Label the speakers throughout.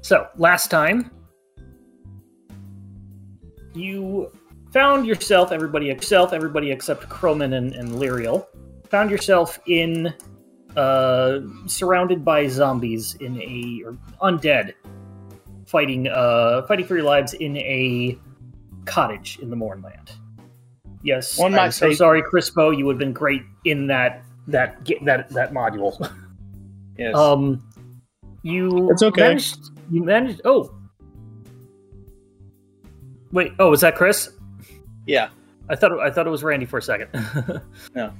Speaker 1: So, last time, you found yourself, everybody, yourself, everybody except Croman and, and Lyriel, found yourself in, uh, surrounded by zombies in a, or undead, fighting, uh, fighting for your lives in a cottage in the Mornland. Yes,
Speaker 2: One
Speaker 1: I'm
Speaker 2: might
Speaker 1: so
Speaker 2: say-
Speaker 1: sorry, Crispo. You would have been great in that that that that module.
Speaker 2: Yes.
Speaker 1: Um, you.
Speaker 3: It's okay.
Speaker 1: Managed, you managed. Oh, wait. Oh, is that Chris?
Speaker 2: yeah.
Speaker 1: I thought I thought it was Randy for a second.
Speaker 2: No.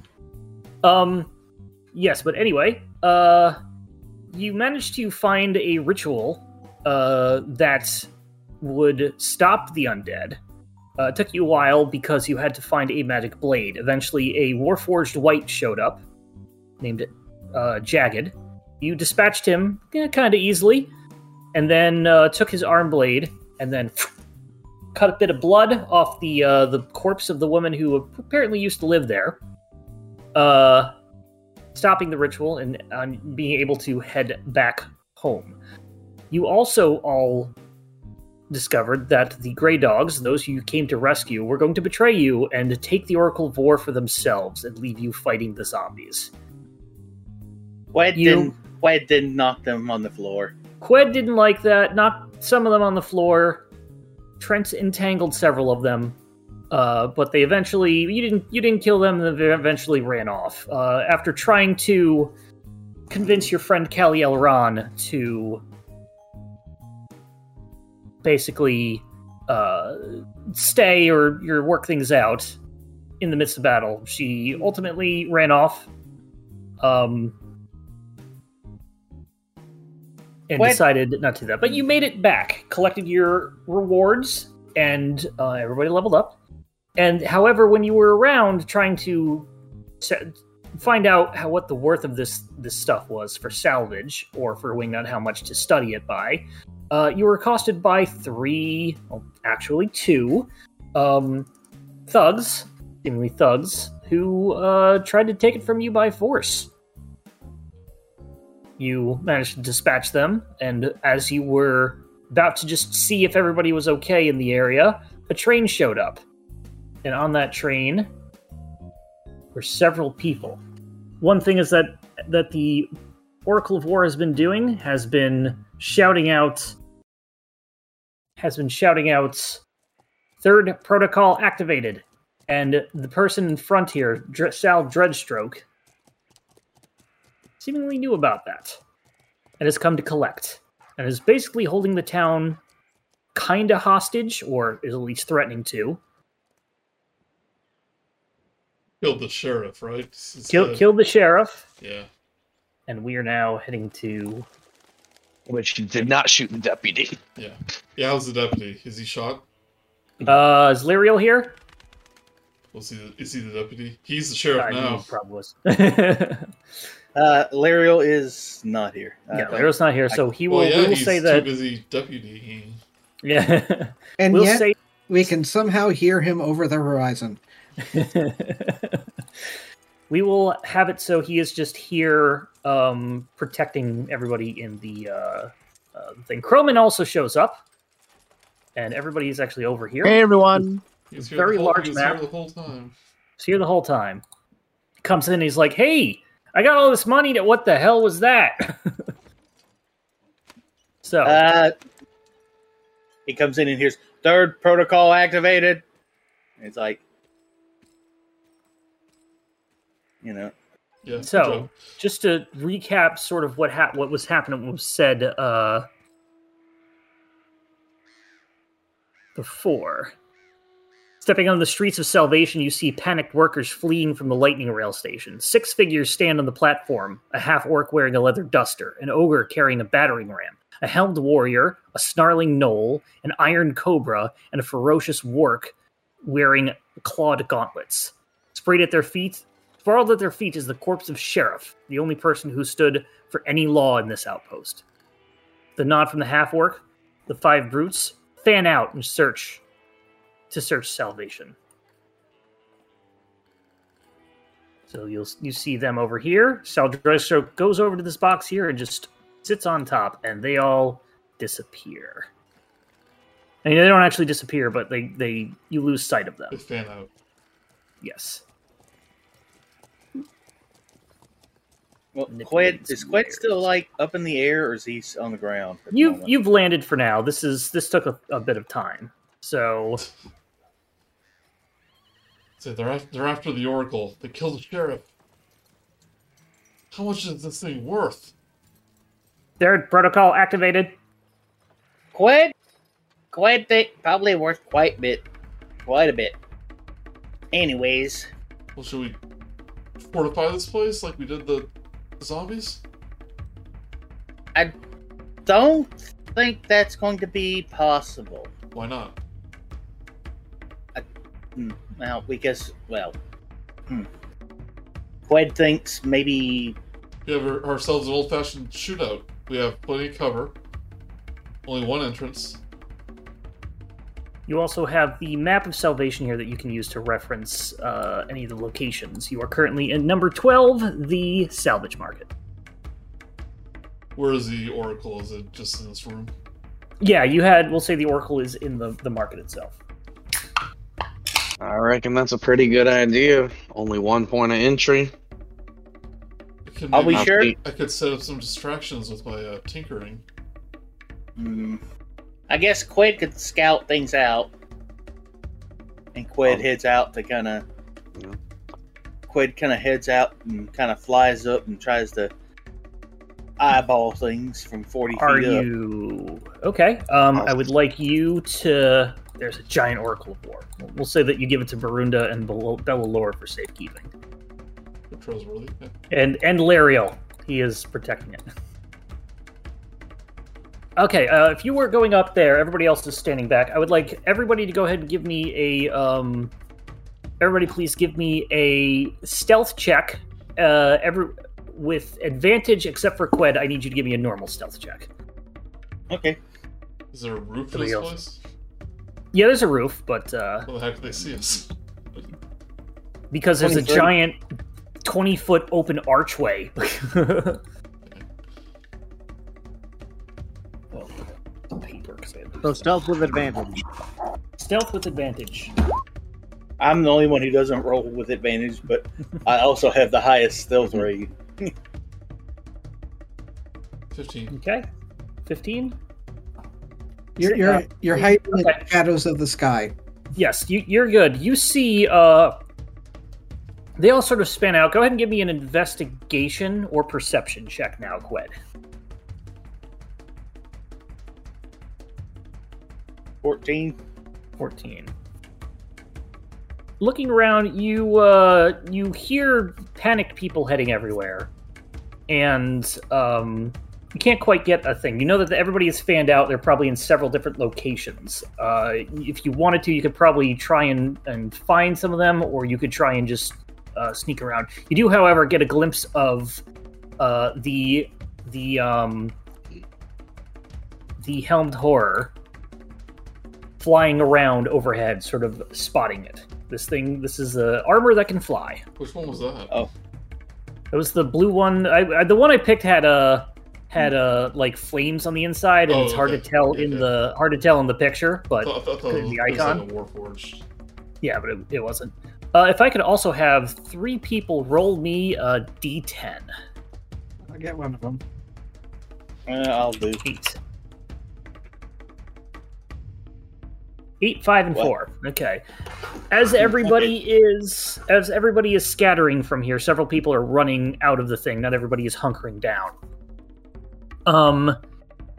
Speaker 1: Um. Yes, but anyway, uh, you managed to find a ritual uh, that would stop the undead. Uh, it took you a while because you had to find a magic blade. Eventually, a warforged white showed up, named uh, Jagged. You dispatched him kind of easily, and then uh, took his arm blade, and then cut a bit of blood off the uh, the corpse of the woman who apparently used to live there, uh, stopping the ritual and um, being able to head back home. You also all discovered that the Grey Dogs, those who you came to rescue, were going to betray you and take the Oracle of War for themselves and leave you fighting the zombies.
Speaker 2: Why
Speaker 1: You-
Speaker 2: didn't why didn't knock them on the floor?
Speaker 1: Qued didn't like that, knocked some of them on the floor. Trent entangled several of them. Uh, but they eventually you didn't you didn't kill them and they eventually ran off. Uh, after trying to convince your friend Kali Elron to basically uh, stay or or work things out in the midst of battle, she ultimately ran off. Um and
Speaker 2: What?
Speaker 1: decided not to do that. But you made it back, collected your rewards, and uh, everybody leveled up. And however, when you were around trying to se- find out how what the worth of this this stuff was for salvage or for Wingnut, how much to study it by, uh, you were accosted by three, well, actually two, um, thugs, seemingly thugs, who uh, tried to take it from you by force you managed to dispatch them and as you were about to just see if everybody was okay in the area a train showed up and on that train were several people one thing is that that the oracle of war has been doing has been shouting out has been shouting out third protocol activated and the person in front here Dr- sal dreadstroke seemingly knew about that and has come to collect and is basically holding the town kind of hostage or is at least threatening to
Speaker 4: Killed the sheriff, right? This is
Speaker 1: kill,
Speaker 4: the-
Speaker 1: kill the sheriff
Speaker 4: Yeah.
Speaker 1: and we are now heading to
Speaker 3: Which did not shoot the deputy.
Speaker 4: Yeah, how's the deputy? Is he shot?
Speaker 1: uh is Lyriel here
Speaker 4: Was he? The, is he the deputy? He's the sheriff
Speaker 1: Uh, he
Speaker 4: now.
Speaker 1: probably was yeah
Speaker 2: Uh Lariel is not here. Uh, I don't-
Speaker 1: Lyriel's not here so he will
Speaker 4: well, yeah,
Speaker 1: we will
Speaker 4: he's
Speaker 1: say
Speaker 4: too
Speaker 1: that
Speaker 4: busy deputy.
Speaker 1: yeah
Speaker 5: And
Speaker 1: we'll
Speaker 5: yet
Speaker 1: say
Speaker 5: we can somehow hear him over the horizon.
Speaker 1: we will have it so he is just here um, protecting everybody in the uh, uh, thing. Croman also shows up, and everybody is actually over here.
Speaker 3: Hey everyone.
Speaker 4: He was
Speaker 1: It's
Speaker 4: here the
Speaker 1: very
Speaker 4: whole-
Speaker 1: large
Speaker 4: he was
Speaker 1: map.
Speaker 4: Here the whole time.
Speaker 1: He's here the whole time. Comes in, he's like, "Hey, I got all this money. To, what the hell was that?" so
Speaker 2: Uh he comes in and hears third protocol activated. And It's like you know,
Speaker 4: Yeah. good
Speaker 1: So,
Speaker 4: job.
Speaker 1: just to recap, sort of what hap what was happening, what was said uh, before. Stepping on the streets of Salvation, you see panicked workers fleeing from the lightning rail station. Six figures stand on the platform: a half orc wearing a leather duster, an ogre carrying a battering ram, a helmed warrior, a snarling gnoll, an iron cobra, and a ferocious wark wearing clawed gauntlets. Sprayed at their feet, Sprawled at their feet is the corpse of Sheriff, the only person who stood for any law in this outpost. The nod from the half orc, the five brutes fan out and search to search salvation. So you'll you see them over here. Saldrestro goes over to this box here and just sits on top, and they all disappear. I mean, they don't actually disappear, but they, they you lose sight of
Speaker 4: They
Speaker 1: them.
Speaker 4: fan out.
Speaker 1: Yes.
Speaker 2: Well,
Speaker 1: Manipulates
Speaker 2: Qued is Qued
Speaker 1: layers.
Speaker 2: still like up in the air, or is he on the ground? at the
Speaker 1: You've
Speaker 2: moment?
Speaker 1: you've landed for now. This is this took a, a bit of time. So
Speaker 4: Say they're after, they're after the Oracle. They killed the sheriff. How much is this thing worth?
Speaker 1: third protocol activated.
Speaker 2: Quite, quite bit, probably worth quite bit, quite a bit. Anyways,
Speaker 4: Well, should we fortify this place like we did the zombies?
Speaker 2: don't think that's going to be possible.
Speaker 4: Why not?
Speaker 2: Hmm, Well, because well, hmm. Qued thinks maybe
Speaker 4: We have our- ourselves an old-fashioned shootout. We have plenty of cover. Only one entrance.
Speaker 1: You also have the map of salvation here that you can use to reference uh, any of the locations. You are currently in number twelve, the salvage market.
Speaker 4: Where is the Oracle? Is it just in this room?
Speaker 1: Yeah, you had. We'll say the oracle is in the the market itself.
Speaker 3: I reckon that's a pretty good idea. Only one point of entry.
Speaker 4: I could
Speaker 2: Are we
Speaker 4: maybe-
Speaker 2: sure?
Speaker 4: I could set up some distractions with my uh, tinkering.
Speaker 2: Hmm. I guess Quid could scout things out. And Quid
Speaker 3: Um.
Speaker 2: heads out to kind of.
Speaker 3: Yeah.
Speaker 2: Quid kind of heads out and kind of flies up and tries to eyeball things from 40
Speaker 1: Are
Speaker 2: feet up.
Speaker 1: you okay? Um, I would like you to. There's a giant oracle of war. We'll say that you give it to Barunda and Bel- Bellalore for safekeeping,
Speaker 4: They're Trustworthy. Yeah.
Speaker 1: and and Lariel. He is protecting it. Okay, uh, if you were going up there, everybody else is standing back. I would like everybody to go ahead and give me a. Um, everybody, please give me a stealth check. Uh, every with advantage, except for Qued. I need you to give me a normal stealth check.
Speaker 2: Okay.
Speaker 4: Is there a roof to
Speaker 1: Somebody
Speaker 4: this
Speaker 1: else.
Speaker 4: place?
Speaker 1: Yeah, there's a roof, but uh,
Speaker 4: How the heck do they see us?
Speaker 1: because there's a
Speaker 2: 23.
Speaker 1: giant 20 foot open archway.
Speaker 6: So stealth with advantage.
Speaker 1: Stealth with advantage.
Speaker 2: I'm the only one who doesn't roll with advantage, but I also have the highest stealth rate.
Speaker 4: Fifteen.
Speaker 1: Okay. 15?
Speaker 5: You're you're you're hiding in the shadows of the sky.
Speaker 1: Yes, you, you're good. You see, uh, they all sort of span out. Go ahead and give me an investigation or perception check now, Qued.
Speaker 2: 14.
Speaker 1: 14 looking around you uh you hear panicked people heading everywhere and um you can't quite get a thing you know that everybody is fanned out they're probably in several different locations uh if you wanted to you could probably try and and find some of them or you could try and just uh, sneak around you do however get a glimpse of uh the the um the helmed horror flying around overhead, sort of spotting it. This thing, this is uh, armor that can fly.
Speaker 4: Which one was that?
Speaker 2: Oh.
Speaker 1: That was the blue one. I, I, the one I picked had a had a like flames on the inside, and
Speaker 4: Oh,
Speaker 1: it's hard
Speaker 4: okay.
Speaker 1: to tell in
Speaker 4: Okay.
Speaker 1: the hard to tell in the picture.
Speaker 4: I
Speaker 1: But
Speaker 4: thought, I thought that
Speaker 1: could it
Speaker 4: was,
Speaker 1: be
Speaker 4: it was like
Speaker 1: Icon?
Speaker 4: a Warforged.
Speaker 1: yeah, but it, it wasn't. Uh, if I could also have three people roll me a d10.
Speaker 5: I'll get one of them.
Speaker 2: Uh, I'll do.
Speaker 1: Eight. Eight, five, and
Speaker 2: What?
Speaker 1: four. Okay. As everybody is as everybody is scattering from here, several people are running out of the thing. Not everybody is hunkering down. Um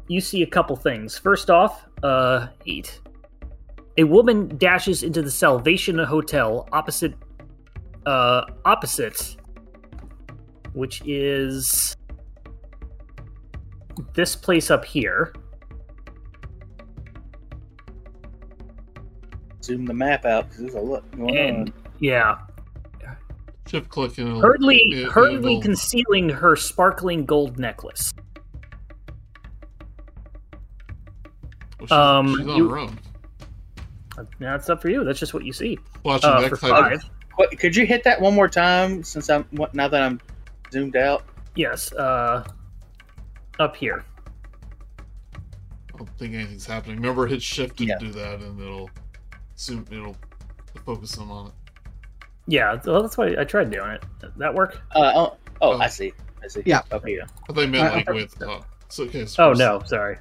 Speaker 1: you see a couple things. First off, uh eight. A woman dashes into the Salvation Hotel opposite uh opposite which is this place up here.
Speaker 2: Zoom the map out because there's a lot going
Speaker 1: And-
Speaker 2: on.
Speaker 1: Yeah.
Speaker 4: Shift click and it'll-
Speaker 1: Hurriedly
Speaker 4: it-
Speaker 1: hurriedly
Speaker 4: it'll-
Speaker 1: concealing her sparkling gold necklace.
Speaker 4: well, she's,
Speaker 1: um,
Speaker 4: she's on
Speaker 1: you-
Speaker 4: her own.
Speaker 1: Now it's up for you. That's just what you see.
Speaker 4: Watching
Speaker 1: Uh,
Speaker 4: that
Speaker 1: for
Speaker 4: type
Speaker 1: five.
Speaker 2: Qu- Could you hit that one more time since I'm what- now that I'm zoomed out?
Speaker 1: Yes. Uh up here.
Speaker 4: of don't think anything's happening. Remember, hit shift to
Speaker 2: Yeah.
Speaker 4: do that, and it'll zoom. It'll focus in on it.
Speaker 1: Yeah, well, that's why I tried doing it. That work?
Speaker 2: Uh, oh, oh,
Speaker 4: Oh.
Speaker 2: I see. I see.
Speaker 5: Yeah.
Speaker 2: Up here.
Speaker 4: I thought you meant
Speaker 5: Uh,
Speaker 4: like
Speaker 5: okay.
Speaker 4: with. Uh, so okay. so
Speaker 1: Oh no, sorry.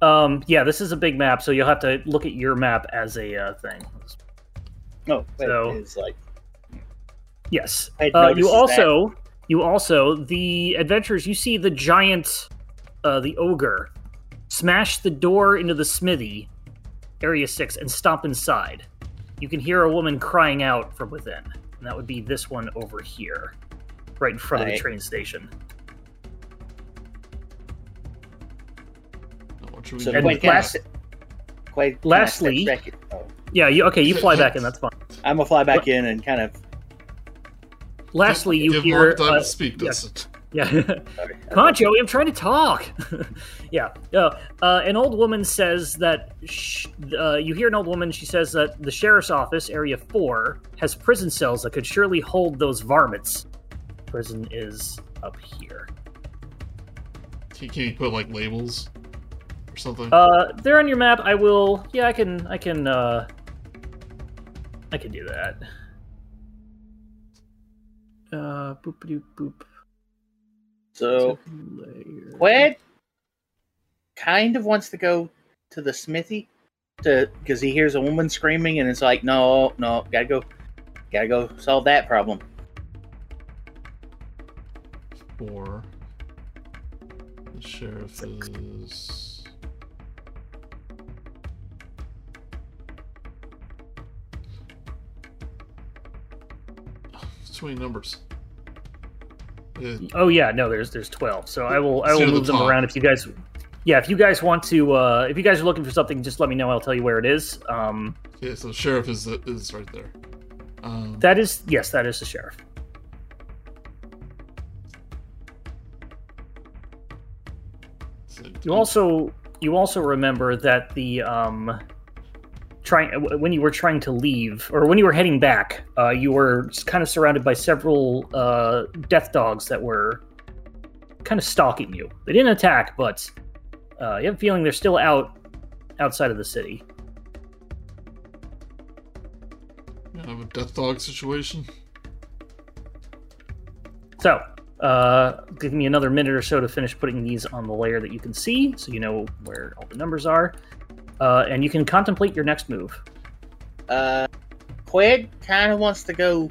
Speaker 1: Um, yeah, this is a big map, so you'll have to look at your map as a uh, thing.
Speaker 2: No, Oh, wait,
Speaker 1: So-
Speaker 2: it's like
Speaker 1: Yes.
Speaker 2: I had
Speaker 1: Uh,
Speaker 2: noticed
Speaker 1: you
Speaker 2: that.
Speaker 1: also, you also, the adventurers. You see the giant, uh, the ogre, smash the door into the smithy, area six, and stomp inside. You can hear a woman crying out from within, and that would be this one over here, right in front of
Speaker 2: Right.
Speaker 1: the train station.
Speaker 4: no, What should we
Speaker 2: So
Speaker 4: do?
Speaker 1: And
Speaker 2: Quaid
Speaker 4: with
Speaker 2: can I
Speaker 1: last-
Speaker 4: that?
Speaker 2: step- Quaid, can I
Speaker 1: lastly-
Speaker 2: step back in? Oh.
Speaker 1: Yeah. You okay? You fly back in. That's fine.
Speaker 2: I'm gonna fly back in and kind of.
Speaker 1: Lastly, you
Speaker 4: give
Speaker 1: hear
Speaker 4: Mark time
Speaker 1: uh,
Speaker 4: to speak.
Speaker 1: yes.
Speaker 4: Doesn't.
Speaker 1: yeah. Come on, Joey, I'm trying to talk. yeah. Uh, uh, an old woman says that sh- uh, you hear an old woman. She says that the sheriff's office, Area 4, has prison cells that could surely hold those varmints. Prison is up here.
Speaker 4: Can, can you put like labels or something?
Speaker 1: Uh, they're on your map. I will. Yeah, I can. I can. Uh, I can do that. Uh, boop doop boop.
Speaker 2: So
Speaker 1: Layer.
Speaker 2: Quaid kind of wants to go to the smithy to because he hears a woman screaming and it's like, no, no, gotta go, gotta go solve that problem.
Speaker 4: Or the sheriff is. Too many numbers. Yeah,
Speaker 1: Oh yeah, no, there's there's twelve. So I will I
Speaker 4: It's
Speaker 1: will
Speaker 4: near the
Speaker 1: move them
Speaker 4: top.
Speaker 1: around if you guys. Yeah, if you guys want to, uh, if you guys are looking for something, just let me know. I'll tell you where it is. Um,
Speaker 4: yeah, so sheriff is is right there. Um,
Speaker 1: that is yes, that is the sheriff.
Speaker 4: so-
Speaker 1: You also you also remember that the um, trying when you were trying to leave or when you were heading back, uh, you were kind of surrounded by several uh, death dogs that were kind of stalking you. They didn't attack, but uh, you have a feeling they're still out outside of the city.
Speaker 4: yeah, I have a death dog situation.
Speaker 1: So, uh, give me another minute or so to finish putting these on the layer that you can see, so you know where all the numbers are, uh, and you can contemplate your next move.
Speaker 2: Uh, Quaid kind of wants to go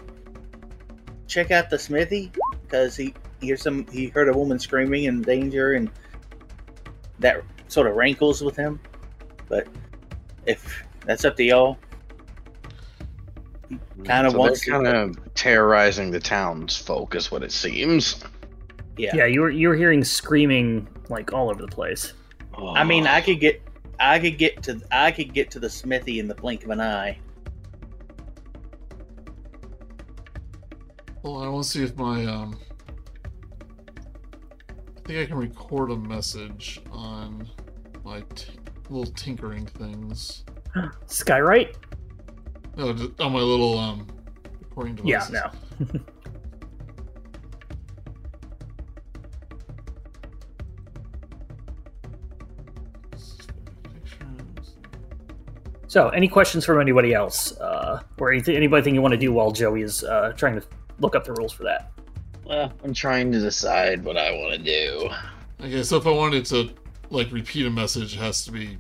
Speaker 2: check out the smithy because he hears some. He heard a woman screaming in danger, and that sort of rankles with him. But if that's up to y'all, Kinda wants to-
Speaker 3: kind of terrorizing the town's folk, is what it seems.
Speaker 2: yeah.
Speaker 1: Yeah, you were you were hearing screaming like all over the place.
Speaker 2: I mean, I could get, I could get to, I could get to the smithy in the blink of an eye.
Speaker 4: Well, I want to see if my um. I think I can record a message on my t- little tinkering things.
Speaker 1: Skyrite?
Speaker 4: No, just on my little um recording
Speaker 1: Yeah,
Speaker 4: device.
Speaker 1: no. So, any questions from anybody else, uh, or anything, anything you want to do while Joey is uh, trying to look up the rules for that?
Speaker 3: Well, I'm trying to decide what I want to do.
Speaker 4: Okay, so if I wanted to like repeat a message, it has to be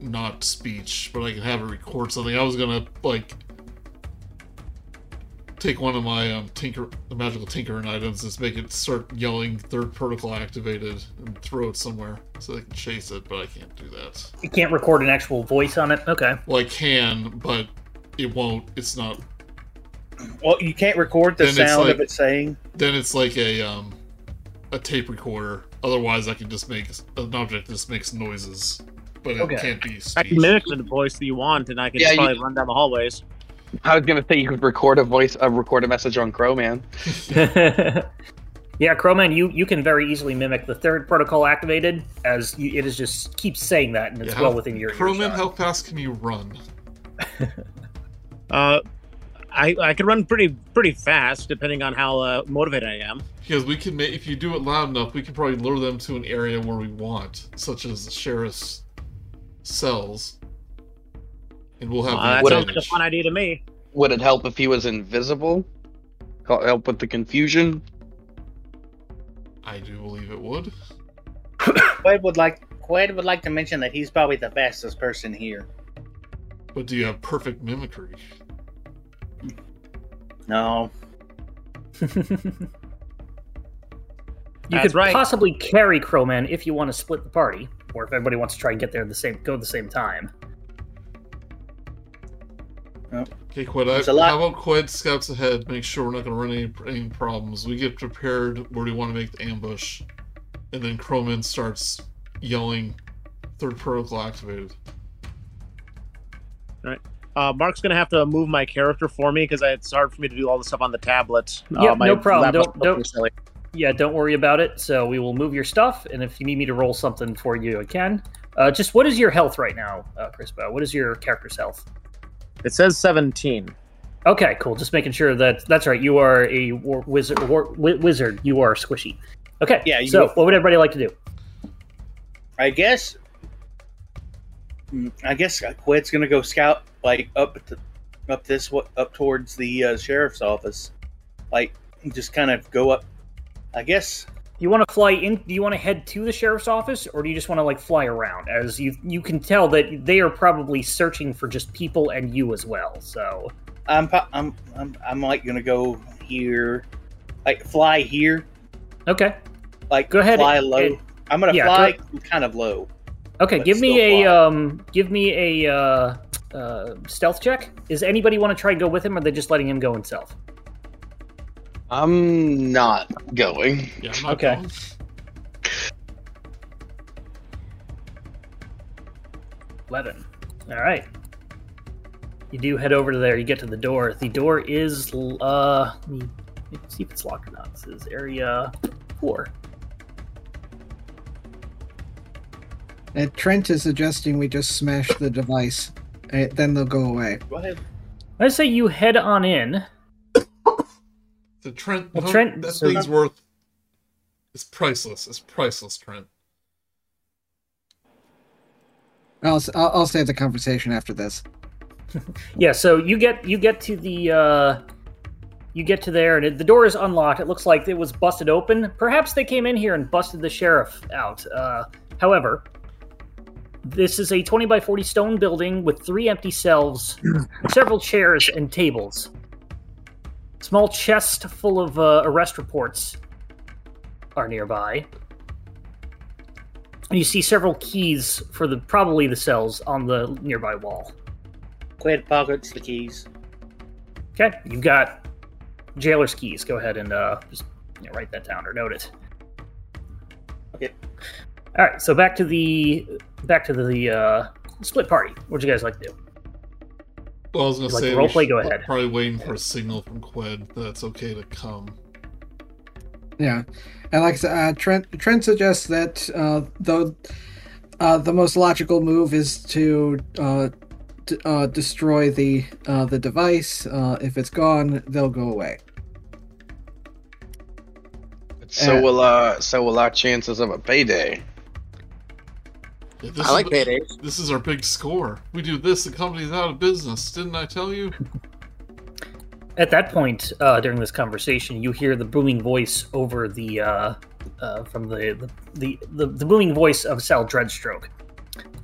Speaker 4: not speech, but I can have it record something. I was gonna like take one of my um tinker the magical tinkering items and just make it start yelling third protocol activated and throw it somewhere so they can chase it, but I can't do that.
Speaker 1: You can't record an actual voice on it. Okay.
Speaker 4: Well I can, but it won't it's not
Speaker 2: Well, you can't record the
Speaker 4: Then it's
Speaker 2: sound of
Speaker 4: like-
Speaker 2: it saying.
Speaker 4: then it's like a um a tape recorder. Otherwise, I can just make an object that just makes noises, but it
Speaker 1: Okay.
Speaker 4: can't be
Speaker 6: I
Speaker 4: speech.
Speaker 6: can mimic the voice that you want, and I can
Speaker 3: Yeah,
Speaker 6: just
Speaker 3: you-
Speaker 6: probably run down the hallways.
Speaker 3: I was gonna say you could record a voice, uh, record a message on Crow Man.
Speaker 1: yeah, Crowman, you, you can very easily mimic the third protocol activated, as you, it is just keeps saying that, and it's
Speaker 4: Yeah,
Speaker 1: well
Speaker 4: how-
Speaker 1: within your
Speaker 4: Crowman,
Speaker 1: earshot.
Speaker 4: how fast can you run?
Speaker 6: Uh, I I could run pretty pretty fast depending on how uh, motivated I am.
Speaker 4: Because we can make, if you do it loud enough, we can probably lure them to an area where we want, such as the sheriff's cells. And we'll have
Speaker 6: Uh, that
Speaker 3: Oh, what
Speaker 6: sounds like a
Speaker 4: advantage.
Speaker 6: fun idea to me.
Speaker 3: Would it help if he was invisible? Hel- Help with the confusion?
Speaker 4: I do believe it would.
Speaker 2: Quaid would like Quaid would like to mention that he's probably the fastest person here.
Speaker 4: But do you have perfect mimicry?
Speaker 2: No,
Speaker 1: you
Speaker 6: That's
Speaker 1: could
Speaker 6: right.
Speaker 1: possibly carry Crowman if you want to split the party, or if everybody wants to try and get there at the same go at the same time.
Speaker 4: Okay, Quid, I,
Speaker 2: There's a lot-
Speaker 4: how about Quid scouts ahead, make sure we're not going to run any, any problems. We get prepared where we want to make the ambush. And then Croman starts yelling, third protocol activated.
Speaker 6: Uh, Mark's gonna have to move my character for me because it's hard for me to do all the stuff on the tablet.
Speaker 1: Yeah,
Speaker 6: uh, my
Speaker 1: no problem.
Speaker 6: laptop's
Speaker 1: Don't- don't-
Speaker 6: looking silly.
Speaker 1: Yeah, don't worry about it. So we will move your stuff, and if you need me to roll something for you, I can. Uh, just what is your health right now, uh, Crispo? What is your character's health?
Speaker 6: It says seventeen.
Speaker 1: Okay, cool. Just making sure that that's right. You are a war, wizard. War, wi- wizard. You are squishy. Okay.
Speaker 2: Yeah, you-
Speaker 1: so, what would everybody like to do?
Speaker 2: I guess. Mm, I guess Quid's gonna go scout like up to, up this wa- up towards the uh, sheriff's office, like just kind of go up. I guess
Speaker 1: Do you want to fly in? Do you want to head to the sheriff's office, or do you just want to like fly around? As you you can tell that they are probably searching for just people and you as well. So
Speaker 2: I'm po- I'm I'm I'm like gonna go here, like fly here,
Speaker 1: okay,
Speaker 2: like
Speaker 1: Go ahead
Speaker 2: fly
Speaker 1: and-
Speaker 2: low.
Speaker 1: and-
Speaker 2: I'm gonna
Speaker 1: yeah,
Speaker 2: fly kind of low.
Speaker 1: okay.
Speaker 2: But
Speaker 1: give me
Speaker 2: still
Speaker 1: a
Speaker 2: fly.
Speaker 1: um, give me a uh, uh, stealth check. Is anybody want to try and go with him, or are they just letting him go himself?
Speaker 3: I'm not going.
Speaker 4: Yeah, I'm not
Speaker 1: Okay.
Speaker 4: going.
Speaker 1: Eleven. All right. You do head over to there. You get to the door. The door is uh, let me let me see if it's locked or not. This is area four.
Speaker 5: And Trent is suggesting we just smash the device. Uh, then they'll go away.
Speaker 2: Go ahead.
Speaker 1: I say you head on in.
Speaker 4: The Trent,
Speaker 1: Well,
Speaker 4: no,
Speaker 1: Trent-
Speaker 4: that
Speaker 1: so-
Speaker 4: thing's worth. It's priceless. It's priceless, Trent.
Speaker 5: I'll, s- I'll, I'll save the conversation after this.
Speaker 1: yeah so you get you get to the uh you get to there and it, the door is unlocked it looks like it was busted open perhaps they came in here and busted the sheriff out uh however this is a 20 by 40 stone building with three empty cells several chairs and tables small chest full of uh, arrest reports are nearby and you see several keys for the probably the cells on the nearby wall
Speaker 2: Quid pockets the keys.
Speaker 1: Okay, you've got jailer's keys. Go ahead and uh, just you know, write that down or note it.
Speaker 2: Okay.
Speaker 1: All right, so back to the back to the uh, split party. What'd you guys like to do?
Speaker 4: Well, I was going
Speaker 1: Like,
Speaker 4: say, we
Speaker 1: roleplay, go
Speaker 4: should-
Speaker 1: ahead.
Speaker 4: probably waiting for a signal from Quid that it's okay to come.
Speaker 5: Yeah, and like I said, uh, Trent Trent suggests that uh, though uh, the most logical move is to uh, d- uh, destroy the uh, the device. Uh, if it's gone, they'll go away.
Speaker 3: So
Speaker 2: Eh.
Speaker 5: Uh,
Speaker 3: will uh, so will our chances of a payday.
Speaker 4: Yeah, this
Speaker 6: I like
Speaker 4: is,
Speaker 6: paydays.
Speaker 4: This is our big score. We do this, the company's out of business. Didn't I tell you?
Speaker 1: At that point, uh, during this conversation, you hear the booming voice over the uh, uh, from the the, the the the booming voice of Sal Dreadstroke.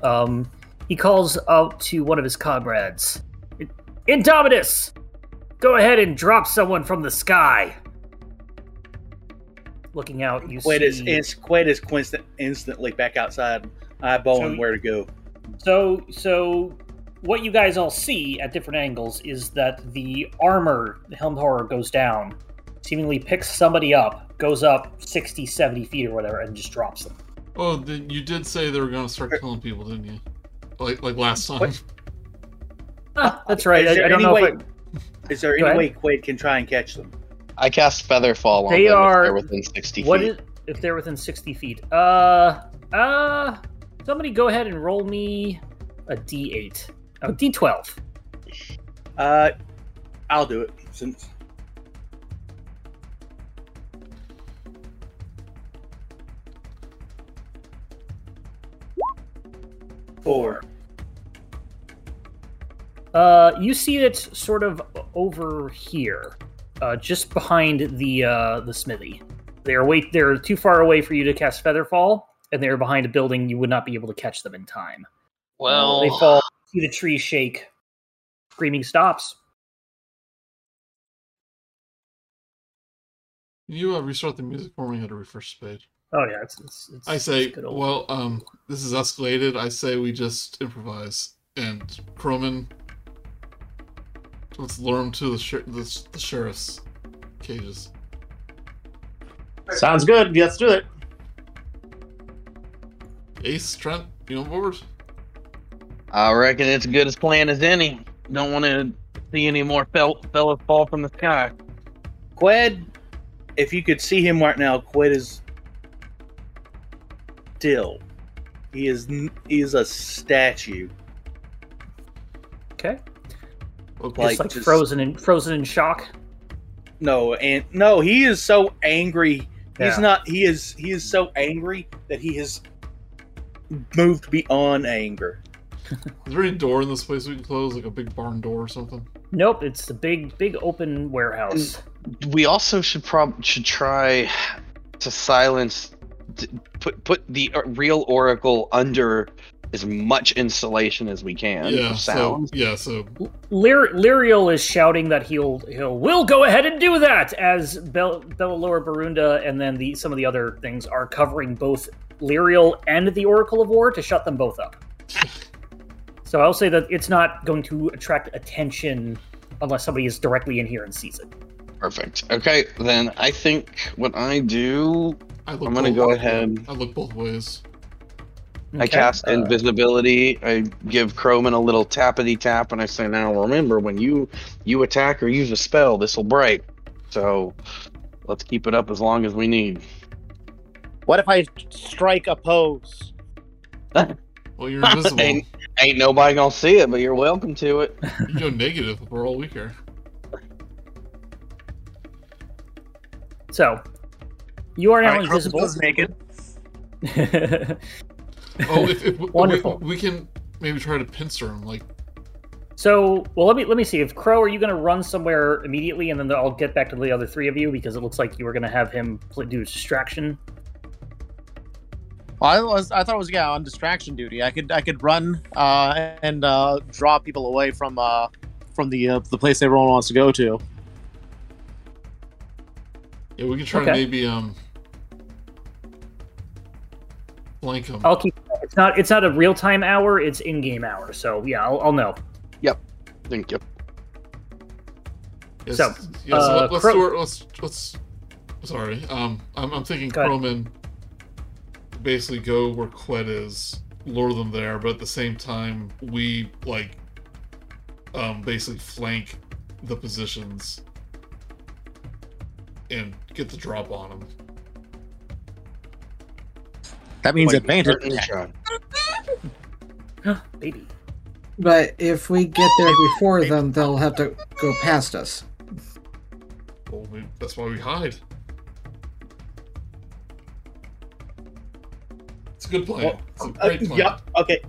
Speaker 1: Um, he calls out to one of his comrades, "Indominus, go ahead and drop someone from the sky." Looking out, you
Speaker 2: Quid
Speaker 1: see.
Speaker 2: is, is Quid is quinstant, instantly back outside, eyeballing
Speaker 1: So-
Speaker 2: where to go.
Speaker 1: So, so what you guys all see at different angles is that the armor, the helm horror, goes down, seemingly picks somebody up, goes up 60, 70 feet or whatever, and just drops them.
Speaker 4: Oh, the, you did say they were going to start killing people, didn't you? Like like last time.
Speaker 2: What?
Speaker 1: Ah, that's right.
Speaker 2: Is
Speaker 1: I,
Speaker 2: there
Speaker 1: I don't
Speaker 2: any
Speaker 1: know.
Speaker 2: way-
Speaker 1: If
Speaker 2: Is there
Speaker 1: Go
Speaker 2: any
Speaker 1: ahead.
Speaker 2: way Quid can try and catch them?
Speaker 3: I cast Featherfall on
Speaker 1: They
Speaker 3: them if
Speaker 1: are-
Speaker 3: they're within sixty
Speaker 1: I, what
Speaker 3: feet.
Speaker 1: is if they're within sixty feet? Uh, uh, somebody go ahead and roll me a d eight, oh d twelve.
Speaker 2: Uh, I'll do it since four.
Speaker 1: Uh, you see it sort of over here, uh, just behind the uh, the smithy. They are wait. They're too far away for you to cast Featherfall, and they're behind a building. You would not be able to catch them in time.
Speaker 3: Well,
Speaker 1: they
Speaker 2: Oh.
Speaker 1: fall. See the tree shake. Screaming stops.
Speaker 4: Can you uh, restart the music for me? I had to refresh spade.
Speaker 1: Oh yeah, it's. it's, it's
Speaker 4: I say,
Speaker 1: it's good old-
Speaker 4: well, um, this is escalated. I say we just improvise and Croman. Let's lure him to the sher- the, s- the sheriff's cages.
Speaker 6: Sounds good. Let's do it.
Speaker 4: Ace Trent, you on board?
Speaker 3: I reckon it's good as plan as any. Don't want to see any more fel- fellas fall from the sky.
Speaker 2: Qued, if you could see him right now, Qued is still. He is n- he is a statue.
Speaker 1: Okay,
Speaker 4: Okay.
Speaker 2: Like,
Speaker 1: just like
Speaker 2: just-
Speaker 1: frozen in frozen in shock.
Speaker 2: No, and no, he is so angry.
Speaker 1: Yeah.
Speaker 2: He's not. He is. He is so angry that he has moved beyond anger.
Speaker 4: Is there any door in this place we can close, like a big barn door or something?
Speaker 1: Nope, it's the big big open
Speaker 2: Mm.
Speaker 1: warehouse.
Speaker 3: We also should prob should try to silence, d put put the uh, real oracle under as much insulation as we can.
Speaker 4: yeah.
Speaker 3: for
Speaker 4: So
Speaker 3: sound.
Speaker 4: yeah. So
Speaker 1: Lir- Lirial is shouting that he'll he'll will go ahead and do that as Bel- Bellalora Barunda and then the some of the other things are covering both Lirial and the Oracle of War to shut them both up. so I'll say that it's not going to attract attention unless somebody is directly in here and sees it.
Speaker 3: Perfect. Okay, then I think what I do,
Speaker 4: I look
Speaker 3: I'm gonna
Speaker 4: both-
Speaker 3: go ahead.
Speaker 4: I look both ways.
Speaker 3: I
Speaker 1: Okay?
Speaker 3: cast
Speaker 1: Uh,
Speaker 3: invisibility. I give Croman a little tappity tap, and I say, "Now remember, when you you attack or use a spell, this will break. So let's keep it up as long as we need."
Speaker 6: What if I strike a pose?
Speaker 4: Well, you're invisible. you
Speaker 3: Ain't, ain't nobody gonna see it, but you're welcome to it.
Speaker 4: can go negative for all we care.
Speaker 1: so you are now
Speaker 6: Alright, Croman's
Speaker 1: invisible.
Speaker 6: naked.
Speaker 4: Oh, if, if we,
Speaker 1: Wonderful.
Speaker 4: We, we can maybe try to pincer him. Like,
Speaker 1: So, well, let me let me see. If Crow, are you going to run somewhere immediately, and then I'll get back to the other three of you because it looks like you were going to have him pl- do distraction.
Speaker 6: Well, I was I thought it was yeah on distraction duty. I could I could run uh, and uh, draw people away from uh, from the uh, the place everyone wants to go to.
Speaker 4: yeah, we can try to
Speaker 1: Okay.
Speaker 4: maybe um flank him.
Speaker 1: I'll keep. It's not it's not a real time hour. It's in game hour. So yeah, I'll, I'll know.
Speaker 3: Thank you.
Speaker 4: Yes,
Speaker 1: So,
Speaker 4: yeah, so
Speaker 1: uh,
Speaker 4: let, us
Speaker 1: Cro-
Speaker 4: do it. Let's let's. Sorry, um, I'm, I'm thinking
Speaker 1: Go ahead.
Speaker 4: Croman. Basically, go where Quet is, lure them there, but at the same time, we like, um, basically flank the positions and get the drop on them.
Speaker 6: That means
Speaker 3: Like,
Speaker 6: advantage.
Speaker 3: certain shot.
Speaker 1: Baby.
Speaker 5: But if we get there before them, they'll have to go past us.
Speaker 4: Well, we, that's why we hide. It's a good plan.
Speaker 2: Well,
Speaker 4: it's a
Speaker 2: Uh,
Speaker 4: great plan.
Speaker 2: yep. Okay.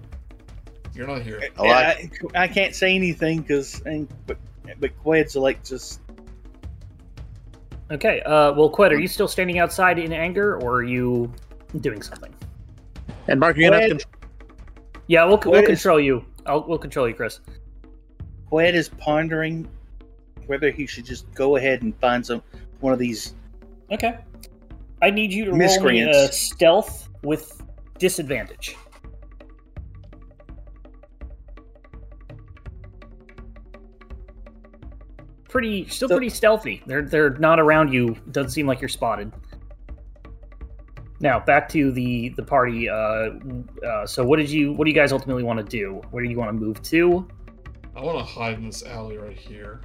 Speaker 4: You're not here.
Speaker 3: I like-
Speaker 2: I, I can't say anything because but but Qued's like just
Speaker 1: Okay. Uh, well, Quet, are you still standing outside in anger, or are you doing something?
Speaker 6: And Mark, you're gonna have
Speaker 2: Qued-
Speaker 6: to-
Speaker 1: Yeah, we'll, we'll
Speaker 2: Quet is-
Speaker 1: control you. I'll we'll control you, Chris.
Speaker 2: Qued is pondering whether he should just go ahead and find some one of these.
Speaker 1: Okay. I need you to roll me
Speaker 2: Miscreants.
Speaker 1: a stealth with disadvantage. Pretty, still
Speaker 2: So-
Speaker 1: pretty stealthy. They're they're not around you. Doesn't seem like you're spotted. Now back to the the party. Uh, uh, so what did you? What do you guys ultimately want to do? Where do you want to move to?
Speaker 4: I want to hide in this alley right here.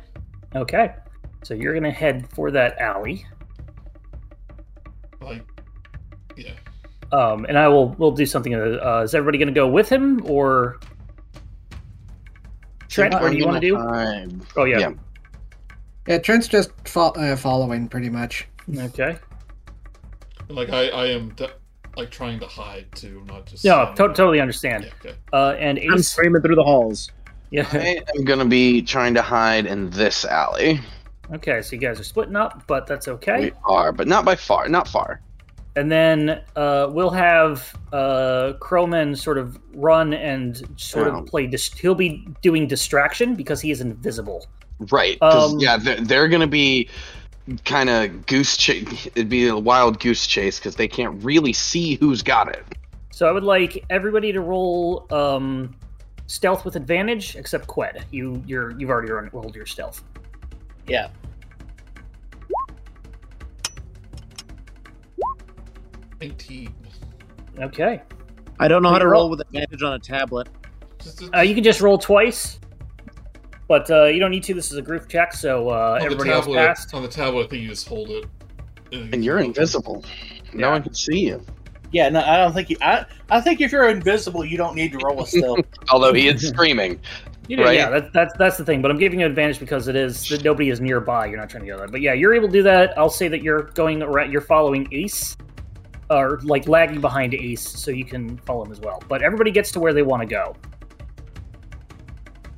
Speaker 1: Okay, so you're gonna head for that alley.
Speaker 4: Like, yeah.
Speaker 1: Um, and I will we'll do something. Uh, is everybody going to go with him or Trent? What do you want to do?
Speaker 6: uh,
Speaker 3: Time.
Speaker 1: Oh yeah.
Speaker 3: Yeah.
Speaker 5: Yeah, Trent's just fo- uh, following pretty much.
Speaker 1: Okay.
Speaker 4: Like I, I am de- like trying to hide too, not just.
Speaker 1: No,
Speaker 4: standing
Speaker 1: to-
Speaker 4: there.
Speaker 1: totally understand.
Speaker 4: Yeah, okay.
Speaker 1: Uh, and
Speaker 6: I'm
Speaker 1: Ace,
Speaker 6: screaming through the halls.
Speaker 1: yeah.
Speaker 3: I am gonna be trying to hide in this alley.
Speaker 1: Okay, so you guys are splitting up, but that's okay.
Speaker 3: We are, but not by far. Not far.
Speaker 1: And then uh, we'll have uh, Crowman sort of run and sort
Speaker 3: Oh.
Speaker 1: of play. Dis- he'll be doing distraction because he is invisible.
Speaker 3: Right. 'cause,
Speaker 1: Um,
Speaker 3: yeah, they're, they're going to be kind of goose chase. It'd be a wild goose chase because they can't really see who's got it.
Speaker 1: So I would like everybody to roll um, stealth with advantage, except Qued. You you're you've already run- rolled your stealth.
Speaker 2: Yeah.
Speaker 4: Nineteen.
Speaker 1: Okay.
Speaker 6: I don't know how to
Speaker 1: Roll.
Speaker 6: roll with advantage on a tablet.
Speaker 4: Just,
Speaker 1: Uh, you can just roll twice, but uh, you don't need to. This is a group check, so uh,
Speaker 4: on the
Speaker 1: everybody else
Speaker 4: tablet.
Speaker 1: passed.
Speaker 4: On the tablet, I think you just hold it.
Speaker 3: And you're invisible. No
Speaker 1: Yeah.
Speaker 3: one can see you.
Speaker 2: Yeah, no, I don't think you. I, I think if you're invisible, you don't need to roll a stealth.
Speaker 3: Although he is screaming.
Speaker 1: You know,
Speaker 3: right?
Speaker 1: Yeah, that, that's that's the thing. But I'm giving you advantage because it is that nobody is nearby. You're not trying to go that. But yeah, you're able to do that. I'll say that you're going around. You're following Ace, or like lagging behind Ace, so you can follow him as well. But everybody gets to where they want to go.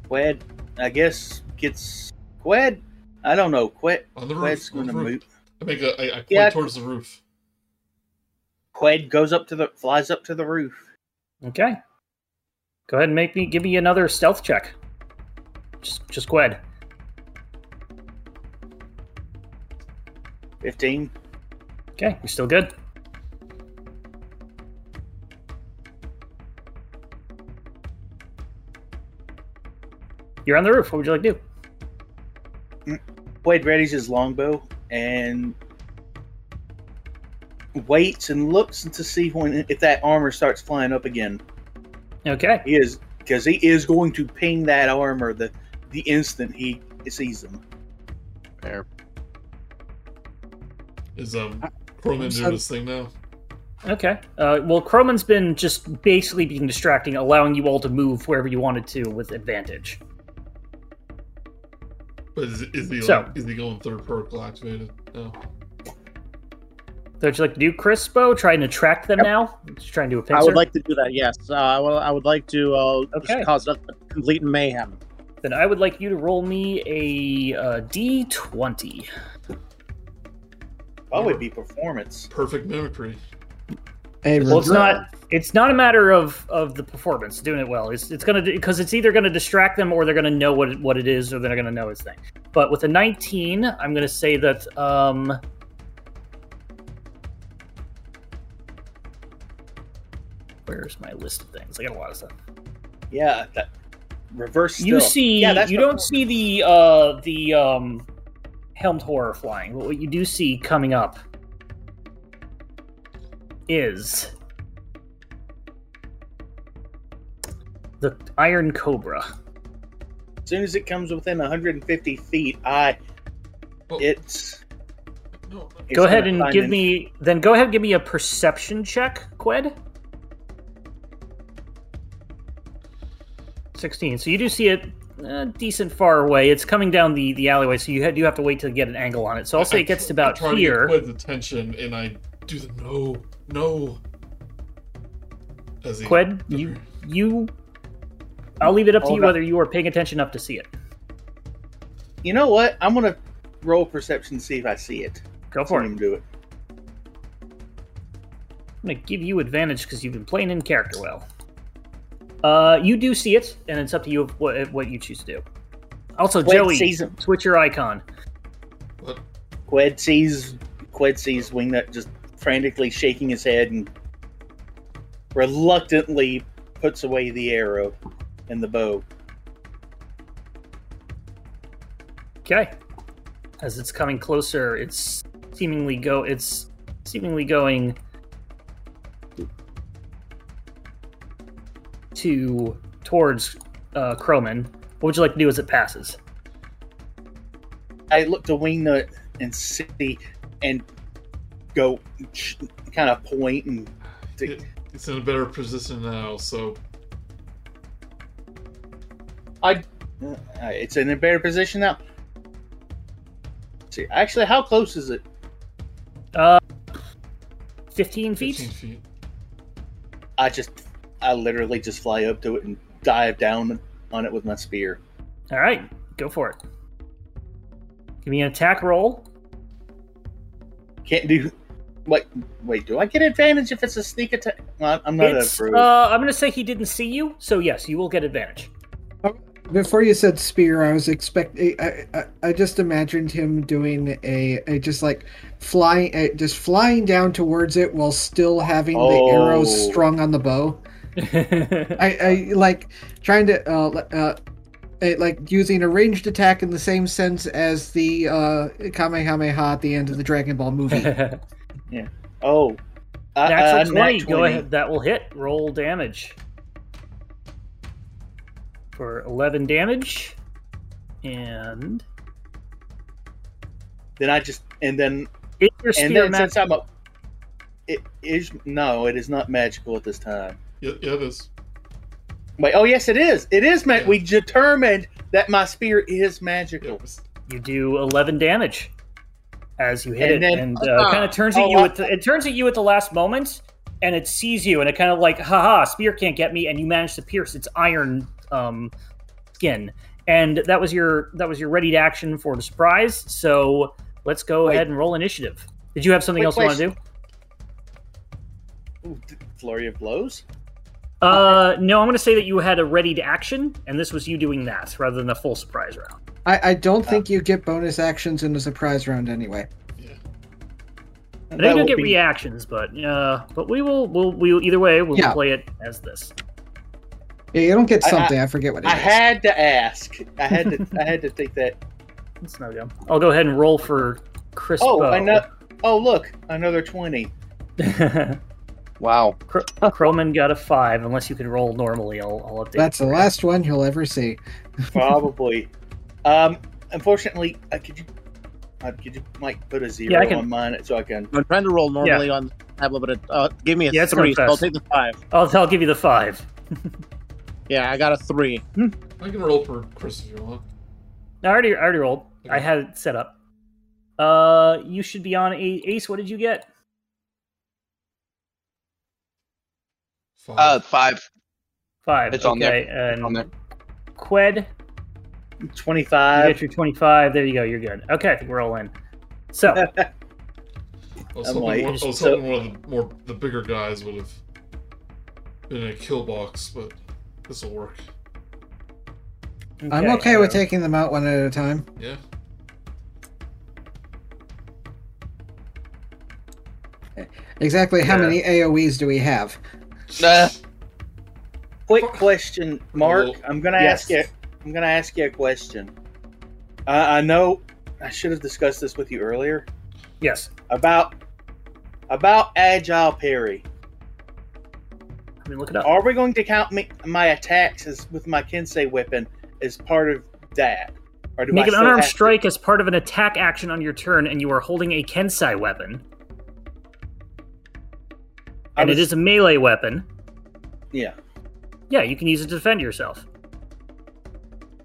Speaker 2: Qued, I guess gets Qued. I don't know. Qued.
Speaker 4: on the
Speaker 2: Qued's
Speaker 4: roof. On
Speaker 2: gonna
Speaker 4: the
Speaker 2: move.
Speaker 4: roof. I make a. I, I point
Speaker 2: Yeah.
Speaker 4: towards the roof.
Speaker 2: Qued goes up to the flies up to the roof.
Speaker 1: Okay. Go ahead and make me give me another stealth check. Just just Qued.
Speaker 2: Fifteen.
Speaker 1: Okay, you're still good. You're on the roof. What would you like to do?
Speaker 2: Qued readies his longbow and waits and looks to see when if that armor starts flying up again.
Speaker 1: Okay.
Speaker 2: He is because he is going to ping that armor the the instant he sees them.
Speaker 3: There.
Speaker 4: Is um. Corman
Speaker 5: so-
Speaker 4: doing his thing now.
Speaker 1: Okay. Uh, well, Croman's been just basically being distracting, allowing you all to move wherever you wanted to with advantage.
Speaker 4: But is, is he
Speaker 1: So-
Speaker 4: like, is he going third protocol activated? No.
Speaker 1: So would you like to do Crispo? Try and attract them
Speaker 6: Yep.
Speaker 1: now? Just trying to do a pincer.
Speaker 6: I would like to do that. Yes, uh, I would. I would like to uh,
Speaker 1: Okay.
Speaker 6: just cause nothing but complete mayhem.
Speaker 1: then I would like you to roll me a uh, d20.
Speaker 2: Probably be performance.
Speaker 4: Perfect mimicry.
Speaker 5: Hey,
Speaker 1: Well, it's
Speaker 5: Rupert.
Speaker 1: not. It's not a matter of of the performance doing it well. It's it's gonna because it's either gonna distract them or they're gonna know what it, what it is or they're gonna know his thing. But with a 19, I'm gonna say that um, Where's my list of things? I got a lot of stuff.
Speaker 2: Yeah, that reverse. Stealth.
Speaker 1: You see,
Speaker 2: Yeah, that's
Speaker 1: you
Speaker 2: what-
Speaker 1: don't see the uh, the um, helmed horror flying, but what you do see coming up is the Iron Cobra.
Speaker 2: As soon as it comes within 150 feet, I
Speaker 4: Well,
Speaker 2: it's.
Speaker 4: Oh, no, no.
Speaker 2: it's
Speaker 1: go ahead
Speaker 2: gonna
Speaker 1: and
Speaker 2: find
Speaker 1: give
Speaker 2: an-
Speaker 1: me then. Go ahead and give me a perception check, Qued. Sixteen. So you do see it. A decent far away. It's coming down the, the alleyway, so you ha- do have to wait to get an angle on it. So I'll say it gets to about
Speaker 4: try
Speaker 1: here.
Speaker 4: To get Qued's attention, and I do the no, no. As he,
Speaker 1: Qued, you you. I'll leave it up to
Speaker 2: Hold
Speaker 1: you
Speaker 2: on.
Speaker 1: whether you are paying attention enough to see it.
Speaker 2: You know what? I'm gonna roll perception to see if I see it.
Speaker 1: Go
Speaker 2: Let
Speaker 1: for it.
Speaker 2: him do it.
Speaker 1: I'm gonna give you advantage because you've been playing in character well. Uh, you do see it, and it's up to you of what, what you choose to do. Also,
Speaker 2: Qued
Speaker 1: Joey,
Speaker 2: sees him.
Speaker 1: switch your icon.
Speaker 4: What?
Speaker 2: Qued sees Qued sees Wingnut just frantically shaking his head and reluctantly puts away the arrow and the bow.
Speaker 1: Okay. As it's coming closer, it's seemingly go. It's seemingly going to towards uh, Croman. What would you like to do as it passes?
Speaker 2: I look to Wingnut and see and go kind of point and
Speaker 4: It, it's in a better position now, so
Speaker 2: Uh, it's in a better position now. see. Actually, how close is it?
Speaker 1: Uh, 15 feet?
Speaker 4: 15 feet.
Speaker 2: I just, I literally just fly up to it and dive down on it with my spear.
Speaker 1: All right, go for it. Give me an attack roll.
Speaker 2: Can't do. Wait, wait. Do I get advantage if it's a sneak attack? Well, I'm not
Speaker 1: It's,
Speaker 2: approved.
Speaker 1: uh, I'm going to say he didn't see you, so yes, you will get advantage.
Speaker 5: Before you said spear, I was expect. I, I I just imagined him doing a, a just like flying, uh, just flying down towards it while still having the arrows
Speaker 2: Oh.
Speaker 5: strung on the bow.
Speaker 2: Uh,
Speaker 5: I, I like trying to uh, li- uh, eh, like using a ranged attack in the same sense as the uh, Kamehameha at the end of the Dragon Ball movie.
Speaker 1: Natural
Speaker 2: oh, uh, uh, nat
Speaker 1: 20. Go
Speaker 2: 20.
Speaker 1: ahead. That will hit. Roll damage. For 11 damage. And.
Speaker 2: Then I just and then
Speaker 1: Is your spear
Speaker 2: and then
Speaker 1: magic-
Speaker 2: since I'm a, it is no, it is not magical at this time.
Speaker 4: Yeah, yeah, it is.
Speaker 2: Wait, oh yes, it is. It is. Ma- we determined that my spear is
Speaker 4: Yeah,
Speaker 2: magical.
Speaker 4: it's-
Speaker 1: You do eleven damage as you hit
Speaker 2: And
Speaker 1: it,
Speaker 2: then-
Speaker 1: and uh, kind of turns at
Speaker 2: Oh,
Speaker 1: you.
Speaker 2: I-
Speaker 1: At the, it turns at you at the last moment, and it sees you, and it kind of like, haha, spear can't get me, and you manage to pierce its iron um, skin. And that was your that was your ready to action for the surprise. So let's go
Speaker 2: Wait.
Speaker 1: ahead and roll initiative. Did you have something
Speaker 2: Wait,
Speaker 1: else you want to
Speaker 2: question.
Speaker 1: do?
Speaker 2: Ooh, d- flurry of blows.
Speaker 1: Uh, no, I'm going to say that you had a ready to action, and this was you doing that rather than the full surprise round.
Speaker 5: I, I don't
Speaker 2: Uh,
Speaker 5: think you get bonus actions in the surprise round anyway.
Speaker 1: I
Speaker 2: That
Speaker 1: think you
Speaker 2: will
Speaker 1: get
Speaker 2: be-
Speaker 1: reactions, but uh, but we will we'll we will either way we'll
Speaker 5: Yeah.
Speaker 1: play it as this.
Speaker 5: Yeah, you don't get
Speaker 2: I- I-
Speaker 5: something. I, forget what it is.
Speaker 2: I had to ask. I had to. I had to think that.
Speaker 1: It's no go. I'll go ahead and roll for Chris.
Speaker 2: Oh,
Speaker 1: Bow.
Speaker 2: I know. Oh, look, another twenty.
Speaker 3: Wow.
Speaker 1: Croman got a five. Unless you can roll normally, I'll, I'll update.
Speaker 5: That's the last one you'll ever see.
Speaker 2: Probably. um, unfortunately, uh, could you, uh, could you like put a zero
Speaker 1: Yeah, I can-
Speaker 2: on mine so I can?
Speaker 6: I'm trying to roll normally on the tablet, but it uh, gave me a
Speaker 1: Yeah, it's
Speaker 6: three. So
Speaker 1: gonna
Speaker 6: I'll
Speaker 1: pass.
Speaker 6: take the five.
Speaker 1: I'll, I'll give you the five.
Speaker 6: Yeah, I got a three.
Speaker 4: I can roll for Chris if you want.
Speaker 1: I already I already rolled. I
Speaker 4: Okay.
Speaker 1: had it set up. Uh, you should be on a ace. What did you get?
Speaker 4: Five.
Speaker 3: Uh, five.
Speaker 1: Five.
Speaker 3: It's
Speaker 1: okay.
Speaker 3: on there.
Speaker 1: And
Speaker 3: on there.
Speaker 1: Qued, you
Speaker 2: Twenty-five.
Speaker 1: get your twenty-five. There you go. You're good. Okay, I think we're all in. So
Speaker 4: I was
Speaker 2: I'm
Speaker 4: hoping,
Speaker 2: like,
Speaker 4: one, I was
Speaker 2: so-
Speaker 4: hoping one of the more the bigger guys would have been in a kill box, but this will work.
Speaker 5: I'm okay with taking them out one at a time.
Speaker 4: Yeah.
Speaker 5: Exactly how
Speaker 1: Yeah.
Speaker 5: many AoEs do we have?
Speaker 3: Uh,
Speaker 2: Quick question, Mark. I'm gonna ask you.
Speaker 1: Yes.
Speaker 2: I'm gonna ask you a question. I I know I should have discussed this with you earlier
Speaker 1: Yes.
Speaker 2: about about agile parry.
Speaker 1: I mean, look it up.
Speaker 2: Are we going to count me, my attacks as with my Kensei weapon as part of that, or do
Speaker 1: Make
Speaker 2: I
Speaker 1: an
Speaker 2: still
Speaker 1: unarmed
Speaker 2: have to-
Speaker 1: strike as part of an attack action on your turn, and you are holding a Kensai weapon,
Speaker 2: I
Speaker 1: and it
Speaker 2: was-
Speaker 1: is a melee weapon.
Speaker 2: yeah.
Speaker 1: Yeah, you can use it to defend yourself.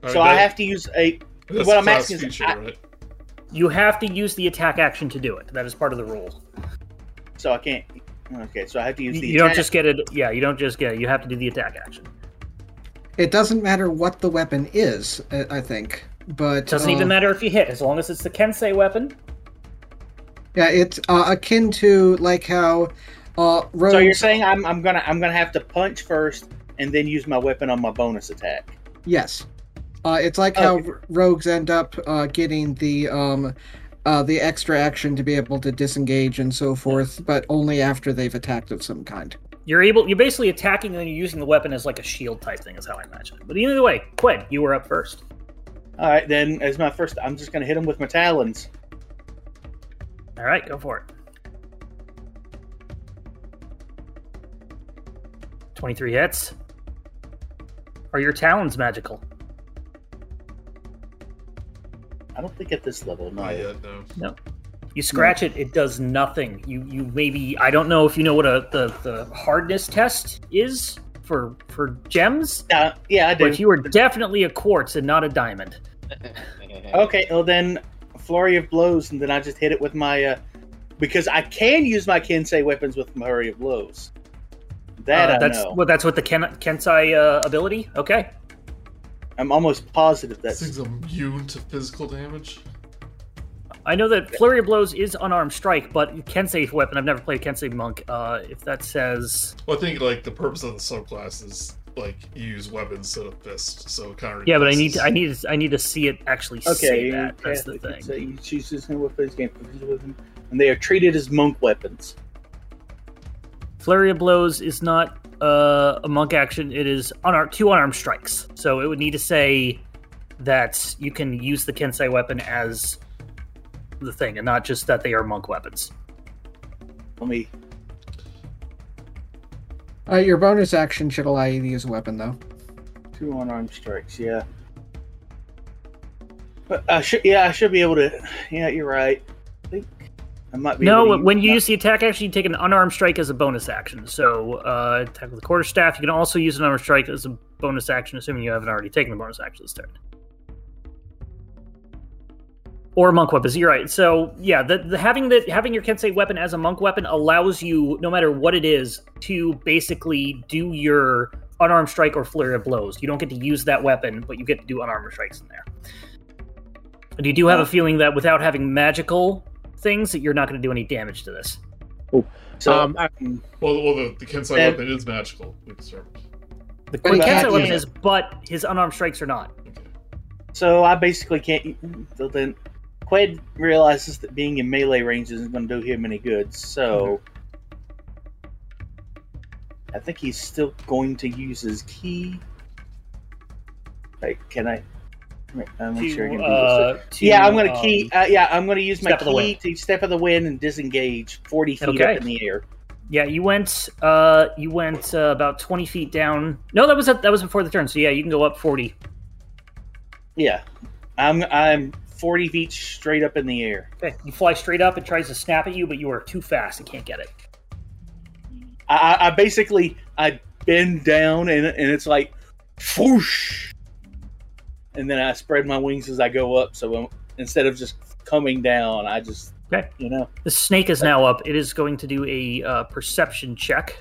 Speaker 2: So I have to use a
Speaker 4: That's
Speaker 2: what
Speaker 4: a
Speaker 2: I'm
Speaker 4: class
Speaker 2: asking is-
Speaker 4: feature,
Speaker 2: I-
Speaker 4: right?
Speaker 1: You have to use the attack action to do it. That is part of the rule.
Speaker 2: So I can't. Okay, so I have to use
Speaker 1: You,
Speaker 2: the.
Speaker 1: you don't
Speaker 2: attack.
Speaker 1: just get it. Yeah, you don't just get it. You have to do the attack action.
Speaker 5: It doesn't matter what the weapon is, I I think. But
Speaker 1: It doesn't
Speaker 5: uh,
Speaker 1: even matter if you hit, as long as it's the Kensai weapon.
Speaker 5: Yeah, it's uh, akin to like how uh, Rose.
Speaker 2: So you're saying I'm, I'm gonna I'm gonna have to punch first and then use my weapon on my bonus attack.
Speaker 5: Yes. Uh, it's like how
Speaker 2: Okay.
Speaker 5: r- rogues end up uh, getting the um, uh, the extra action to be able to disengage and so forth, but only after they've attacked of some kind.
Speaker 1: You're able. You're basically attacking, and then you're using the weapon as like a shield type thing. Is how I imagine it. But either way, Quid, you were up first.
Speaker 2: All right, then as my first, I'm just gonna hit him with my talons.
Speaker 1: All right, go for it. 23 hits. Are your talons magical?
Speaker 2: I don't think at this level, no.
Speaker 4: Not yet, no.
Speaker 1: You scratch it, it does nothing. You you maybe I don't know if you know what a the, the hardness test is for for gems,
Speaker 2: Uh, yeah, I do.
Speaker 6: Um,
Speaker 1: but you are definitely a quartz and not a diamond.
Speaker 2: Okay, well then, flurry of blows, and then I just hit it with my. Uh, because I can use my Kensei weapons with my hurry of blows. That
Speaker 1: Uh,
Speaker 2: I
Speaker 1: that's
Speaker 2: know.
Speaker 1: well, that's what the Ken- Kensai uh, ability. Okay.
Speaker 2: I'm almost positive
Speaker 4: This
Speaker 2: that's
Speaker 4: thing's immune to physical damage.
Speaker 1: I know that flurry of blows is unarmed strike, but Kensei weapon. I've never played Kensei monk. Uh, if that says
Speaker 4: Well, I think like the purpose of the subclass is like you use weapons instead of fists, so kind of
Speaker 1: yeah, but I need to, I need to, I need to see it actually say
Speaker 2: okay.
Speaker 1: that. That's the
Speaker 2: you
Speaker 1: thing.
Speaker 2: say you choose this new weapons, gain proficiency with them, and they are treated as monk weapons.
Speaker 1: Flurry of blows is not uh, a monk action. It is unarmed two unarmed strikes. So it would need to say that you can use the Kensei weapon as the thing, and not just that they are monk weapons.
Speaker 2: Let me.
Speaker 5: Uh, your bonus action should allow you to use a weapon, though.
Speaker 2: Two unarmed strikes, yeah. But I should, yeah, I should be able to. Yeah, you're right. I think I might be.
Speaker 1: No,
Speaker 2: able to
Speaker 1: when you
Speaker 2: my-
Speaker 1: use the attack action, you take an unarmed strike as a bonus action. So, uh, attack with the quarterstaff, you can also use an unarmed strike as a bonus action, assuming you haven't already taken the bonus action this turn. Or monk weapons. You're right. So, yeah, the, the having the having your kensei weapon as a monk weapon allows you, no matter what it is, to basically do your unarmed strike or flurry of blows. You don't get to use that weapon, but you get to do unarmed strikes in there. And you do have a feeling that without having magical things that you're not going to do any damage to this.
Speaker 2: So,
Speaker 6: Um,
Speaker 4: Well, well, the, the Kensai
Speaker 2: Yeah.
Speaker 4: weapon is magical. We determined.
Speaker 1: The
Speaker 5: But he
Speaker 1: quick
Speaker 5: can't
Speaker 1: cancel weapon
Speaker 5: use
Speaker 1: is, but his unarmed strikes are not.
Speaker 4: Okay.
Speaker 2: so I basically can't. So then, Qued realizes that being in melee range isn't going to do him any good. So, I think he's still going to use his key. Right? Can I? I'm not sure. I can do this.
Speaker 1: uh,
Speaker 2: yeah, I'm
Speaker 1: um,
Speaker 2: gonna key. Uh, yeah, I'm gonna use my
Speaker 1: Step of the
Speaker 2: key
Speaker 1: Wind.
Speaker 2: to step of the wind and disengage forty feet
Speaker 1: Okay.
Speaker 2: up in the air.
Speaker 1: Yeah, you went. Uh, you went uh, about twenty feet down. No, that was that was before the turn. So yeah, you can go up forty.
Speaker 2: Yeah, I'm I'm forty feet straight up in the air.
Speaker 1: Okay, you fly straight up. It tries to snap at you, but you are too fast. It can't get it.
Speaker 2: I, I- I basically I bend down and and it's like, whoosh, and then I spread my wings as I go up. So I'm, instead of just coming down, I just
Speaker 1: Okay.
Speaker 2: you know
Speaker 1: The snake is now up. It is going to do a uh, perception check.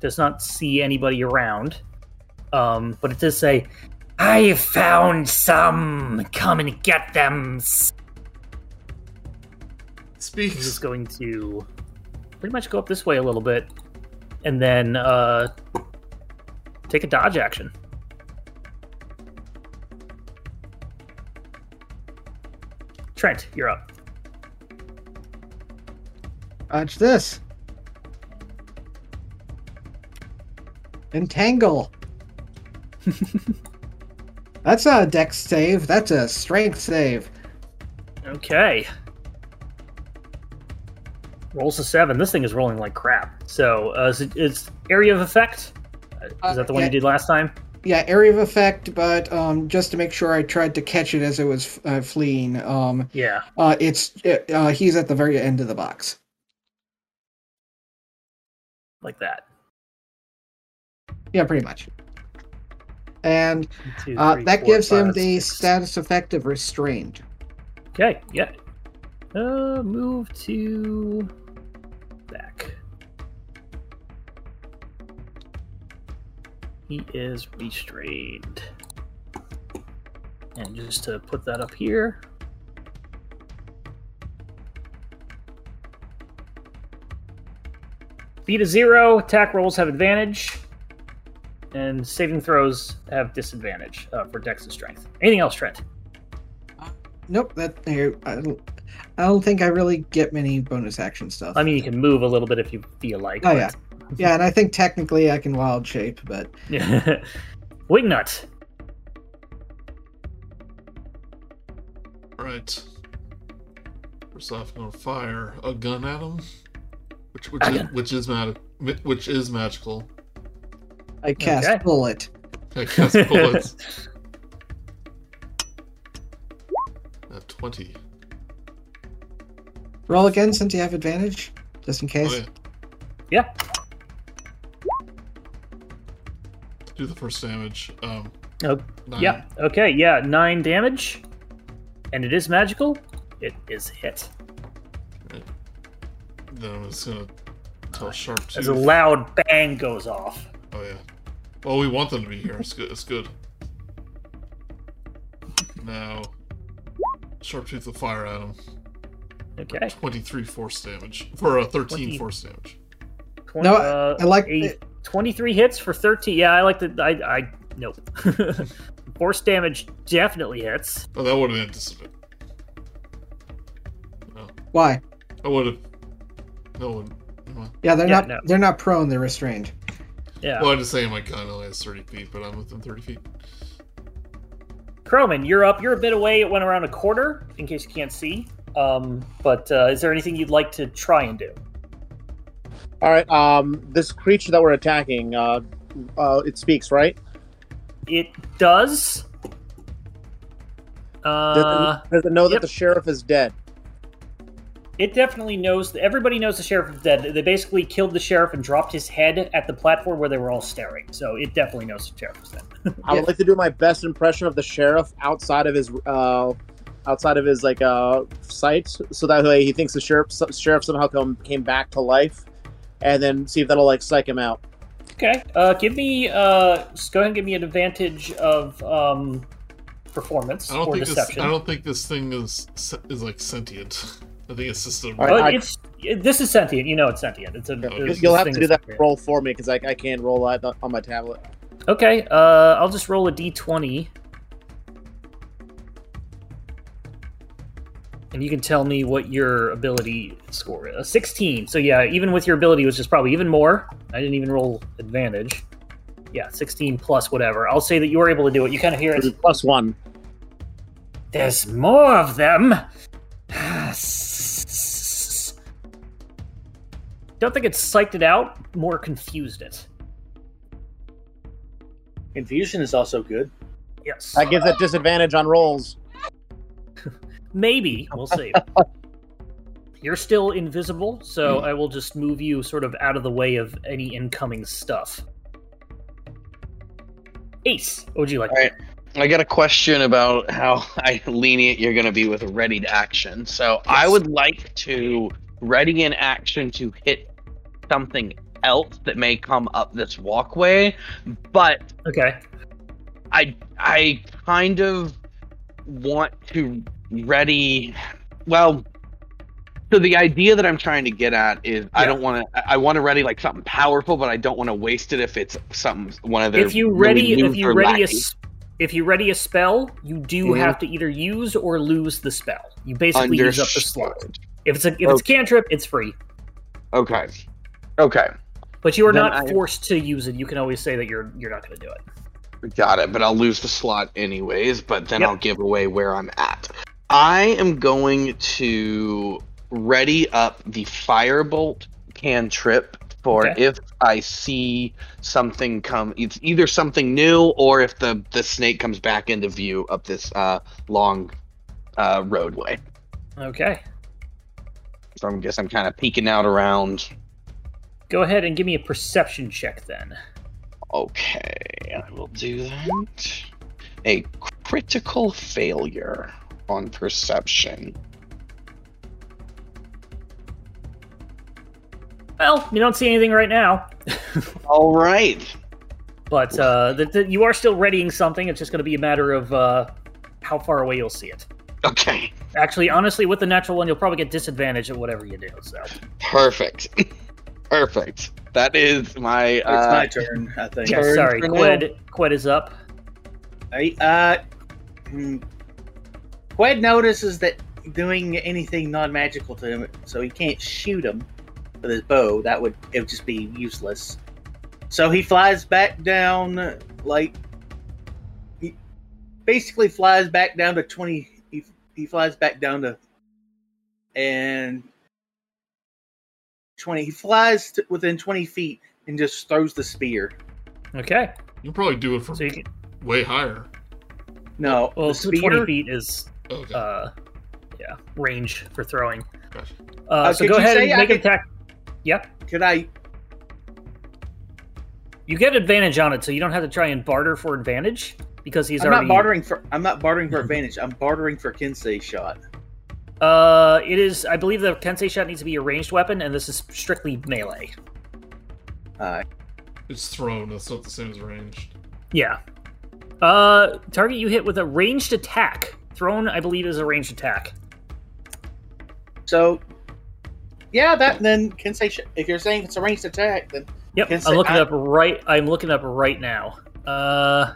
Speaker 1: Does not see anybody around, um, but it does say, "I found some. Come and get them, He's
Speaker 4: Speaks.
Speaker 1: just going to pretty much go up this way a little bit and then uh, take a dodge action. Trent, you're up.
Speaker 5: Watch this. Entangle. that's not a dex save. That's a strength save.
Speaker 1: Okay. Rolls a seven. This thing is rolling like crap. So uh, is it, it's area of effect. Uh, Is that the one
Speaker 5: yeah.
Speaker 1: you did last time?
Speaker 5: Yeah, area of effect, but um, just to make sure, I tried to catch it as it was uh, fleeing. Um,
Speaker 1: Yeah.
Speaker 5: uh, it's uh, uh, he's at the very end of the box.
Speaker 1: Like that.
Speaker 5: Yeah, pretty much. And
Speaker 1: One, two,
Speaker 5: uh,
Speaker 1: three,
Speaker 5: that
Speaker 1: four,
Speaker 5: gives him
Speaker 1: five,
Speaker 5: the
Speaker 1: six.
Speaker 5: status effect of restrained.
Speaker 1: Okay, yeah. Uh, move to back. He is restrained. And just to put that up here. Beat a zero, attack rolls have advantage, and saving throws have disadvantage uh, for dex and strength. Anything else, Trent?
Speaker 5: Nope, that I don't, I don't think I really get many bonus action stuff.
Speaker 1: I mean, you can move a little bit if you feel like.
Speaker 5: Oh, yeah. yeah, and I think technically I can wild shape, but
Speaker 1: yeah. Wingnut.
Speaker 4: All right. First off, I'm gonna fire a gun at him, which which
Speaker 1: A
Speaker 4: is,
Speaker 1: gun.
Speaker 4: which is mag- which is magical.
Speaker 5: I cast
Speaker 1: Okay.
Speaker 5: bullet.
Speaker 4: I cast bullets. At twenty.
Speaker 5: Roll again since you have advantage, just in case.
Speaker 4: Oh, yeah.
Speaker 1: Yeah.
Speaker 4: Do the first damage. Um.
Speaker 1: Oh,
Speaker 4: nine.
Speaker 1: Yeah. Okay. Yeah. Nine damage, and it is magical. It is hit.
Speaker 4: Then I'm just gonna tell Sharp Tooth.
Speaker 1: As a loud bang goes off.
Speaker 4: Oh yeah. Well, we want them to be here. It's good. It's good. Now, Sharptooth will fire at him.
Speaker 1: Okay.
Speaker 4: 23 force damage. For uh, 13
Speaker 1: 20.
Speaker 4: force damage.
Speaker 1: 20,
Speaker 5: No, I-
Speaker 1: uh,
Speaker 5: I like
Speaker 1: a
Speaker 5: the-
Speaker 1: 23 hits for 13. Yeah, I like the. I, I nope. Force damage definitely hits.
Speaker 4: Oh, that would have been disadvantage.
Speaker 5: Why?
Speaker 4: I would have. No one. never mind.
Speaker 5: Yeah, they're
Speaker 1: Yeah,
Speaker 5: not
Speaker 1: no.
Speaker 5: they're not prone. They're restrained.
Speaker 1: Yeah.
Speaker 4: Well, I just say my gun only has 30 feet, but I'm within 30 feet.
Speaker 1: Croman, you're up. You're a bit away. It went around a quarter, in case you can't see. Um, but uh, is there anything you'd like to try and do?
Speaker 6: All right. Um, this creature that we're attacking, uh, uh, it speaks, right?
Speaker 1: It does. Uh,
Speaker 6: Does it know that
Speaker 1: yep.
Speaker 6: the sheriff is dead?
Speaker 1: it definitely knows. Everybody knows the sheriff is dead. They basically killed the sheriff and dropped his head at the platform where they were all staring. So it definitely knows the sheriff is dead.
Speaker 6: I would like to do my best impression of the sheriff outside of his, uh, outside of his like uh, sight, so that way he thinks the sheriff sheriff somehow come came back to life, and then see if that'll like psych him out.
Speaker 1: Okay. Uh, give me. Uh, just go ahead and give me an advantage of um, performance
Speaker 4: I don't
Speaker 1: or
Speaker 4: think this.
Speaker 1: deception.
Speaker 4: I don't think this thing is se- is like sentient. I think it's just a.
Speaker 6: All
Speaker 1: Oh,
Speaker 6: right, I-
Speaker 1: it's this is sentient. You know it's sentient. It's a.
Speaker 4: This
Speaker 6: You'll
Speaker 1: this
Speaker 6: have
Speaker 1: thing
Speaker 6: to do
Speaker 1: is
Speaker 6: that
Speaker 1: sentient.
Speaker 6: roll for me because I, I can't roll that on my tablet.
Speaker 1: Okay. Uh, I'll just roll a d20, and you can tell me what your ability score is. A 16. So yeah, even with your ability, which is probably even more. I didn't even roll advantage. Yeah, 16 plus whatever. I'll say that you were able to do it. You kind of hear it.
Speaker 6: It's plus one.
Speaker 1: There's more of them. Don't think it psyched it out, more confused it.
Speaker 2: Confusion is also good.
Speaker 1: Yes.
Speaker 6: That gives a disadvantage on rolls.
Speaker 1: Maybe. We'll see. You're still invisible,
Speaker 3: Hmm.
Speaker 1: so I will just move you sort of out of the way of any incoming stuff. Ace, what would you like?
Speaker 3: All right. I got a question about how lenient you're going to be with ready to action. So I would like to ready in action to hit something else that may come up this walkway, but
Speaker 1: Okay.
Speaker 3: I I kind of want to ready well so the idea that I'm trying to get at is I
Speaker 1: Yeah.
Speaker 3: don't want to I want to ready like something powerful but I don't want to waste it if it's something one of the
Speaker 1: If you ready, if you ready a, s- if you ready a spell, you do
Speaker 3: Mhm.
Speaker 1: have to either use or lose the spell. You basically use up the slot. If it's a, if it's
Speaker 3: Okay.
Speaker 1: cantrip, it's free.
Speaker 3: Okay. Okay.
Speaker 1: But you are
Speaker 3: Then
Speaker 1: not
Speaker 3: I-
Speaker 1: forced to use it. You can always say that you're you're not going to do it.
Speaker 3: Got it, but I'll lose the slot anyways, but then
Speaker 1: Yep.
Speaker 3: I'll give away where I'm at. I am going to ready up the firebolt cantrip for
Speaker 1: Okay.
Speaker 3: if I see something come it's either something new or if the the snake comes back into view up this uh long uh roadway.
Speaker 1: Okay.
Speaker 3: So I am guess I'm kind of peeking out around.
Speaker 1: Go ahead and give me a perception check then.
Speaker 3: Okay, I will do that. A critical failure on perception.
Speaker 1: Well, you don't see anything right now,
Speaker 3: All right.
Speaker 1: but uh, the, the, you are still readying something. It's just going to be a matter of uh, how far away you'll see it.
Speaker 3: Okay.
Speaker 1: Actually, honestly, with the natural one, you'll probably get disadvantage at whatever you do. So,
Speaker 3: Perfect. Perfect. That is my.
Speaker 2: It's my
Speaker 3: Uh,
Speaker 2: turn, I think.
Speaker 1: yeah,
Speaker 3: Turn
Speaker 1: sorry,
Speaker 3: for now.
Speaker 1: Qued. Qued is up.
Speaker 2: I, uh, hmm. Qued notices that doing anything non-magical to him, so he can't shoot him with his bow. That would it would just be useless. So he flies back down, like he basically flies back down to twenty. He, he flies back down to and twenty. He flies to within twenty feet and just throws the spear.
Speaker 1: Okay,
Speaker 4: You can probably do it from
Speaker 1: so you can.
Speaker 4: way higher. Oh,
Speaker 2: No,
Speaker 1: Well,
Speaker 2: the spear,
Speaker 1: twenty feet is
Speaker 4: Okay.
Speaker 1: uh, yeah, range for throwing.
Speaker 4: Gotcha.
Speaker 1: Uh,
Speaker 2: Uh,
Speaker 1: so
Speaker 2: could
Speaker 1: go
Speaker 2: you
Speaker 1: ahead
Speaker 2: say
Speaker 1: and
Speaker 2: I
Speaker 1: make an
Speaker 2: could-
Speaker 1: attack. Yep.
Speaker 2: Could I
Speaker 1: You get advantage on it, so you don't have to try and barter for advantage because he's
Speaker 2: I'm
Speaker 1: already.
Speaker 2: not bartering for. I'm not bartering for advantage. I'm bartering for Kinsei's shot.
Speaker 1: Uh, it is. I believe the Kensei shot needs to be a ranged weapon, and this is strictly melee.
Speaker 2: Uh,
Speaker 4: It's thrown. That's not the same as ranged.
Speaker 1: Yeah. Uh, target you hit with a ranged attack. Thrown, I believe, is a ranged attack.
Speaker 2: so, yeah, that then Kensei. Sh- if you're saying it's a ranged attack, then
Speaker 1: Yep,
Speaker 2: Yes,
Speaker 1: I'm looking
Speaker 2: I-
Speaker 1: up right. I'm looking up right now. Uh,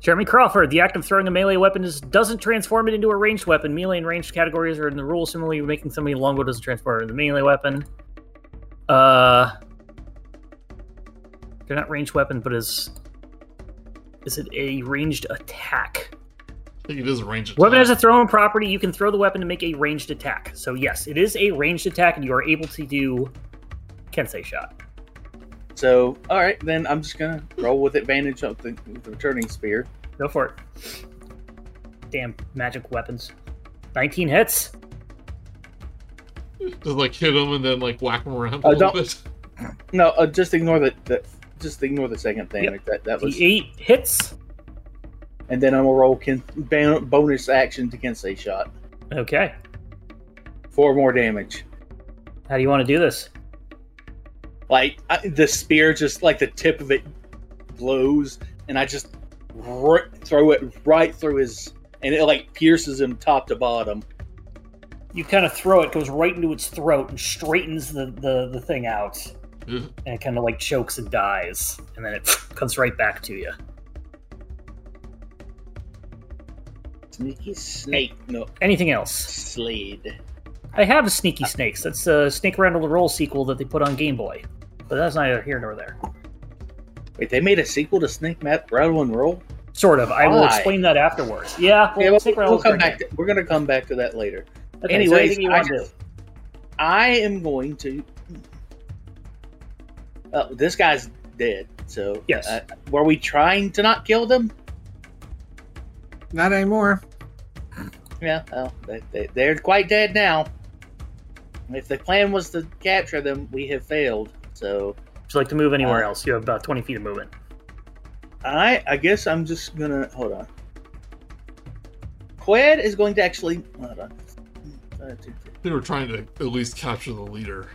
Speaker 1: Jeremy Crawford. The act of throwing a melee weapon is, doesn't transform it into a ranged weapon. Melee and ranged categories are in the rules. Similarly, making somebody a longbow doesn't transform it into a melee weapon. Uh, they're not ranged weapon, but is is it a ranged attack?
Speaker 4: I think it is a ranged attack.
Speaker 1: Weapon has a thrown property. You can throw the weapon to make a ranged attack. So yes, it is a ranged attack, and you are able to do Kensei shot.
Speaker 2: so all right, then I'm just gonna roll with advantage of the, with the returning spear.
Speaker 1: Go for it. Damn magic weapons. 19 hits.
Speaker 4: Just like hit him and then like whack him around a
Speaker 2: Oh,
Speaker 4: little
Speaker 2: don't-
Speaker 4: bit.
Speaker 2: No, uh, just ignore the, the just ignore the second thing.
Speaker 1: Yep.
Speaker 2: Like that that was,
Speaker 1: The 8 hits.
Speaker 2: and then I'm gonna roll Ken- ban- bonus action to Kensei shot.
Speaker 1: Okay.
Speaker 2: Four more damage.
Speaker 1: How do you want to do this?
Speaker 2: Like I, the spear, just like the tip of it blows, and I just r- throw it right through his, and it like pierces him top to bottom.
Speaker 1: You kind of throw it, goes right into its throat, and straightens the, the, the thing out.
Speaker 2: Mm-hmm.
Speaker 4: Ugh.
Speaker 1: And it kind of like chokes and dies. And then it comes right back to you.
Speaker 2: Sneaky snake, no
Speaker 1: Anything else?
Speaker 2: slade.
Speaker 1: I have Sneaky Snakes. That's a Snake Rattle the Roll sequel that they put on Game Boy. But that's neither here nor there.
Speaker 2: Wait, they made a sequel to Snake Map Rattle and Roll.
Speaker 1: Sort of. I will
Speaker 2: Why?
Speaker 1: explain that afterwards. Yeah, well,
Speaker 2: Yeah, we'll,
Speaker 1: Snake Rattle
Speaker 2: we'll
Speaker 1: is a
Speaker 2: come
Speaker 1: great
Speaker 2: back.
Speaker 1: game.
Speaker 2: To, we're gonna come back to that later.
Speaker 1: Okay, so
Speaker 2: Anyways,
Speaker 1: anything you
Speaker 2: I
Speaker 1: want to do?
Speaker 2: just- I am going to. Uh, this guy's dead. So
Speaker 1: Yes.
Speaker 2: uh, were we trying to not kill them?
Speaker 5: Not anymore.
Speaker 2: Yeah. Well, they, they, they're quite dead now. If the plan was to capture them, we have failed. So
Speaker 1: Would you like to move anywhere
Speaker 2: Uh,
Speaker 1: else? You have about 20 feet of movement.
Speaker 2: I, I guess I'm just gonna hold on. Qued is going to actually hold on. Uh, two, three.
Speaker 4: They were trying to at least capture the leader.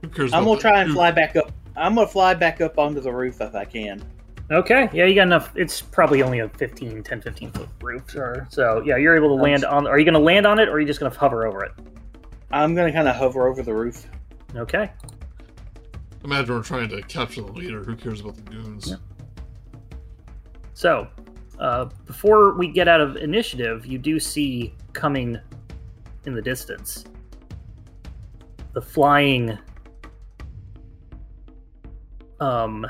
Speaker 4: Who cares?
Speaker 2: I'm
Speaker 4: about
Speaker 2: gonna
Speaker 4: the-
Speaker 2: try and
Speaker 4: who-
Speaker 2: fly back up. I'm gonna fly back up onto the roof if I can.
Speaker 1: Okay, yeah, you got enough. It's probably only a 15, 10, 15 foot roof. Or, so, yeah, you're able to land on. Are you going to land on it or are you just going to hover over it?
Speaker 2: I'm gonna kind of hover over the roof.
Speaker 1: Okay.
Speaker 4: Imagine we're trying to capture the leader. Who cares about the goons?
Speaker 1: Yeah. So, uh, before we get out of initiative, you do see coming in the distance the flying um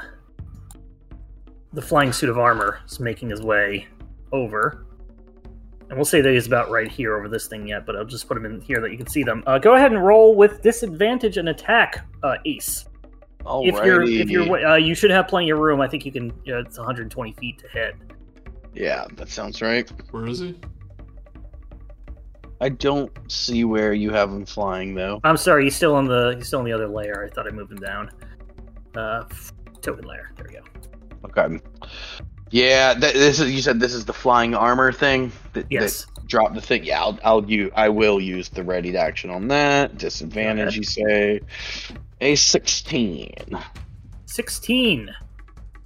Speaker 1: the flying suit of armor is making his way over and we'll say that he's about right here over this thing yet but i'll just put him in here that you can see them uh, go ahead and roll with disadvantage and attack uh, ace if you're if you're uh, you should have plenty of room i think you can uh, it's 120 feet to hit
Speaker 3: yeah, that sounds right.
Speaker 4: Where is he?
Speaker 3: I don't see where you have him flying though.
Speaker 1: I'm sorry, he's still on the he's still on the other layer. I thought I moved him down. Uh, token layer. There we go.
Speaker 3: Okay. Yeah, th- this is. You said this is the flying armor thing. That,
Speaker 1: Yes.
Speaker 3: That drop the thing. Yeah, I'll, I'll you. I will use the ready to action on that. Disadvantage. You say a sixteen.
Speaker 1: Sixteen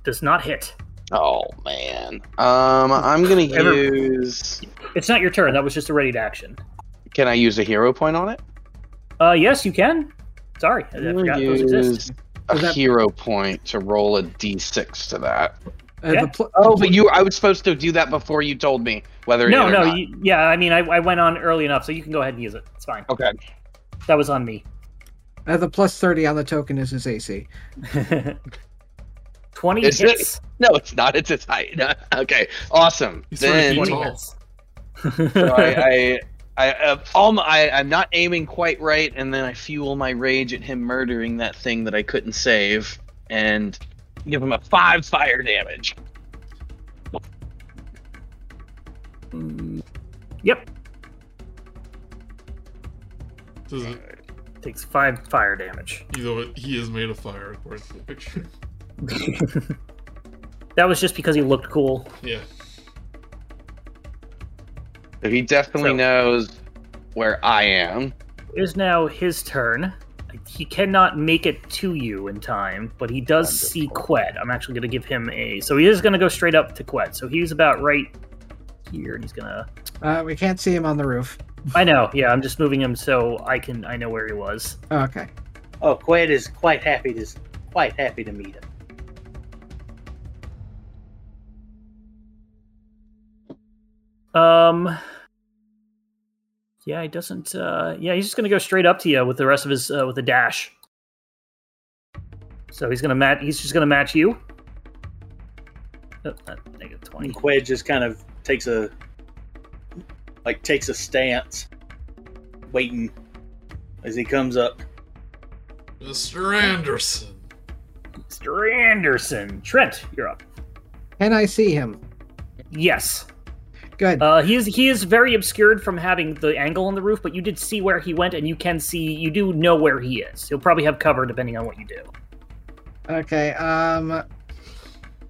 Speaker 1: does not hit.
Speaker 3: Oh man. Um, I'm gonna
Speaker 1: Ever-
Speaker 3: use.
Speaker 1: It's not your turn. That was just a ready to action.
Speaker 3: Can I use a hero point on it?
Speaker 1: Uh, yes, you can. Sorry, I
Speaker 3: I'm
Speaker 1: forgot
Speaker 3: gonna
Speaker 1: those exist.
Speaker 3: use a
Speaker 5: Is that-
Speaker 3: hero point to roll a d6 to that.
Speaker 5: Uh,
Speaker 1: Yeah.
Speaker 5: the pl-
Speaker 3: Oh, but you. I was supposed to do that before you told me whether. it
Speaker 1: No,
Speaker 3: hit or
Speaker 1: no,
Speaker 3: not.
Speaker 1: you, yeah. I mean, I, I went on early enough, so you can go ahead and use it. It's fine.
Speaker 3: Okay.
Speaker 1: That was on me.
Speaker 5: uh, the plus thirty on the token is his AC.
Speaker 1: Twenty
Speaker 3: Is it-
Speaker 1: hits.
Speaker 3: No, it's not. It's its height. okay, awesome.
Speaker 4: He's
Speaker 3: Then
Speaker 4: very
Speaker 1: Twenty
Speaker 4: tall.
Speaker 1: hits.
Speaker 3: so I, I, I, uh, all my, I, I'm not aiming quite right, and then I fuel my rage at him murdering that thing that I couldn't save, and give him a five fire damage.
Speaker 1: yep,
Speaker 4: Does it,
Speaker 1: takes five fire damage.
Speaker 4: you know, he is made of fire according to the picture.
Speaker 1: That was just because he looked cool.
Speaker 4: Yeah.
Speaker 3: So he definitely
Speaker 1: So-
Speaker 3: knows where I am.
Speaker 1: It is now his turn. He cannot make it to you in time, but he does see Qued. I'm actually going to give him a. So he is going to go straight up to Qued. So he's about right here, and he's going to.
Speaker 5: Uh, we can't see him on the roof.
Speaker 1: I know. Yeah, I'm just moving him so I can. I know where he was.
Speaker 5: Okay.
Speaker 2: Oh, Quaid is quite happy to quite happy to meet him.
Speaker 1: Um. Yeah, he doesn't. Uh, yeah, he's just gonna go straight up to you with the rest of his uh, with a dash. So he's gonna match. He's just gonna match you. Oh, uh, negative
Speaker 2: And
Speaker 1: twenty.
Speaker 2: Quaid just kind of takes a like takes a stance, waiting as he comes up.
Speaker 4: Mr. Anderson.
Speaker 1: Mr. Anderson, Trent, you're up.
Speaker 5: Can I see him?
Speaker 1: Yes.
Speaker 5: Good.
Speaker 1: Uh, he is he is very obscured from having the angle on the roof, but you did see where he went, and you can see you do know where he is. He'll probably have cover depending on what you do.
Speaker 5: Okay. Um,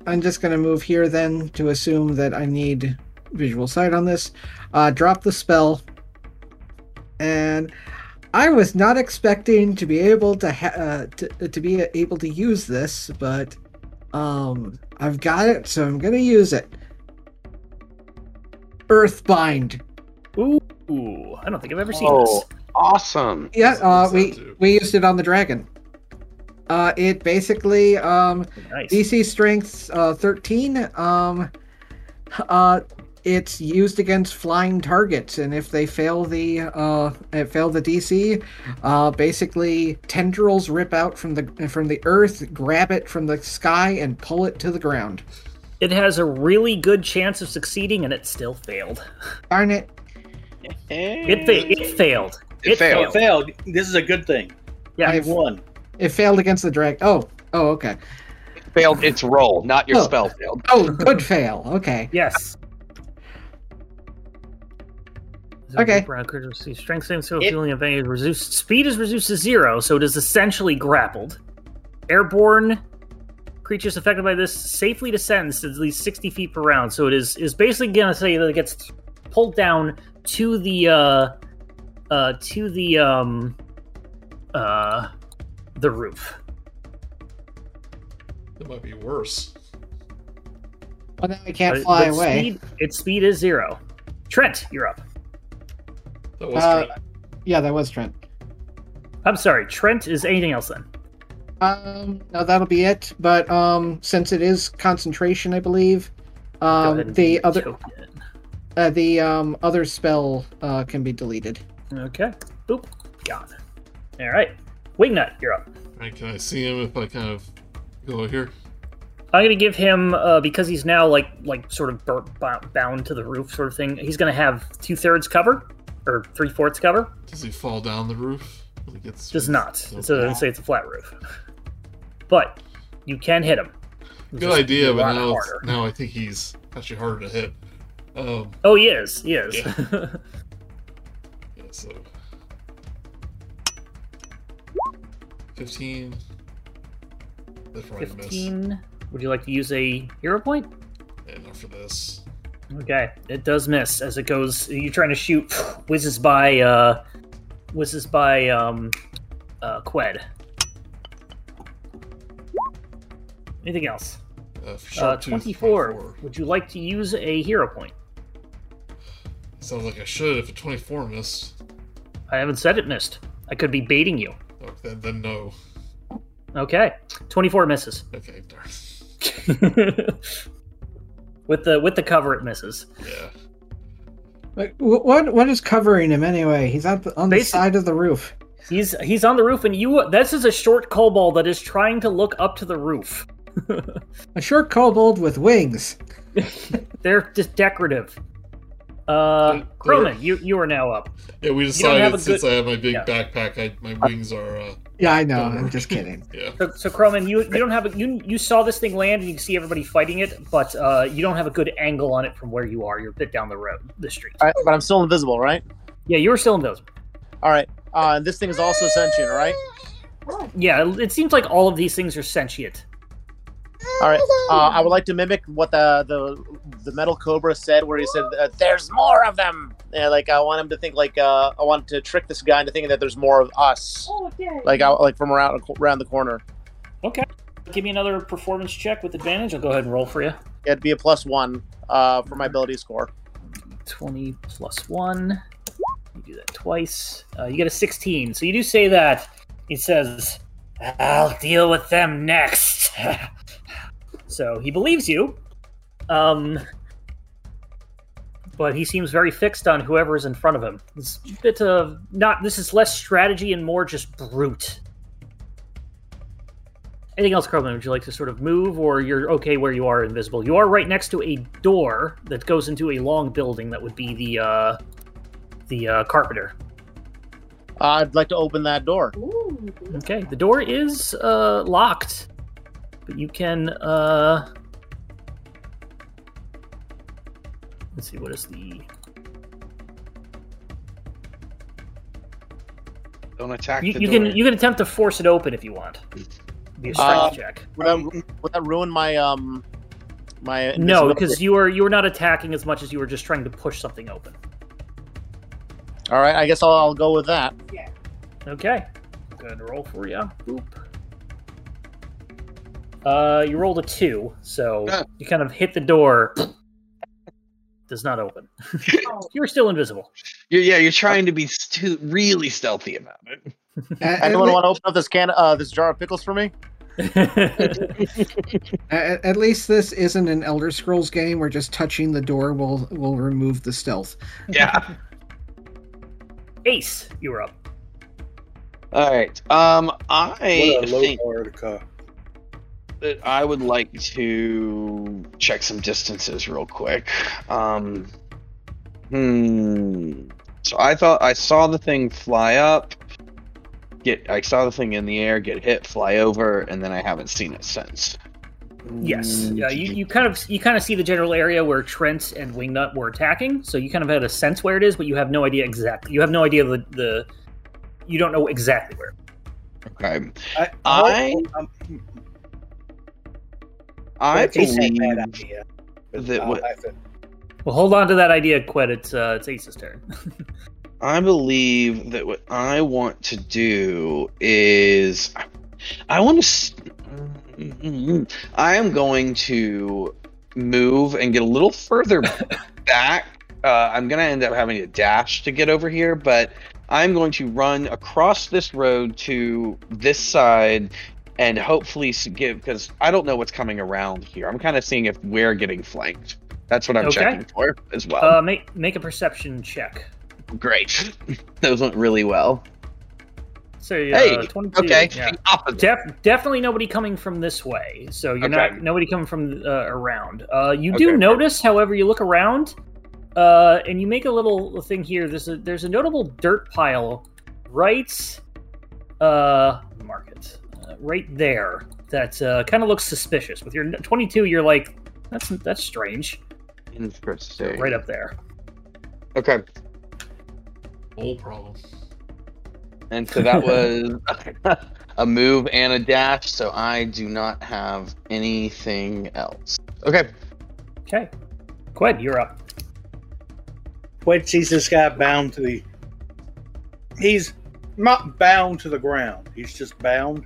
Speaker 5: I'm just gonna move here then to assume that I need visual sight on this. Uh, drop the spell, and I was not expecting to be able to ha- uh, to, to be able to use this, but um, I've got it, so I'm gonna use it. Earthbind.
Speaker 1: Ooh, I don't think I've ever seen
Speaker 3: Oh,
Speaker 1: this.
Speaker 3: awesome.
Speaker 5: Yeah,
Speaker 4: That's what
Speaker 5: uh,
Speaker 4: it's up
Speaker 5: we
Speaker 4: to.
Speaker 5: we used it on the dragon. Uh, it basically um,
Speaker 1: Nice.
Speaker 5: DC strength uh, 13. Um, uh, it's used against flying targets, and if they fail the uh, it fail the DC, uh, basically tendrils rip out from the from the earth, grab it from the sky, and pull it to the ground.
Speaker 1: It has a really good chance of succeeding, and it still failed.
Speaker 5: Darn it!
Speaker 1: It fa- it failed.
Speaker 3: It failed.
Speaker 2: It failed. This is a good thing.
Speaker 1: Yeah.
Speaker 5: I-
Speaker 2: I won.
Speaker 5: It failed against the drag. Oh, oh, okay.
Speaker 3: failed its roll, not your
Speaker 5: Oh.
Speaker 3: spell failed.
Speaker 5: Oh, good fail. Okay.
Speaker 1: Yes.
Speaker 5: Okay.
Speaker 1: Strength saves so
Speaker 2: It-
Speaker 1: feeling of any reduced speed is reduced to zero, so it is essentially grappled. Airborne creatures affected by this safely descends to at least sixty feet per round, so it is is basically gonna say that it gets pulled down to the uh uh to the um uh the roof.
Speaker 4: It might be worse.
Speaker 5: Well, now I can't
Speaker 1: But-
Speaker 5: fly
Speaker 1: but
Speaker 5: away.
Speaker 1: Speed, its speed is zero. Trent, you're up.
Speaker 4: That was
Speaker 5: Uh,
Speaker 4: good.
Speaker 5: Yeah, that was Trent.
Speaker 1: I'm sorry, Trent is anything else then.
Speaker 5: Um, no, that'll be it. But um, since it is concentration, I believe,
Speaker 1: Go
Speaker 5: um,
Speaker 1: ahead and
Speaker 5: the
Speaker 1: delete
Speaker 5: other
Speaker 1: token.
Speaker 5: uh, the um other spell uh can be deleted.
Speaker 1: Okay. Boop. Gone. All right. Wingnut, you're up.
Speaker 4: Alright, can I see him if I kind of go here?
Speaker 1: I'm gonna give him uh, because he's now like like sort of bur- bo- bound to the roof sort of thing. He's gonna have two thirds cover or three fourths cover.
Speaker 4: Does he fall down the roof? Does he get-
Speaker 1: Does not. So it
Speaker 4: Okay.
Speaker 1: doesn't say it's a flat roof, but you can hit him. It's
Speaker 4: Good
Speaker 1: just
Speaker 4: idea,
Speaker 1: a
Speaker 4: but
Speaker 1: lot
Speaker 4: now, it's-
Speaker 1: harder.
Speaker 4: now I think he's actually harder to hit. Um,
Speaker 1: Oh, he is. He is.
Speaker 4: yeah, so. 15. That's probably a miss.
Speaker 1: Fifteen. Would you like to use a hero point?
Speaker 4: Yeah, not for this.
Speaker 1: Okay, it does miss as it goes. You're trying to shoot, whizzes by, uh, whizzes by, um, uh, Qued. Anything else?
Speaker 4: Uh, for
Speaker 1: Uh,
Speaker 4: sharp tooth,
Speaker 1: 24. Would you like to use a hero point?
Speaker 4: Sounds like I should if a 24 missed.
Speaker 1: I haven't said it missed. I could be baiting you.
Speaker 4: Oh, then, then no.
Speaker 1: Okay, 24 misses.
Speaker 4: Okay, darn.
Speaker 1: with the with the cover, it misses.
Speaker 4: Yeah.
Speaker 5: Like, wh- what what is covering him anyway? He's on the, on the
Speaker 1: Basi-
Speaker 5: side of the roof.
Speaker 1: He's he's on the roof, and you. This is a short kobold that is trying to look up to the roof.
Speaker 5: A short kobold with wings.
Speaker 1: They're just decorative. Uh,
Speaker 4: They're-
Speaker 1: Croman, you you are now up.
Speaker 4: Yeah, we
Speaker 1: have
Speaker 4: decided
Speaker 1: a
Speaker 4: since
Speaker 1: good-
Speaker 4: I have my big
Speaker 1: Yeah.
Speaker 4: backpack, I, my wings are, uh,
Speaker 5: Yeah, I know. I'm just kidding.
Speaker 4: yeah.
Speaker 1: So, so Croman, you you don't have a, you you saw this thing land and you can see everybody fighting it, but uh, you don't have a good angle on it from where you are. You're a bit down the road, the street.
Speaker 6: All right, but I'm still invisible, right?
Speaker 1: Yeah, you were still in those.
Speaker 6: All right. Uh, and this thing is also sentient, right?
Speaker 1: Yeah, it, it seems like all of these things are sentient.
Speaker 6: All right. Uh, I would like to mimic what the the the metal cobra said, where he said, uh, "There's more of them." Yeah, like I want him to think like uh, I want to trick this guy into thinking that there's more of us, like I, like from around around the corner.
Speaker 1: Okay. Give me another performance check with advantage. I'll go ahead and roll for you.
Speaker 6: It'd be a plus one uh, for my ability score.
Speaker 1: 20 plus 1. You do that twice. Uh, you get a 16. So you do say that. He says, I'll deal with them next. so he believes you. Um, but he seems very fixed on whoever is in front of him. It's a bit of not. This is less strategy and more just brute. Anything else, Crowman? Would you like to sort of move, or you're okay where you are, invisible? You are right next to a door that goes into a long building that would be the uh, the uh, carpenter.
Speaker 6: Uh, I'd like to open that door.
Speaker 1: Okay, the door is uh, locked, but you can. Uh... Let's see, what is the.
Speaker 3: Don't attack
Speaker 1: You,
Speaker 3: the
Speaker 1: you
Speaker 3: door.
Speaker 1: can you can attempt to force it open if you want. Be a strength
Speaker 6: Uh,
Speaker 1: check.
Speaker 6: Would that, would that ruin my um
Speaker 1: No,
Speaker 6: my invisibility?
Speaker 1: because you were you were not attacking as much as you were just trying to push something open.
Speaker 6: all right, I guess I'll, I'll go with that.
Speaker 1: Okay. Good roll for you. Boop. Uh, you rolled a two, so
Speaker 3: Ah.
Speaker 1: you kind of hit the door. Does not open. You're still invisible.
Speaker 3: You're, yeah, you're trying to be stu- really stealthy about it.
Speaker 5: At, at
Speaker 6: Anyone
Speaker 5: le-
Speaker 6: want to open up this can uh this jar of pickles for me?
Speaker 5: at- at least this isn't an Elder Scrolls game where just touching the door will will remove the stealth.
Speaker 3: Yeah.
Speaker 1: Ace, you were up.
Speaker 3: All right. Um, I
Speaker 2: What a low
Speaker 3: think
Speaker 2: bar to car.
Speaker 3: that I would like to check some distances real quick. Um, hmm. So I thought I saw the thing fly up. Get I saw the thing in the air, get hit, fly over, and then I haven't seen it since.
Speaker 1: Yes.
Speaker 2: Mm,
Speaker 3: Mm.
Speaker 1: Yeah, you, you kind of you kind of see the general area where Trent and Wingnut were attacking, so you kind of had a sense where it is, but you have no idea exactly. You have no idea the the you don't know exactly where.
Speaker 3: Okay.
Speaker 2: I,
Speaker 3: I-
Speaker 2: I'm-
Speaker 3: I
Speaker 2: I'm just saying that
Speaker 3: believe
Speaker 2: idea.
Speaker 3: that
Speaker 2: I'll
Speaker 3: what-
Speaker 2: have to-
Speaker 1: Well, hold on to that idea, Quid. It's uh, it's Ace's turn.
Speaker 3: I believe that what I want to do is I want to I am going to move and get a little further back. Uh, I'm going to end up having to dash to get over here, but I'm going to run across this road to this side and hopefully s- give because I don't know what's coming around here. I'm kind of seeing if we're getting flanked. That's what I'm
Speaker 1: Okay.
Speaker 3: checking for as well.
Speaker 1: Uh, make make a perception check.
Speaker 3: Great. Those went really well.
Speaker 1: So uh,
Speaker 3: Hey,
Speaker 1: 22,
Speaker 3: Okay.
Speaker 1: yeah.
Speaker 3: the opposite.
Speaker 1: Def- definitely nobody coming from this way. So you're
Speaker 3: Okay.
Speaker 1: not nobody coming from uh, around. Uh, you
Speaker 3: Okay,
Speaker 1: do
Speaker 3: perfect.
Speaker 1: notice, however, you look around, uh, and you make a little thing here. There's a there's a notable dirt pile, right? Uh, mark it uh, right there. That uh, kind of looks suspicious. With your 22, you're like, that's that's strange.
Speaker 3: Interesting.
Speaker 1: Right up there.
Speaker 3: Okay.
Speaker 4: Whole problem.
Speaker 3: And so that was a move and a dash, so I do not have anything else. Okay.
Speaker 1: Okay, Quid, you're up.
Speaker 2: Quid sees this guy bound to the. He's not bound to the ground. He's just bound.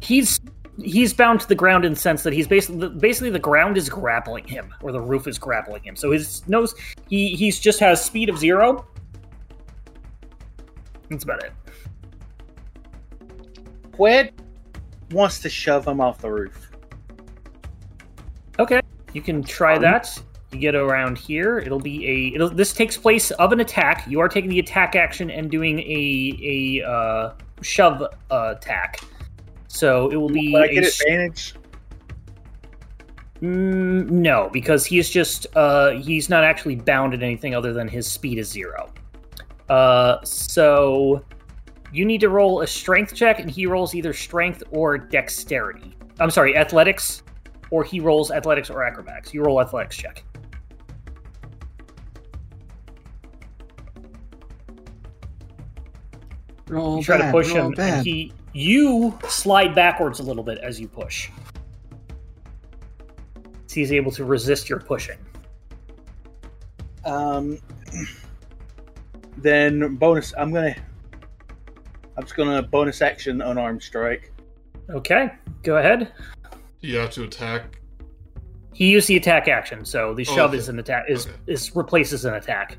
Speaker 1: he's he's bound to the ground in the sense that he's basically basically the ground is grappling him or the roof is grappling him so his nose he he's just has speed of zero that's about it
Speaker 2: Quid wants to shove him off the roof.
Speaker 1: okay you can try that you get around here it'll be a it'll, this takes place of an attack you are taking the attack action and doing a a uh, shove uh, attack so it will be
Speaker 2: Will I
Speaker 1: a
Speaker 2: get
Speaker 1: s-
Speaker 2: advantage?
Speaker 1: Mm, no, because he's just uh, he's not actually bound in anything other than his speed is zero. Uh, so you need to roll a strength check, and he rolls either strength or dexterity. I'm sorry, athletics, or he rolls athletics or acrobatics. You roll athletics check.
Speaker 5: Roll
Speaker 1: You try
Speaker 5: bad,
Speaker 1: to push
Speaker 5: roll
Speaker 1: him,
Speaker 5: bad.
Speaker 1: and he you slide backwards a little bit as you push. So he's able to resist your pushing.
Speaker 2: Um, then bonus. I'm gonna. I'm just gonna bonus action unarmed strike.
Speaker 1: Okay, go ahead.
Speaker 4: You have to attack.
Speaker 1: He used the attack action, so the
Speaker 4: Oh,
Speaker 1: shove
Speaker 4: okay.
Speaker 1: is an attack is
Speaker 4: Okay.
Speaker 1: is replaces an attack.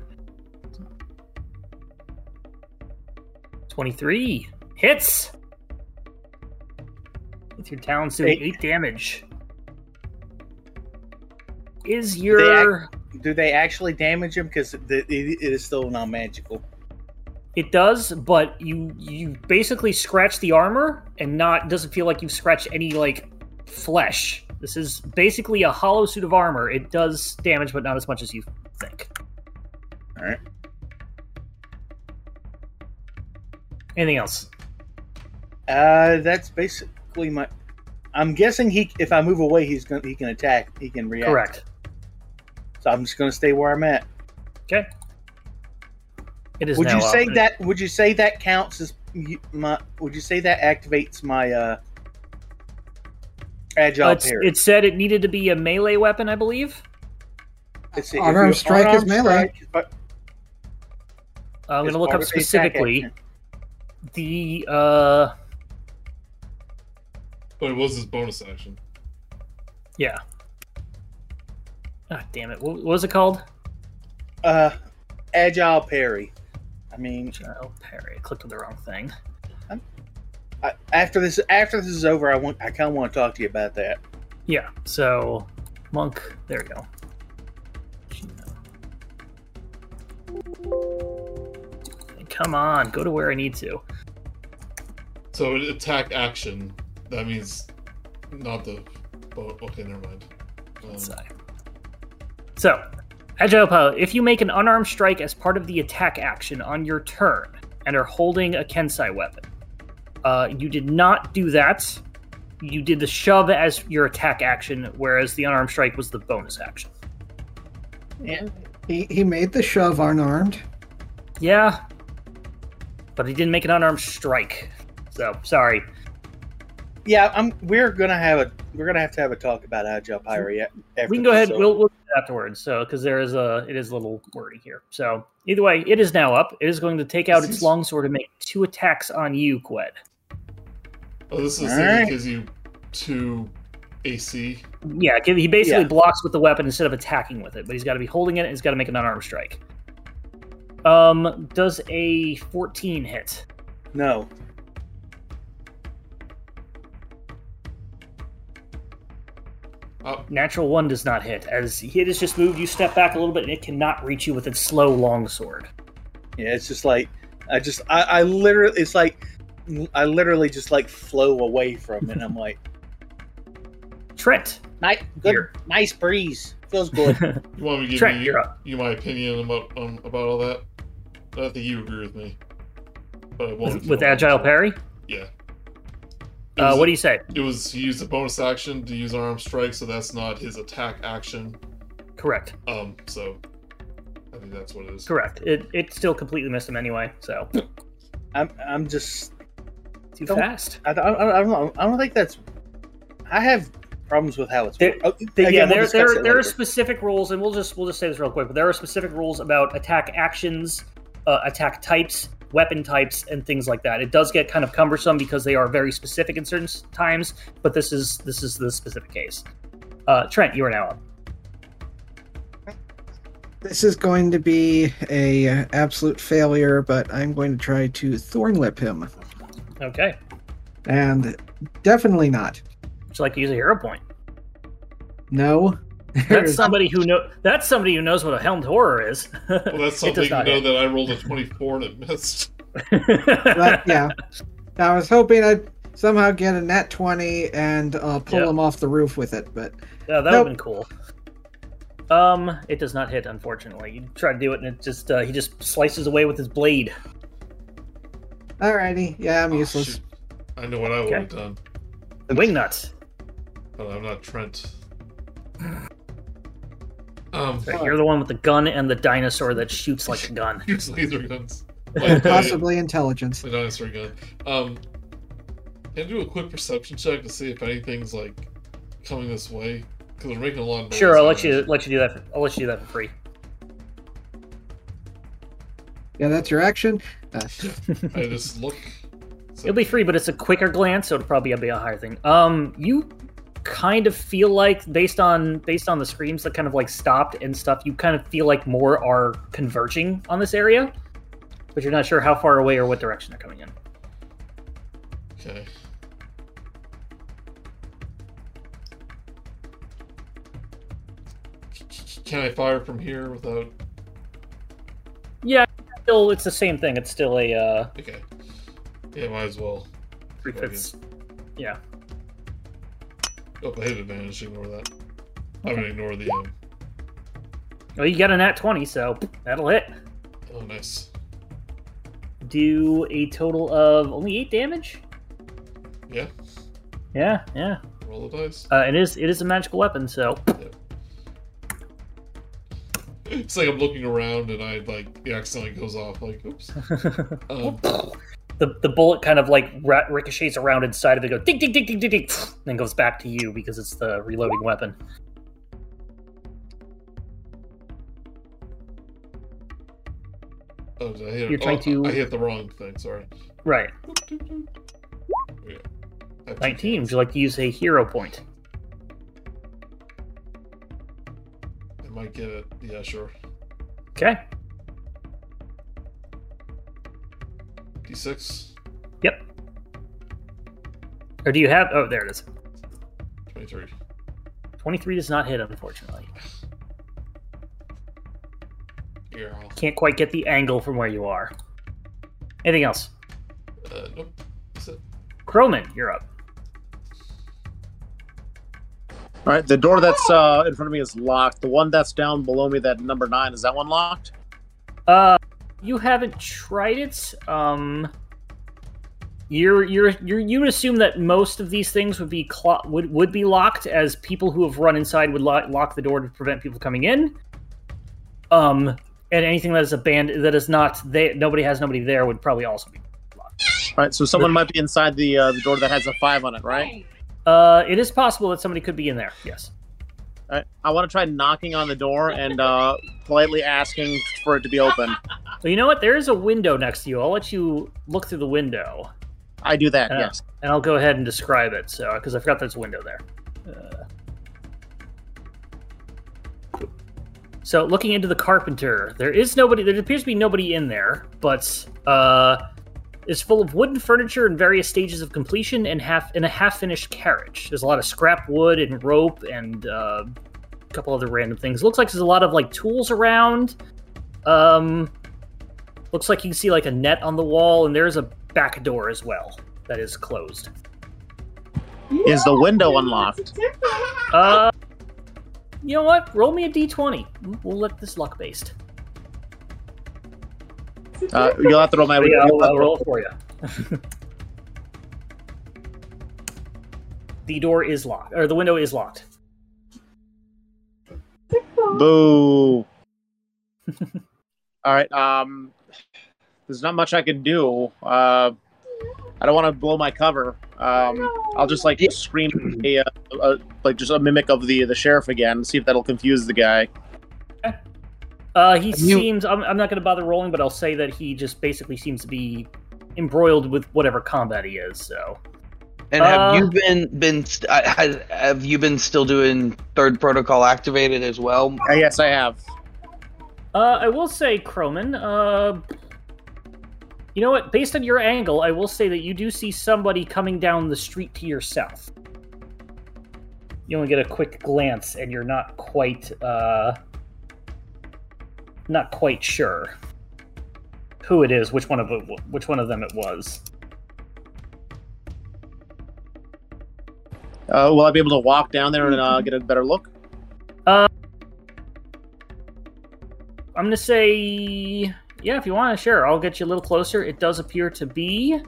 Speaker 1: Twenty three hits with your talents doing
Speaker 2: Eight.
Speaker 1: eight, damage. Is your
Speaker 2: Do they actually damage him? Because it, it is still non magical.
Speaker 1: it does, but you you basically scratch the armor and not doesn't feel like you've scratched any like flesh. This is basically a hollow suit of armor. It does damage, but not as much as you think.
Speaker 2: All right.
Speaker 1: Anything else?
Speaker 2: Uh, that's basically my. I'm guessing he. If I move away, he's gonna. He can attack. He can react.
Speaker 1: Correct.
Speaker 2: So I'm just gonna stay where I'm at.
Speaker 1: Okay. It is.
Speaker 2: Would
Speaker 1: now
Speaker 2: you say
Speaker 1: up.
Speaker 2: that? Would you say that counts as y- my? Would you say that activates my uh agile
Speaker 1: It's-
Speaker 2: parry?
Speaker 1: it said it needed to be a melee weapon, I believe.
Speaker 2: Let's see, if
Speaker 5: Unarmed
Speaker 2: you-
Speaker 5: strike is
Speaker 2: unarmed
Speaker 5: melee.
Speaker 2: strike, but
Speaker 1: Uh, I'm going
Speaker 2: it's
Speaker 1: to look up
Speaker 2: part of the attack
Speaker 1: specifically
Speaker 2: action.
Speaker 1: the uh,
Speaker 4: But it was his bonus action.
Speaker 1: Yeah. Ah, damn it. What, what was it called?
Speaker 2: Uh, agile parry. I mean,
Speaker 1: Agile parry. I clicked on the wrong thing.
Speaker 2: I, after this, after this is over, I want. I kind of want to talk to you about that.
Speaker 1: Yeah, so monk. There we go. Come on, go to where I need to.
Speaker 4: So an attack action. That means not the. Bo- okay, never mind. Um,
Speaker 1: Sigh. So, Agile Pilot, if you make an unarmed strike as part of the attack action on your turn and are holding a Kensai weapon, uh, you did not do that. You did the shove as your attack action, whereas the unarmed strike was the bonus action.
Speaker 5: He he made the shove unarmed.
Speaker 1: Yeah. But he didn't make an unarmed strike. So, sorry.
Speaker 2: Yeah, I'm. We're gonna have a. We're gonna have to have a talk about agile parry. a- After
Speaker 1: we can go ahead.
Speaker 2: this is over.
Speaker 1: We'll, we'll do it afterwards. So, because there is a, it is a little wordy here. So, either way, it is now up. It is going to take out its longsword and make two attacks on you, Qued.
Speaker 4: Oh, this is the
Speaker 2: All
Speaker 4: thing that
Speaker 2: right.
Speaker 4: gives you two AC.
Speaker 1: Yeah, give- he basically
Speaker 2: Yeah.
Speaker 1: blocks with the weapon instead of attacking with it, but he's got to be holding it and he's got to make an unarmed strike. Um, does a 14 hit?
Speaker 2: No.
Speaker 4: Oh,
Speaker 1: Natural one does not hit, as it has just moved. You step back a little bit, and it cannot reach you with its slow longsword.
Speaker 2: Yeah, it's just like I just I, I literally it's like I literally just like flow away from it. I'm like,
Speaker 1: Trent,
Speaker 2: nice, good,
Speaker 1: Here.
Speaker 2: nice breeze, feels good.
Speaker 4: you want me to give
Speaker 1: Trent,
Speaker 4: me-
Speaker 1: you're up.
Speaker 4: you my opinion about um, about all that? I don't think you agree with me, but I won't.
Speaker 1: with, with agile parry.
Speaker 4: Yeah. It
Speaker 1: Uh,
Speaker 4: was-
Speaker 1: what do you say?
Speaker 4: It was he used a bonus action to use arm strike, so that's not his attack action.
Speaker 1: Correct,
Speaker 4: Um, so I think that's what it is.
Speaker 1: correct. It it still completely missed him anyway. So
Speaker 2: I'm I'm just
Speaker 1: too
Speaker 2: Don't-
Speaker 1: fast.
Speaker 2: I don't, I don't know. I don't think that's. I have problems with how it's.
Speaker 1: There-
Speaker 2: oh,
Speaker 1: Th-
Speaker 2: again,
Speaker 1: yeah,
Speaker 2: we'll
Speaker 1: there,
Speaker 2: discuss
Speaker 1: there,
Speaker 2: it
Speaker 1: there are
Speaker 2: later.
Speaker 1: specific rules, and we'll just we'll just say this real quick. But there are specific rules about attack actions, uh, attack types, weapon types, and things like that. It does get kind of cumbersome because they are very specific in certain s- times. But this is this is the specific case. Uh, Trent, you are now up.
Speaker 5: This is going to be a uh, absolute failure, but I'm going to try to thorn whip him,
Speaker 1: Okay,
Speaker 5: and definitely not.
Speaker 1: would you like to use a hero point?
Speaker 5: No.
Speaker 1: That's somebody who know. That's somebody who knows what a helmed horror is.
Speaker 4: Well, that's
Speaker 1: It
Speaker 4: something
Speaker 1: does
Speaker 4: you
Speaker 1: not
Speaker 4: know that I rolled a twenty-four and it missed.
Speaker 5: but yeah, I was hoping I'd somehow get a nat twenty and uh, pull
Speaker 1: Yeah.
Speaker 5: him off the roof with it, but
Speaker 1: Yeah, that
Speaker 5: Nope.
Speaker 1: would have been cool. Um, it does not hit, unfortunately. You try to do it, and it just uh, he just slices away with his blade.
Speaker 5: alrighty, yeah, I'm
Speaker 4: Oh,
Speaker 5: useless.
Speaker 4: shoot. I know what I would have done,
Speaker 1: Wing nuts.
Speaker 4: but I'm not Trent. Um,
Speaker 1: Right, you're the one with the gun and the dinosaur that shoots like a gun.
Speaker 4: use laser guns.
Speaker 5: Possibly intelligence.
Speaker 4: The dinosaur gun. Um, can I do a quick perception check to see if anything's like coming this way? because we're making a lot of noise.
Speaker 1: Sure, I'll let
Speaker 4: anyways.
Speaker 1: you let you do that. For, I'll let you do that for free.
Speaker 5: Yeah, that's your action. Uh,
Speaker 4: I just look. So,
Speaker 1: It'll be free, but it's a quicker glance, so it'll probably be a higher thing. Um, you kind of feel like based on based on the screams that kind of like stopped and stuff, you kind of feel like more are converging on this area, but you're not sure how far away or what direction they're coming in.
Speaker 4: okay. C- c- Can I fire from here without?
Speaker 1: Still, it's the same thing. It's still a uh,
Speaker 4: Okay. Yeah, might as well.
Speaker 1: three fifths. Yeah.
Speaker 4: Oh, I hit advantage. Ignore that. I'm gonna ignore the. Um,
Speaker 1: Well, you got a nat twenty, so that'll hit.
Speaker 4: oh, nice.
Speaker 1: Do a total of only eight damage.
Speaker 4: Yeah.
Speaker 1: Yeah, yeah.
Speaker 4: Roll the dice.
Speaker 1: Uh, it is it is a magical weapon, so
Speaker 4: It's like I'm looking around and I like it accidentally goes off. Like, oops. Um,
Speaker 1: the the bullet kind of like ra- ricochets around inside of it, go ding ding ding ding ding ding, and then goes back to you because it's the reloading weapon.
Speaker 4: oh, did I hit?
Speaker 1: You're trying
Speaker 4: oh,
Speaker 1: to-
Speaker 4: I hit the wrong thing. Sorry.
Speaker 1: Right,
Speaker 4: Yeah. I have two
Speaker 1: nineteen. Would
Speaker 4: cans.
Speaker 1: you like to use a hero point?
Speaker 4: I might get it. Yeah, sure.
Speaker 1: Okay.
Speaker 4: D6,
Speaker 1: Or do you have? Oh, there it is.
Speaker 4: 23.
Speaker 1: Twenty three does not hit, unfortunately.
Speaker 4: Yeah. I'll-
Speaker 1: Can't quite get the angle from where you are. Anything else?
Speaker 4: Uh, nope. That's it.
Speaker 1: Croman, you're up.
Speaker 6: All right, the door that's uh, in front of me is locked. The one that's down below me, that number nine, is that one locked?
Speaker 1: Uh, you haven't tried it. Um, you're you're you're you would assume that most of these things would be clo- would would be locked, as people who have run inside would lo- lock the door to prevent people coming in. Um, and anything that is abandoned that is not they nobody has nobody there would probably also be.
Speaker 6: All right, so someone might be inside the uh, the door that has a five on it, right?
Speaker 1: Uh, it is possible that somebody could be in there. Yes.
Speaker 6: All right, I want to try knocking on the door and uh, politely asking for it to be open.
Speaker 1: Well, you know what? There is a window next to you. I'll let you look through the window.
Speaker 6: I do that,
Speaker 1: Yeah.
Speaker 6: yes.
Speaker 1: and I'll go ahead and describe it. So, because I forgot there's a window there. Uh, so, looking into the carpenter, there is nobody. There appears to be nobody in there, but uh, it's full of wooden furniture in various stages of completion and half in a half-finished carriage. There's a lot of scrap wood and rope and uh, a couple other random things. Looks like there's a lot of like tools around. Um, looks like you can see like a net on the wall, and there's a back door as well that is closed.
Speaker 6: Is the window unlocked?
Speaker 1: Uh, you know what? Roll me a d20. We'll let this luck based.
Speaker 6: Uh, you'll have to roll my.
Speaker 1: yeah,
Speaker 6: you'll
Speaker 1: I'll,
Speaker 6: have
Speaker 1: I'll
Speaker 6: to
Speaker 1: roll it for you. the door is locked, or the window is locked.
Speaker 6: Boo. All right. Um, there's not much I can do. Uh, I don't want to blow my cover. Um, I'll just like scream, a, uh, uh, like just a mimic of the the sheriff again. See if that'll confuse the guy.
Speaker 1: Uh, he
Speaker 3: You-
Speaker 1: seems. I'm, I'm not going to bother rolling, but I'll say that he just basically seems to be embroiled with whatever combat he is. So
Speaker 3: And have
Speaker 1: Uh,
Speaker 3: you been been st- I- has, have you been still doing third protocol activated as well?
Speaker 6: Uh, yes, I have.
Speaker 1: Uh, I will say, Croman, uh, you know what? Based on your angle, I will say that you do see somebody coming down the street to your south. You only get a quick glance, and you're not quite, uh, not quite sure who it is, which one of it, which one of them it was.
Speaker 6: Uh, will I be able to walk down there and
Speaker 2: Mm-hmm.
Speaker 6: uh, get a better look?
Speaker 1: I'm gonna say, yeah, if you want to, sure. I'll get you a little closer. It does appear to be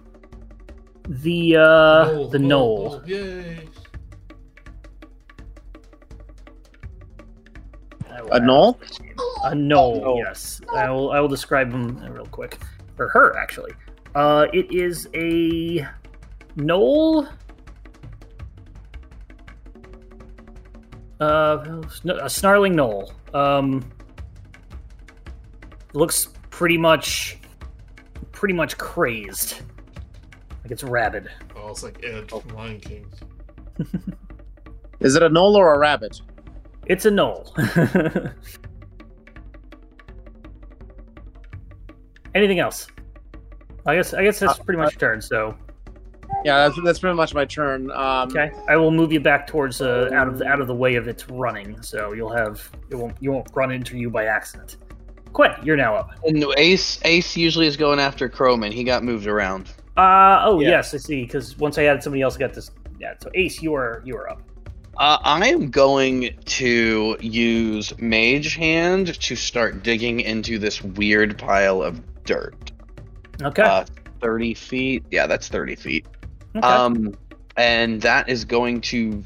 Speaker 1: the uh,
Speaker 4: Knoll,
Speaker 1: the
Speaker 4: knoll,
Speaker 1: knoll.
Speaker 4: knoll. Yay.
Speaker 1: I will
Speaker 6: A
Speaker 1: add-
Speaker 6: null?
Speaker 1: A knoll, Uh, yes. I will I will describe him real quick. Or her, actually. Uh it is a knoll. Uh, no, a snarling knoll. Um, looks pretty much, pretty much crazed. Like it's rabid.
Speaker 4: Oh, it's like Ed from Lion King.
Speaker 6: Is it a knoll or a rabbit?
Speaker 1: It's a knoll. Anything else? I guess I guess that's pretty much your turn. So
Speaker 6: Yeah, that's, that's pretty much my turn. Um,
Speaker 1: okay, I will move you back towards uh, out of the, out of the way of its running. So you'll have it won't you won't run into you by accident. Quinn, you're now up.
Speaker 3: And Ace Ace usually is going after Croman. He got moved around.
Speaker 1: Uh oh
Speaker 2: Yeah.
Speaker 1: yes, I see. Because once I added somebody else, I got this. Yeah. So Ace, you are you are up.
Speaker 3: Uh, I am going to use Mage Hand to start digging into this weird pile of dirt.
Speaker 1: Okay.
Speaker 3: Uh, 30 feet. Yeah, that's 30 feet.
Speaker 1: okay.
Speaker 3: Um, and that is going to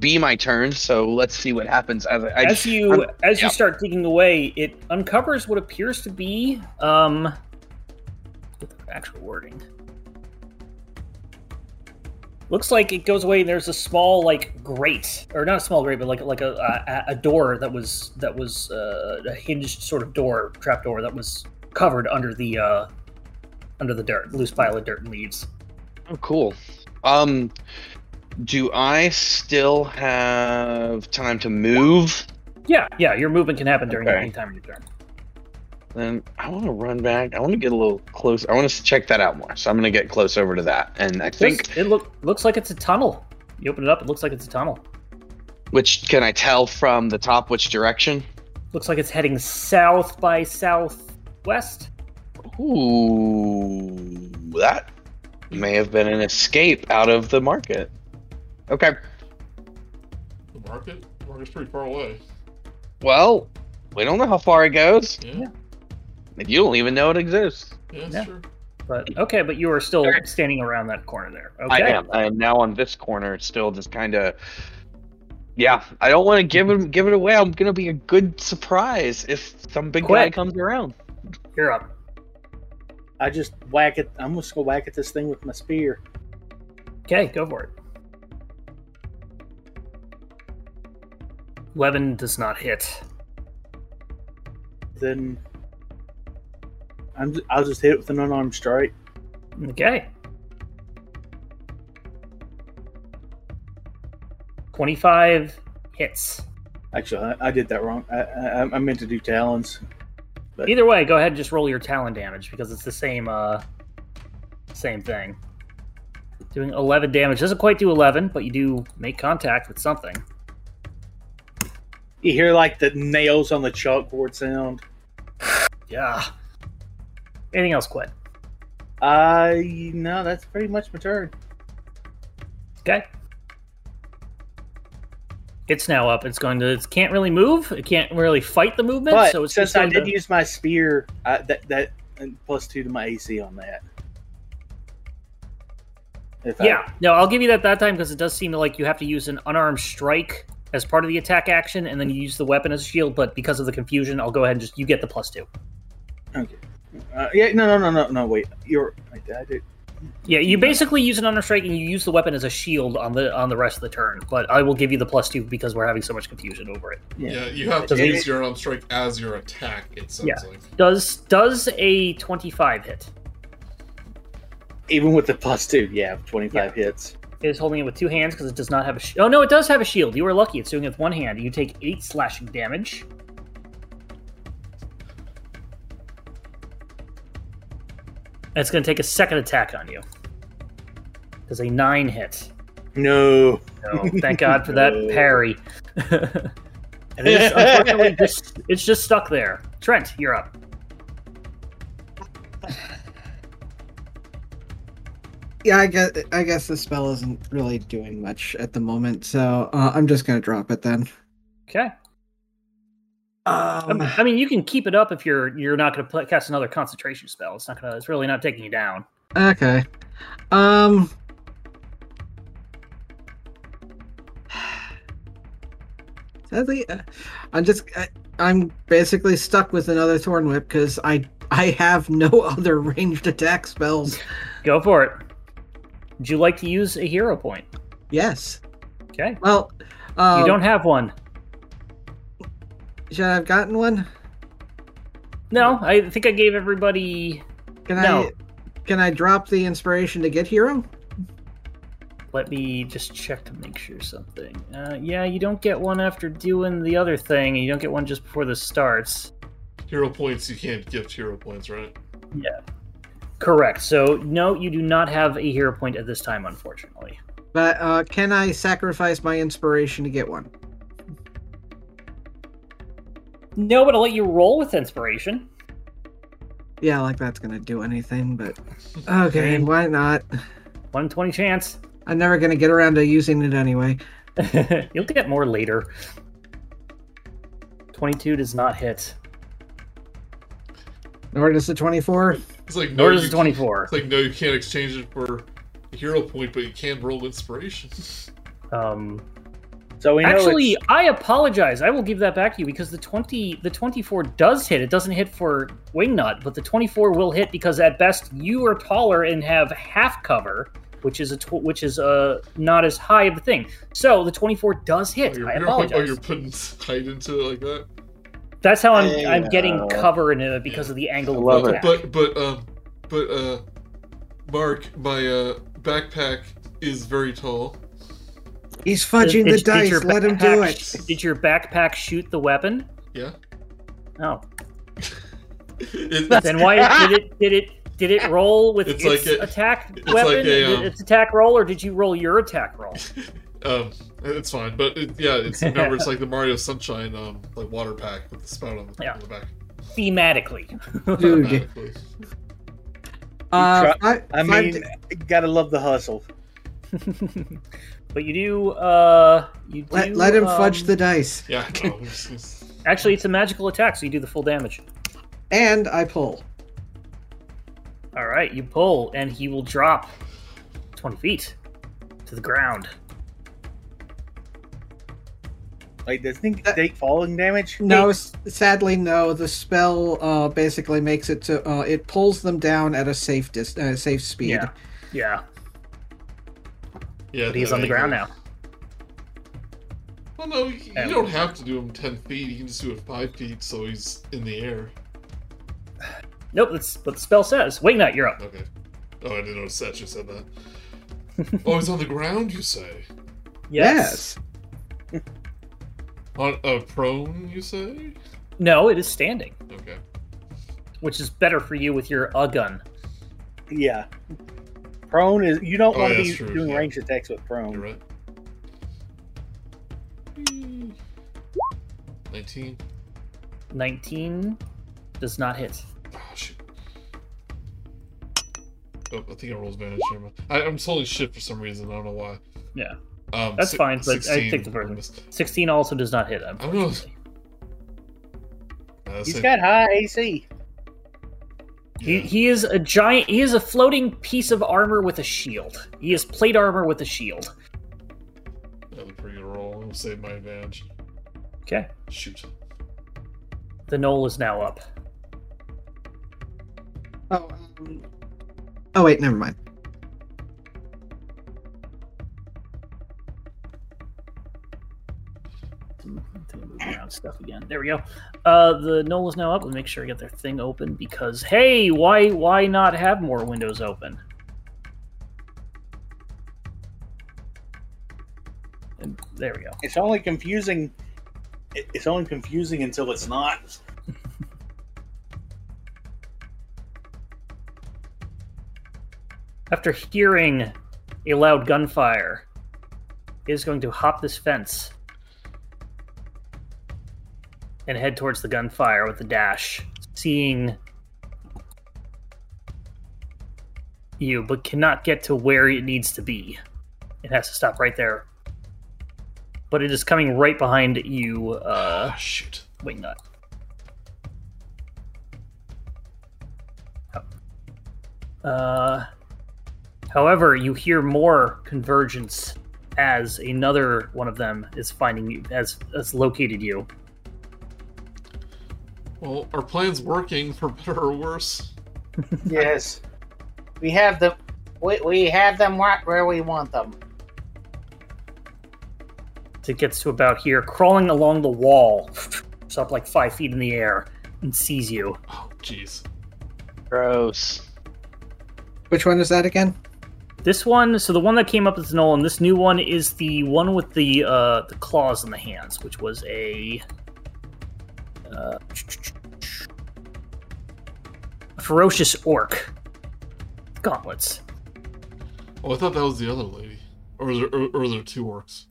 Speaker 3: be my turn. So let's see what happens. As, I, I
Speaker 1: as you as
Speaker 3: yeah.
Speaker 1: you start digging away, it uncovers what appears to be um get the actual wording. Looks like it goes away. and There's a small like grate, or not a small grate, but like like a a, a door that was that was uh, a hinged sort of door, trap door that was covered under the uh under the dirt, loose pile of dirt and leaves.
Speaker 3: Oh, cool. Um, do I still have time to move?
Speaker 1: Yeah, yeah. Your movement can happen during
Speaker 3: Okay.
Speaker 1: any time of your turn.
Speaker 3: Then I want to run back. I want to get a little close. I want to check that out more. So I'm going to get close over to that. And I think,
Speaker 1: Looks- it look looks like it's a tunnel. You open it up, it looks like it's a tunnel.
Speaker 3: which can I tell from the top which direction?
Speaker 1: Looks like it's heading south by southwest.
Speaker 3: Ooh, that may have been an escape out of the market. Okay.
Speaker 4: The market? The market's pretty far away.
Speaker 3: Well, we don't know how far it goes.
Speaker 4: Yeah,
Speaker 3: and You don't even know it exists.
Speaker 4: yeah, it's
Speaker 1: Yeah.
Speaker 4: true.
Speaker 1: But okay, but you are still standing around that corner there. Okay.
Speaker 3: I am. I am now on this corner, still just kind of. Yeah, I don't want to give it give it away. I'm gonna be a good surprise if some big guy
Speaker 1: Quick.
Speaker 3: comes around.
Speaker 1: You're up.
Speaker 2: I just whack it. I'm just gonna whack at this thing with my spear.
Speaker 1: Okay, go for it. Eleven does not hit.
Speaker 2: Then I'm. ju- I'll just hit it with an unarmed strike.
Speaker 1: Okay. Twenty-five hits.
Speaker 2: Actually, I, I did that wrong. I, I, I meant to do talons.
Speaker 1: Either way, go ahead and just roll your talon damage because it's the same uh same thing. Doing 11 damage doesn't quite do 11, but you do make contact with something.
Speaker 2: You hear like the nails on the chalkboard sound.
Speaker 1: Yeah. Anything else, Quinn?
Speaker 2: I no, that's pretty much my turn.
Speaker 1: Okay. It's now up. It's going to. It can't really move. It can't really fight the movement.
Speaker 2: But
Speaker 1: so it's
Speaker 2: since
Speaker 1: just
Speaker 2: I
Speaker 1: going
Speaker 2: did
Speaker 1: to-
Speaker 2: use my spear, I, that that and plus two to my AC on that. If I-
Speaker 1: Yeah. No, I'll give you that that time because it does seem like you have to use an unarmed strike as part of the attack action, and then you use the weapon as a shield. But because of the confusion, I'll go ahead and just you get the plus two.
Speaker 2: uh, yeah. No. No. No. No. No. Wait. You're. I, I did.
Speaker 1: Yeah, you basically use an unarmed strike and you use the weapon as a shield on the on the rest of the turn. But I will give you the plus two because we're having so much confusion over it.
Speaker 2: Yeah.
Speaker 4: Yeah, you have to
Speaker 1: Doesn't-
Speaker 4: use your arm strike as your attack, it sounds
Speaker 1: Yeah.
Speaker 4: like.
Speaker 1: Does does a twenty five hit?
Speaker 2: Even with the plus two, yeah, twenty five hits.
Speaker 1: It is holding it with two hands because it does not have a. Sh- oh no, it does have a shield. You are lucky. It's doing it with one hand. You take eight slashing damage. And it's going to take a second attack on you. Does a nine hit?
Speaker 2: No.
Speaker 1: No, thank God for that parry. and it's unfortunately just it's just stuck there. Trent, you're up.
Speaker 5: Yeah, I guess I guess the spell isn't really doing much at the moment, so uh, I'm just gonna drop it then.
Speaker 1: Okay.
Speaker 5: Um,
Speaker 1: I mean, you can keep it up if you're you're not going to cast another concentration spell. It's not going to. It's really not taking you down.
Speaker 5: okay. Um. Sadly, uh, I'm just I, I'm basically stuck with another thorn whip because I I have no other ranged attack spells.
Speaker 1: Go for it. Would you like to use a hero point?
Speaker 5: Yes.
Speaker 1: Okay.
Speaker 5: Well, um,
Speaker 1: you don't have one.
Speaker 5: Should I have gotten one?
Speaker 1: No, I think I gave everybody.
Speaker 5: Can
Speaker 1: No.
Speaker 5: I can I drop the inspiration to get hero?
Speaker 1: Let me just check to make sure something. Uh, yeah, you don't get one after doing the other thing, and you don't get one just before this starts.
Speaker 4: Hero points, you can't gift hero points, right?
Speaker 1: Correct. So, no, you do not have a hero point at this time, unfortunately.
Speaker 5: But uh, can I sacrifice my inspiration to get one?
Speaker 1: No, but I'll let you roll with inspiration.
Speaker 5: Yeah, like that's gonna do anything, but okay, why not?
Speaker 1: 1 in 20 chance.
Speaker 5: I'm never gonna get around to using it anyway.
Speaker 1: You'll get more later. 22 does not hit,
Speaker 5: Nor does the 24.
Speaker 4: It's like no,
Speaker 1: nor does
Speaker 4: you
Speaker 1: the
Speaker 4: can't-
Speaker 1: 24.
Speaker 4: It's like no, you can't exchange it for a hero point, but you can roll inspiration.
Speaker 1: Um,
Speaker 2: So we know
Speaker 1: actually,
Speaker 2: it's-
Speaker 1: I apologize. I will give that back to you because the 20, the 24 does hit. It doesn't hit for Wingnut, but the 24 will hit because at best you are taller and have half cover, which is a tw- which is a not as high of a thing. So the 24 does hit.
Speaker 4: you're,
Speaker 1: I
Speaker 4: you're- oh, you're
Speaker 1: apologize.
Speaker 4: putting height into it like that.
Speaker 1: That's how I'm I'm
Speaker 6: Yeah.
Speaker 1: getting cover in it because of the angle
Speaker 3: uh, I
Speaker 1: of
Speaker 3: love
Speaker 1: the
Speaker 3: it.
Speaker 1: attack.
Speaker 4: But but um, but uh, Mark, my uh backpack is very tall.
Speaker 5: He's fudging
Speaker 1: Did-
Speaker 5: the
Speaker 1: did your
Speaker 5: dice. Let him do
Speaker 1: backpack-
Speaker 5: it.
Speaker 1: Did your backpack shoot the weapon?
Speaker 4: Yeah.
Speaker 1: Oh,
Speaker 4: It-
Speaker 1: then why did it did it did it roll with its,
Speaker 4: It's like a-
Speaker 1: attack
Speaker 4: it's
Speaker 1: weapon?
Speaker 4: like a, um,
Speaker 1: its attack roll, or did you roll your attack roll?
Speaker 4: um, it's fine, but it, yeah, it's remember it's like the Mario Sunshine um like water pack with the spout on the,
Speaker 1: Yeah.
Speaker 4: on the back.
Speaker 1: Thematically,
Speaker 5: Dude. Uh,
Speaker 2: Try-
Speaker 5: I,
Speaker 2: I mean, gotta love the hustle.
Speaker 1: but you do uh you do,
Speaker 5: let, let him fudge
Speaker 1: um,
Speaker 5: the dice.
Speaker 4: Yeah, I know. It's- it's-
Speaker 1: Actually, it's a magical attack, so you do the full damage.
Speaker 5: And I pull.
Speaker 1: All right, you pull, and he will drop twenty feet to the ground.
Speaker 2: Like, does thing
Speaker 5: That-
Speaker 2: take falling damage?
Speaker 5: No, s- sadly, no. The spell uh, basically makes it to uh, it pulls them down at a safe dis- uh, safe speed.
Speaker 1: Yeah, yeah.
Speaker 4: yeah,
Speaker 1: But he's
Speaker 4: that
Speaker 1: on the
Speaker 4: angle.
Speaker 1: ground now.
Speaker 4: Well, no, you you
Speaker 1: And-
Speaker 4: don't have to do him ten feet. You can just do it five feet, so he's in the air.
Speaker 1: Nope, that's what the spell says. Wingnut, you're up.
Speaker 4: Okay. Oh, I didn't notice that you said that. oh, he's on the ground. You say
Speaker 5: Yes.
Speaker 4: on uh, prone. You say
Speaker 1: No, it is standing,
Speaker 4: okay.
Speaker 1: which is better for you with your uh gun.
Speaker 2: Yeah. Prone is you don't
Speaker 4: Oh,
Speaker 2: want
Speaker 4: yeah,
Speaker 2: to be
Speaker 4: that's true,
Speaker 2: doing
Speaker 4: yeah.
Speaker 2: ranged attacks with prone.
Speaker 4: You're right. Nineteen.
Speaker 1: 19 does not hit.
Speaker 4: Oh, shoot. Oh, I think I rolled advantage. Never mind. I, I'm totally shit for some reason. I don't know why.
Speaker 1: Yeah.
Speaker 4: Um,
Speaker 1: That's fine, but I
Speaker 4: 16
Speaker 1: think the version-
Speaker 4: missed.
Speaker 1: 16 also does not hit.
Speaker 4: I don't know.
Speaker 1: Unfortunately.
Speaker 4: Uh,
Speaker 2: He's
Speaker 4: same-
Speaker 2: got high AC.
Speaker 1: He,
Speaker 4: yeah.
Speaker 1: he is a giant. He is a floating piece of armor with a shield. He is plate armor with a shield.
Speaker 4: That was a pretty good roll. I'll save my advantage.
Speaker 1: Okay.
Speaker 4: Shoot.
Speaker 1: The knoll is now up.
Speaker 5: Oh. Um, oh wait, never mind.
Speaker 1: To move around stuff again. There we go. Uh, the knoll is now up. Let me make sure I get their thing open because hey, why why not have more windows open? And there we go.
Speaker 2: It's only confusing. it- It's only confusing until it's not.
Speaker 1: After hearing a loud gunfire, it is going to hop this fence and head towards the gunfire with the dash, seeing you, but cannot get to where it needs to be. It has to stop right there. But it is coming right behind you, uh,
Speaker 4: Ah, shoot.
Speaker 1: Wingnut. Uh, however, you hear more convergence as another one of them is finding you, as has located you.
Speaker 4: Well, our plan's working for better or worse.
Speaker 2: Yes.
Speaker 7: We have the we, we have them right where we want them.
Speaker 1: It gets to about here, crawling along the wall jumps up like five feet in the air and sees you.
Speaker 4: Oh, jeez.
Speaker 3: Gross.
Speaker 5: Which one is that again?
Speaker 1: This one, so the one that came up is Nolan. This new one is the one with the uh, the claws and the hands, which was a uh, ferocious orc gauntlets.
Speaker 4: Oh, I thought that was the other lady. Or is there, or, or is there two orcs?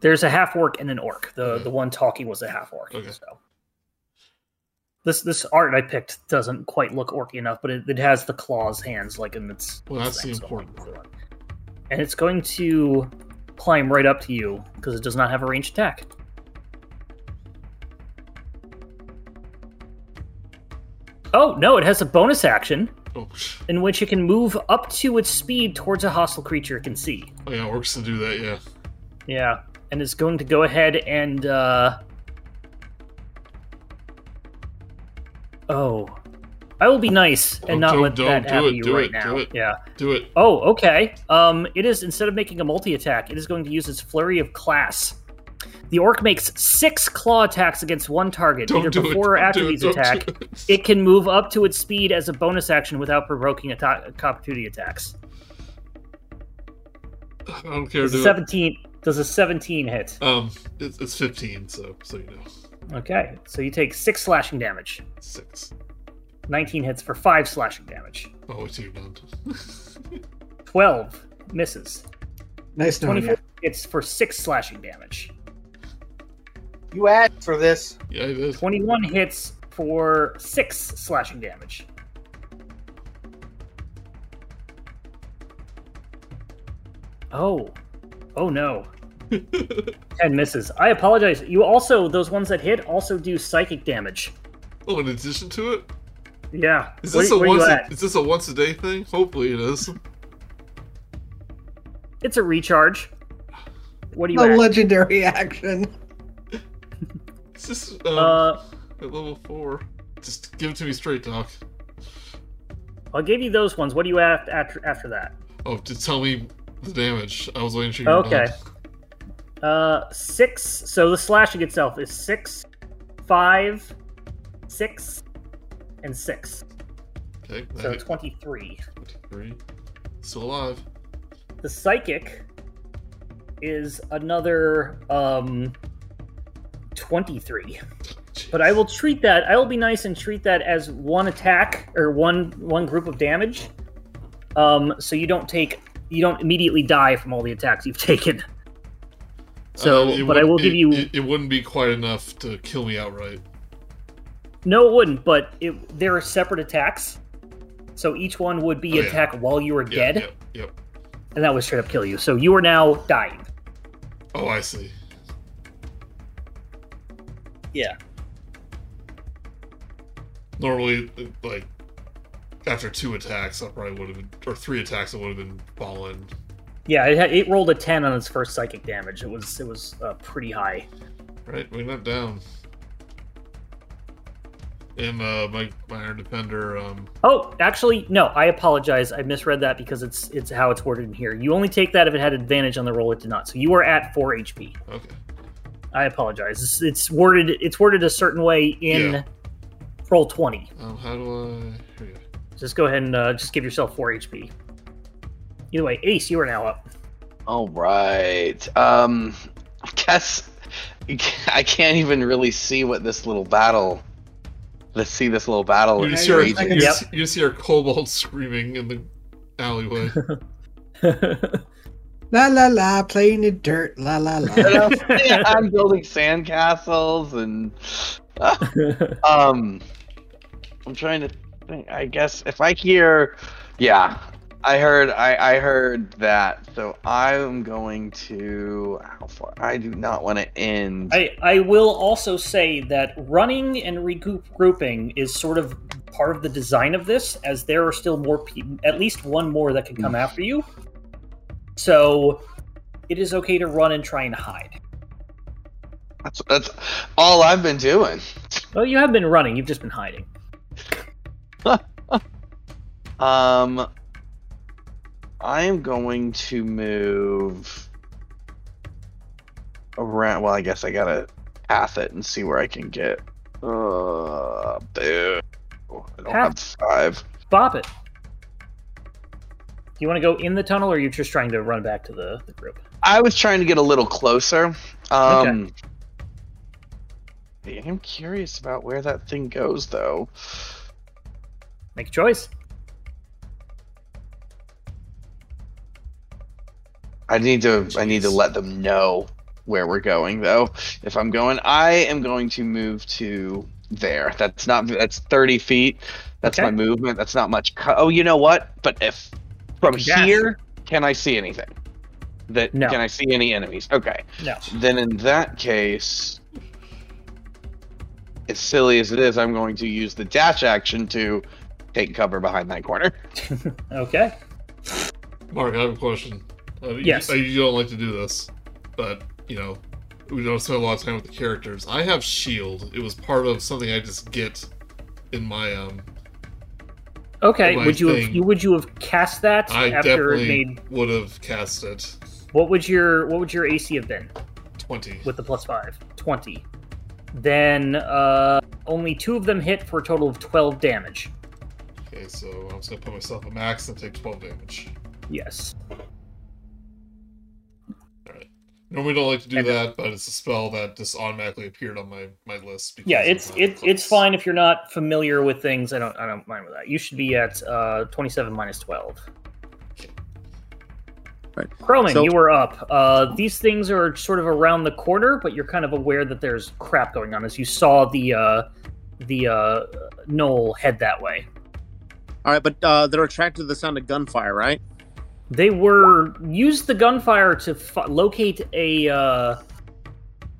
Speaker 1: There's a half orc and an orc. The the one talking was a half orc.
Speaker 4: Mm-hmm. Okay.
Speaker 1: So this this art I picked doesn't quite look orky enough, but it, it has the claws, hands, like and it's
Speaker 4: Well, that's the
Speaker 1: it's
Speaker 4: important
Speaker 1: excellent.
Speaker 4: part.
Speaker 1: And it's going to climb right up to you because it does not have a ranged attack. Oh no! It has a bonus action
Speaker 4: Oh,
Speaker 1: in which it can move up to its speed towards a hostile creature it can see.
Speaker 4: oh yeah, orcs to do that, yeah.
Speaker 1: Yeah, and it's going to go ahead and. Uh... Oh, I will be nice and
Speaker 4: Oh,
Speaker 1: not
Speaker 4: don't-
Speaker 1: let
Speaker 4: don't
Speaker 1: that
Speaker 4: do
Speaker 1: happen
Speaker 4: it,
Speaker 1: to you
Speaker 4: do
Speaker 1: right
Speaker 4: it,
Speaker 1: now.
Speaker 4: do it.
Speaker 1: Yeah.
Speaker 4: Do it.
Speaker 1: Oh, okay. Um, it is instead of making a multi attack, it is going to use its flurry of class. The orc makes six claw attacks against one target,
Speaker 4: Don't
Speaker 1: either
Speaker 4: do it.
Speaker 1: before or
Speaker 4: don't
Speaker 1: after
Speaker 4: do it,
Speaker 1: these
Speaker 4: don't do
Speaker 1: attack.
Speaker 4: it.
Speaker 1: It can move up to its speed as a bonus action without provoking atta- opportunity attacks.
Speaker 4: I don't care.
Speaker 1: Does
Speaker 4: Do
Speaker 1: a
Speaker 4: it.
Speaker 1: seventeen? Does a seventeen hit?
Speaker 4: Um, it's, it's 15, so so you know,
Speaker 1: Okay, so you take six slashing damage.
Speaker 4: six.
Speaker 1: 19 hits for 5 slashing damage.
Speaker 4: Oh, it's you're done.
Speaker 1: 12 misses.
Speaker 5: Nice
Speaker 4: Oh,
Speaker 5: knowing
Speaker 1: 24
Speaker 5: you.
Speaker 1: hits for 6 slashing damage.
Speaker 2: You asked for this.
Speaker 4: yeah, it is.
Speaker 1: 21 hits for 6 slashing damage. Oh. Oh no. 10 misses. I apologize. You also, those ones that hit also do psychic damage.
Speaker 4: oh, in addition to it,
Speaker 1: Yeah.
Speaker 4: is
Speaker 1: Where-
Speaker 4: this
Speaker 1: where
Speaker 4: a
Speaker 1: you
Speaker 4: once?
Speaker 1: at?
Speaker 4: A, is this a once a day thing? Hopefully, it is.
Speaker 1: It's a recharge. What do you
Speaker 5: A
Speaker 1: at?
Speaker 5: legendary action.
Speaker 4: It's just um,
Speaker 1: Uh,
Speaker 4: at level four. Just give it to me straight, Doc.
Speaker 1: I gave you those ones. What do you have after after that?
Speaker 4: Oh, just tell me the damage. I was waiting for you. were
Speaker 1: Okay.
Speaker 4: done.
Speaker 1: Uh, six. So the slashing itself is six, five, six, and six.
Speaker 4: Okay. that
Speaker 1: So
Speaker 4: hit
Speaker 1: twenty-three.
Speaker 4: 23. Still alive.
Speaker 1: The psychic is another um twenty-three. But I will treat that. I will be nice and treat that as one attack or one one group of damage. Um, so you don't take you don't immediately die from all the attacks you've taken. So,
Speaker 4: Uh, it
Speaker 1: but I
Speaker 4: wouldn't-
Speaker 1: will give
Speaker 4: it-
Speaker 1: you-
Speaker 4: It, it wouldn't be quite enough to kill me outright.
Speaker 1: No, it wouldn't. But it, there are separate attacks, so each one would be
Speaker 4: Oh, yeah.
Speaker 1: attack while you were
Speaker 4: Yeah,
Speaker 1: dead,
Speaker 4: Yep. Yep.
Speaker 1: and that would straight up kill you. So you are now dying.
Speaker 4: Oh, I see.
Speaker 2: Yeah.
Speaker 4: Normally, like after two attacks, I probably would have been, or three attacks, I would have been fallen.
Speaker 1: Yeah, it, had, it rolled a ten on its first psychic damage. It was it was uh, pretty high.
Speaker 4: Right, we're not down. And uh, my my iron defender. Um,
Speaker 1: Oh, actually, no. I apologize. I misread that because it's it's how it's worded in here. You only take that if it had advantage on the roll. It did not. So you are at four HP.
Speaker 4: okay,
Speaker 1: I apologize. It's, it's worded it's worded a certain way in
Speaker 4: Yeah.
Speaker 1: roll twenty.
Speaker 4: um, how do I? Here we go.
Speaker 1: Just go ahead and uh, just give yourself four HP. Either way, Ace, you are now up.
Speaker 3: All right. Um, I guess I can't even really see what this little battle. Let's see this little battle.
Speaker 4: You
Speaker 3: is
Speaker 4: just,
Speaker 5: I
Speaker 4: hear,
Speaker 5: your-
Speaker 4: you,
Speaker 3: raging.
Speaker 5: can-
Speaker 4: just, you just hear kobold screaming in the alleyway.
Speaker 5: La la la, playing in dirt. La la la.
Speaker 3: And I'm, yeah, I'm building sandcastles and um, I'm trying to think. I guess if I hear, yeah, I heard, I I heard that. So I'm going to how far? I do not want to end.
Speaker 1: I, I will also say that running and regrouping is sort of part of the design of this, as there are still more, pe- at least one more that can
Speaker 4: Mm.
Speaker 1: come after you. So it is okay to run and try and hide.
Speaker 3: That's that's all I've been doing.
Speaker 1: Well, you have been running, you've just been hiding.
Speaker 3: Um, I am going to move around. Well, I guess I gotta path it and see where I can get. Uh, boo. I don't have five.
Speaker 1: Bop it. Do you want to go in the tunnel, or you are just trying to run back to the, the group?
Speaker 3: I was trying to get a little closer. Um, I am curious about where that thing goes, though.
Speaker 1: Make a choice.
Speaker 3: I need to. I need to let them know where we're going, though. If I'm going, I am going to move to there. That's not. That's 30 feet. That's
Speaker 1: Okay.
Speaker 3: my movement. That's not much. Co- oh, you know what? But if from
Speaker 1: You can dash.
Speaker 3: here, can I see anything? That
Speaker 1: No.
Speaker 3: can I see any enemies? Okay.
Speaker 1: No.
Speaker 3: Then in that case, as silly as it is, I'm going to use the dash action to take cover behind that corner.
Speaker 1: Okay.
Speaker 4: Mark, I have a question. Uh,
Speaker 1: Yes.
Speaker 4: You, you don't like to do this, but you know, we don't spend a lot of time with the characters. I have shield. It was part of something I just get in my um.
Speaker 1: Okay.
Speaker 4: My
Speaker 1: would you have
Speaker 4: thing.
Speaker 1: you would you have cast that
Speaker 4: I
Speaker 1: after it
Speaker 4: definitely
Speaker 1: made
Speaker 4: would have cast it
Speaker 1: what would your what would your AC have been
Speaker 4: twenty.
Speaker 1: with the plus five? Twenty. Then uh only two of them hit for a total of twelve damage.
Speaker 4: Okay, so I'm just gonna put myself a max and take twelve damage.
Speaker 1: Yes.
Speaker 4: Normally don't like to do
Speaker 1: And-
Speaker 4: that, but it's a spell that just automatically appeared on my, my list. because
Speaker 1: Yeah,
Speaker 4: of
Speaker 1: it's
Speaker 4: my
Speaker 1: it, it's
Speaker 4: clothes.
Speaker 1: fine if you're not familiar with things. I don't I don't mind with that. You should be at uh twenty seven minus twelve.
Speaker 6: Right.
Speaker 1: Croman,
Speaker 6: So-
Speaker 1: you were up. Uh, these things are sort of around the corner, but you're kind of aware that there's crap going on as you saw the uh, the uh, knoll head that way.
Speaker 6: All right, but uh, they're attracted to the sound of gunfire, right?
Speaker 1: They were used the gunfire to f- locate a uh,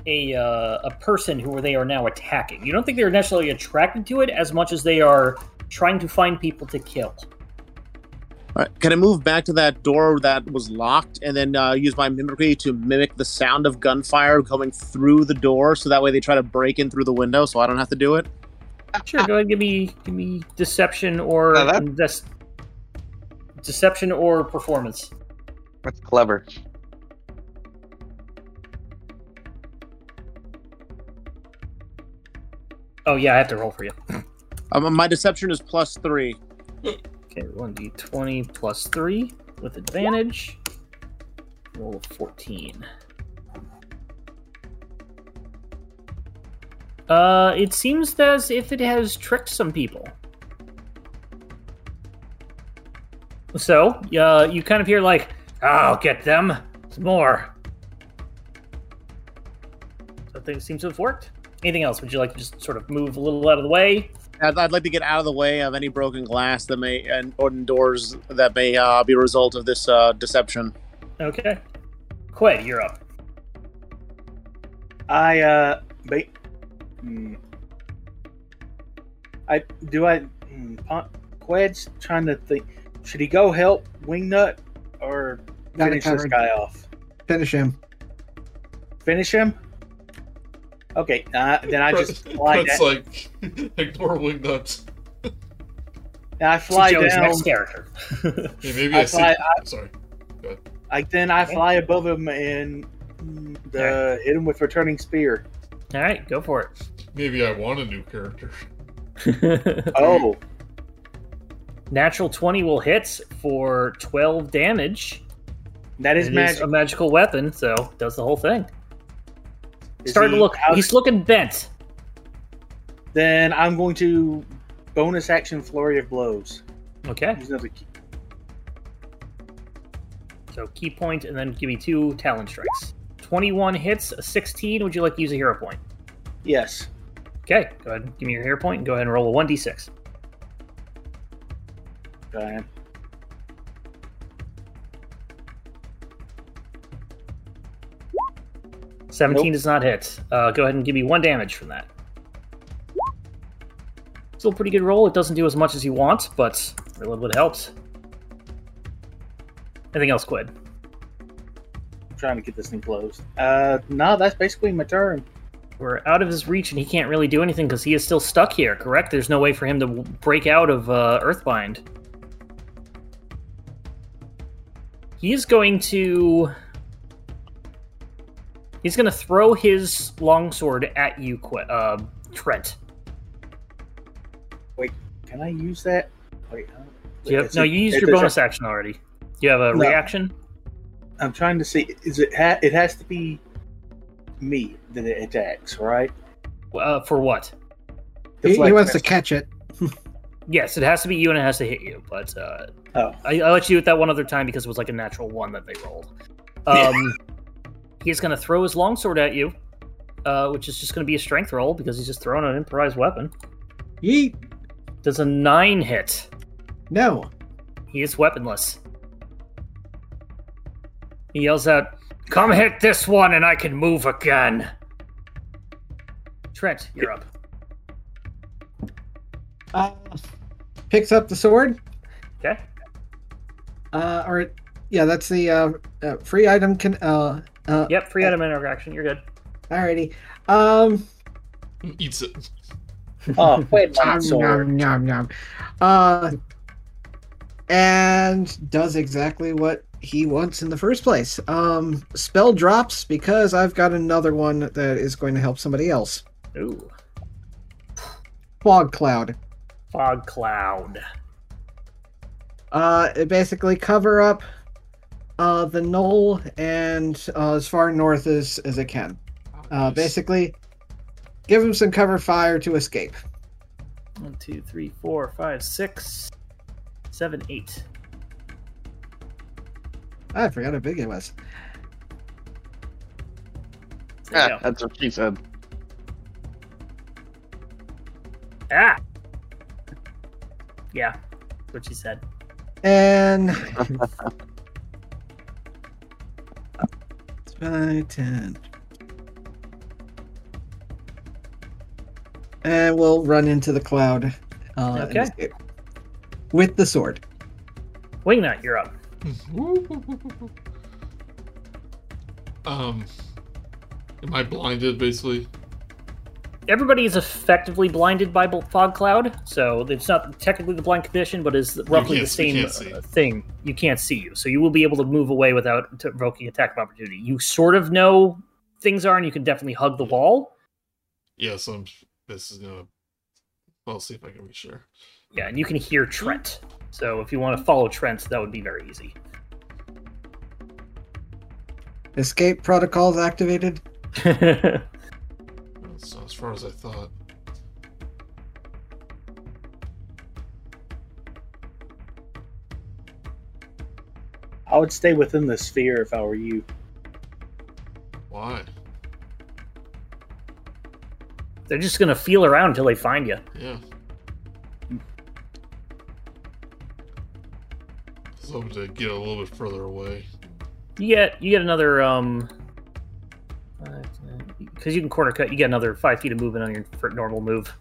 Speaker 1: a uh, a person who they are now attacking. You don't think they're necessarily attracted to it as much as they are trying to find people to kill.
Speaker 6: All right. Can I move back to that door that was locked and then uh, use my mimicry to mimic the sound of gunfire coming through the door so that way they try to break in through the window so I don't have to do it?
Speaker 1: Sure, go ahead. and Give me give me deception or
Speaker 3: Now that-
Speaker 1: invest- deception or performance.
Speaker 3: That's clever.
Speaker 1: Oh yeah, I have to roll for you.
Speaker 6: Um, my deception is plus three.
Speaker 1: Okay, one d twenty plus three with advantage. Roll of fourteen. Uh, it seems as if it has tricked some people. So, uh, you kind of hear like, "I'll get them some more." So it seems to have worked. Anything else? Would you like to just sort of move a little out of the way?
Speaker 6: I'd, I'd like to get out of the way of any broken glass that may and or doors that may uh, be a result of this uh, deception.
Speaker 1: Okay. Quid, you're up.
Speaker 2: I uh, ba- hmm. I do I. Hmm, Pon- Qued's trying to think. Should he go help Wingnut or
Speaker 5: Got it
Speaker 2: finish this
Speaker 5: covered.
Speaker 2: guy off?
Speaker 5: Finish him.
Speaker 2: Finish him. Okay, uh, then I just fly
Speaker 4: That's
Speaker 2: down.
Speaker 4: like ignore wingnut.
Speaker 2: then I
Speaker 1: to
Speaker 2: fly
Speaker 1: Joe's
Speaker 2: down.
Speaker 1: next character.
Speaker 4: Yeah, maybe I,
Speaker 2: I
Speaker 4: see.
Speaker 2: fly-
Speaker 4: Sorry.
Speaker 2: I then I
Speaker 1: Okay.
Speaker 2: fly above him and mm, the, hit him with returning spear.
Speaker 1: All right, go for
Speaker 4: Maybe I want a new character.
Speaker 1: it.
Speaker 2: Oh,
Speaker 1: Natural 20 will hit for 12 damage.
Speaker 2: that is
Speaker 1: It
Speaker 2: magic.
Speaker 1: a magical weapon, so does the whole thing.
Speaker 2: Is
Speaker 1: Starting
Speaker 2: he
Speaker 1: to look.
Speaker 2: out?
Speaker 1: He's looking bent.
Speaker 2: Then I'm going to bonus action flurry of blows.
Speaker 1: Okay,
Speaker 2: Use another key.
Speaker 1: so key point, and then give me two talent strikes. 21 hits, a 16. Would you like to use a hero point?
Speaker 2: Yes.
Speaker 1: Okay, go ahead. and Give me your hero point and go ahead and roll a 1d6.
Speaker 2: Okay. Nope.
Speaker 1: 17 does not hit. Uh, go ahead and give me one damage from that. Still a pretty good roll. It doesn't do as much as you want, but a little bit helps. Anything else, Quid?
Speaker 2: I'm trying to get this thing closed. Uh, no, that's basically my turn.
Speaker 1: We're out of his reach, and he can't really do anything because he is still stuck here. Correct? There's no way for him to w- break out of uh, Earthbind. He is going to. He's gonna throw his longsword at you, Qu- uh, Trent.
Speaker 2: Can I use that? Wait, I don't-
Speaker 1: Do you have-
Speaker 2: is
Speaker 1: no,
Speaker 2: it-
Speaker 1: you used
Speaker 2: it
Speaker 1: your
Speaker 2: does-
Speaker 1: bonus action already. You have a
Speaker 2: No.
Speaker 1: reaction.
Speaker 2: I'm trying to see. Is it? Ha- it has to be me that it attacks, right?
Speaker 1: Uh, for what?
Speaker 5: He, he
Speaker 2: Deflect
Speaker 5: wants to
Speaker 2: missile.
Speaker 5: catch it.
Speaker 1: Yes, it has to be you and it has to hit you. But uh,
Speaker 2: Oh.
Speaker 1: I, I let you do it that one other time because it was like a natural one that they rolled. Um, he's going to throw his longsword at you, uh, which is just going to be a strength roll because he's just throwing an improvised weapon.
Speaker 5: Yeet.
Speaker 1: Does a nine hit?
Speaker 5: No.
Speaker 1: He is weaponless. He yells out, "Come hit this one, and I can move again." Trent, you're up.
Speaker 5: Uh, picks up the sword.
Speaker 1: Okay.
Speaker 5: Uh, all right. Yeah, that's the uh, uh, free item. Can uh, uh,
Speaker 1: Yep, free item interaction. You're good.
Speaker 5: alrighty. Um,
Speaker 4: Eats it.
Speaker 2: Oh, wait, my
Speaker 5: nom,
Speaker 2: sword.
Speaker 5: nom, nom, nom. Uh, and does exactly what he wants in the first place. Um, spell drops because I've got another one that is going to help somebody else.
Speaker 1: Ooh,
Speaker 5: Fog cloud.
Speaker 1: fog cloud.
Speaker 5: Uh, it basically cover up uh, the knoll and uh, as far north as, as it can. Uh, basically, give him some cover fire to escape.
Speaker 1: One, two, three, four, five, six, seven, eight.
Speaker 5: I forgot how big it was.
Speaker 1: There you
Speaker 3: Yeah,
Speaker 1: go.
Speaker 3: that's what she said.
Speaker 1: Ah. Yeah, that's what she said.
Speaker 5: And. 5, 10. And we'll run into the cloud. Uh, and
Speaker 1: Okay.
Speaker 5: escape. With the sword.
Speaker 1: Wingnut, you're up.
Speaker 4: um, am I blinded? Basically,
Speaker 1: Everybody is effectively blinded by bl- fog cloud, so it's not technically the blind condition, but is roughly
Speaker 4: can't-
Speaker 1: the
Speaker 4: you
Speaker 1: same
Speaker 4: can't see.
Speaker 1: uh, thing. You can't see you, so you will be able to move away without t- provoking attack of opportunity. You sort of know things are, and you can definitely hug the wall.
Speaker 4: yes. I'm. This is gonna. I'll see if I can reach there.
Speaker 1: Yeah, and you can hear Trent. So if you want to follow Trent, that would be very easy.
Speaker 5: Escape protocols activated.
Speaker 4: That's not as far as I thought.
Speaker 2: I would stay within the sphere if I were you.
Speaker 4: Why?
Speaker 1: They're just gonna feel around until they find you.
Speaker 4: Yeah. So to get a little bit further away.
Speaker 1: You get you get another um because you can corner cut. You get another five feet of movement on your fir- normal move.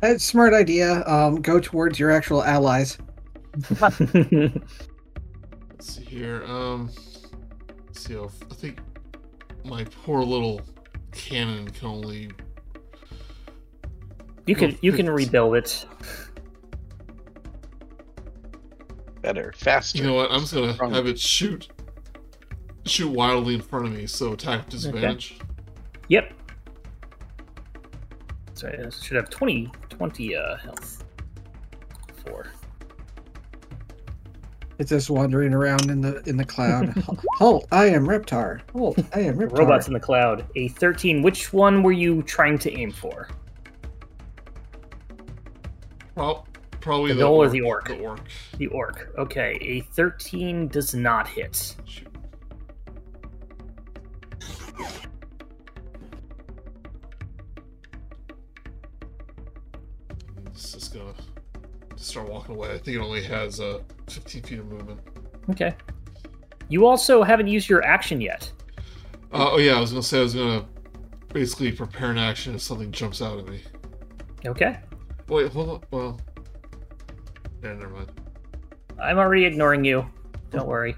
Speaker 5: That's a smart idea. Um, go towards your actual allies.
Speaker 4: Let's see here. Um, let's see how I think my poor little cannon can only.
Speaker 1: you can you can
Speaker 4: Well,
Speaker 1: rebuild it.
Speaker 3: Better, faster.
Speaker 4: You know what? I'm just gonna
Speaker 3: Wrong.
Speaker 4: have it shoot, shoot wildly in front of me. So attack with disadvantage.
Speaker 1: Yep. So I should have 20, 20 uh, health. Four.
Speaker 5: It's just wandering around in the in the cloud. halt! I am Reptar. Halt! I am Reptar.
Speaker 1: Robots in the cloud. A thirteen. Which one were you trying to aim for?
Speaker 4: Well, probably
Speaker 1: The
Speaker 4: the
Speaker 1: gnoll or
Speaker 4: orc,
Speaker 1: the orc?
Speaker 4: The orc.
Speaker 1: The orc. Okay. A thirteen does not hit.
Speaker 4: Shoot. It's just gonna start walking away. I think it only has uh, 15 feet of movement.
Speaker 1: Okay. You also haven't used your action yet.
Speaker 4: Uh, oh yeah, I was gonna say I was gonna basically prepare an action if something jumps out at me.
Speaker 1: Okay.
Speaker 4: Wait, hold on. Well, yeah, never mind.
Speaker 1: I'm already ignoring you. Don't worry.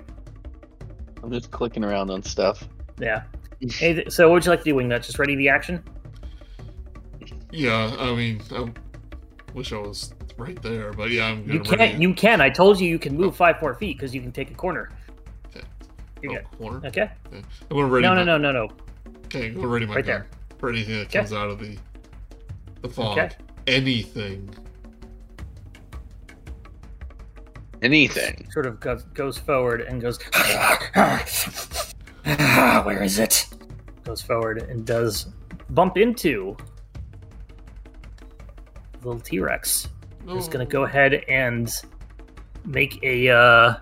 Speaker 3: I'm just clicking around on stuff.
Speaker 1: Yeah. Hey, so what would you like to do, Wingnut? Just ready the action?
Speaker 4: Yeah, I mean, I wish I was right there, but yeah, I'm. Gonna
Speaker 1: You
Speaker 4: ready-
Speaker 1: can't. You can. I told you you can move five more feet because you can take a corner. You're
Speaker 4: oh, corner.
Speaker 1: Okay.
Speaker 4: I'm gonna ready.
Speaker 1: No, no,
Speaker 4: my,
Speaker 1: no, no, no.
Speaker 4: Okay, I'm gonna ready my
Speaker 1: Right
Speaker 4: gun
Speaker 1: there.
Speaker 4: for anything that
Speaker 1: Okay.
Speaker 4: comes out of the the fog.
Speaker 1: Okay.
Speaker 4: Anything.
Speaker 3: Anything.
Speaker 1: Sort of goes, goes forward and goes. "Ah, Where is it? Goes forward and does bump into little T Rex. Is gonna go ahead and make a uh,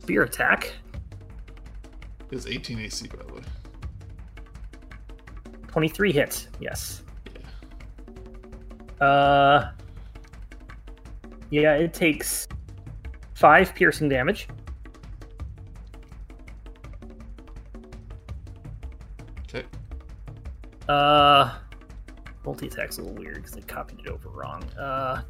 Speaker 1: spear attack.
Speaker 4: It's 18 AC by the way.
Speaker 1: Twenty-three hit. Yes. Uh. Yeah, it takes five piercing damage.
Speaker 4: Okay.
Speaker 1: Uh, multi attack's a little weird because I copied it over wrong. Uh,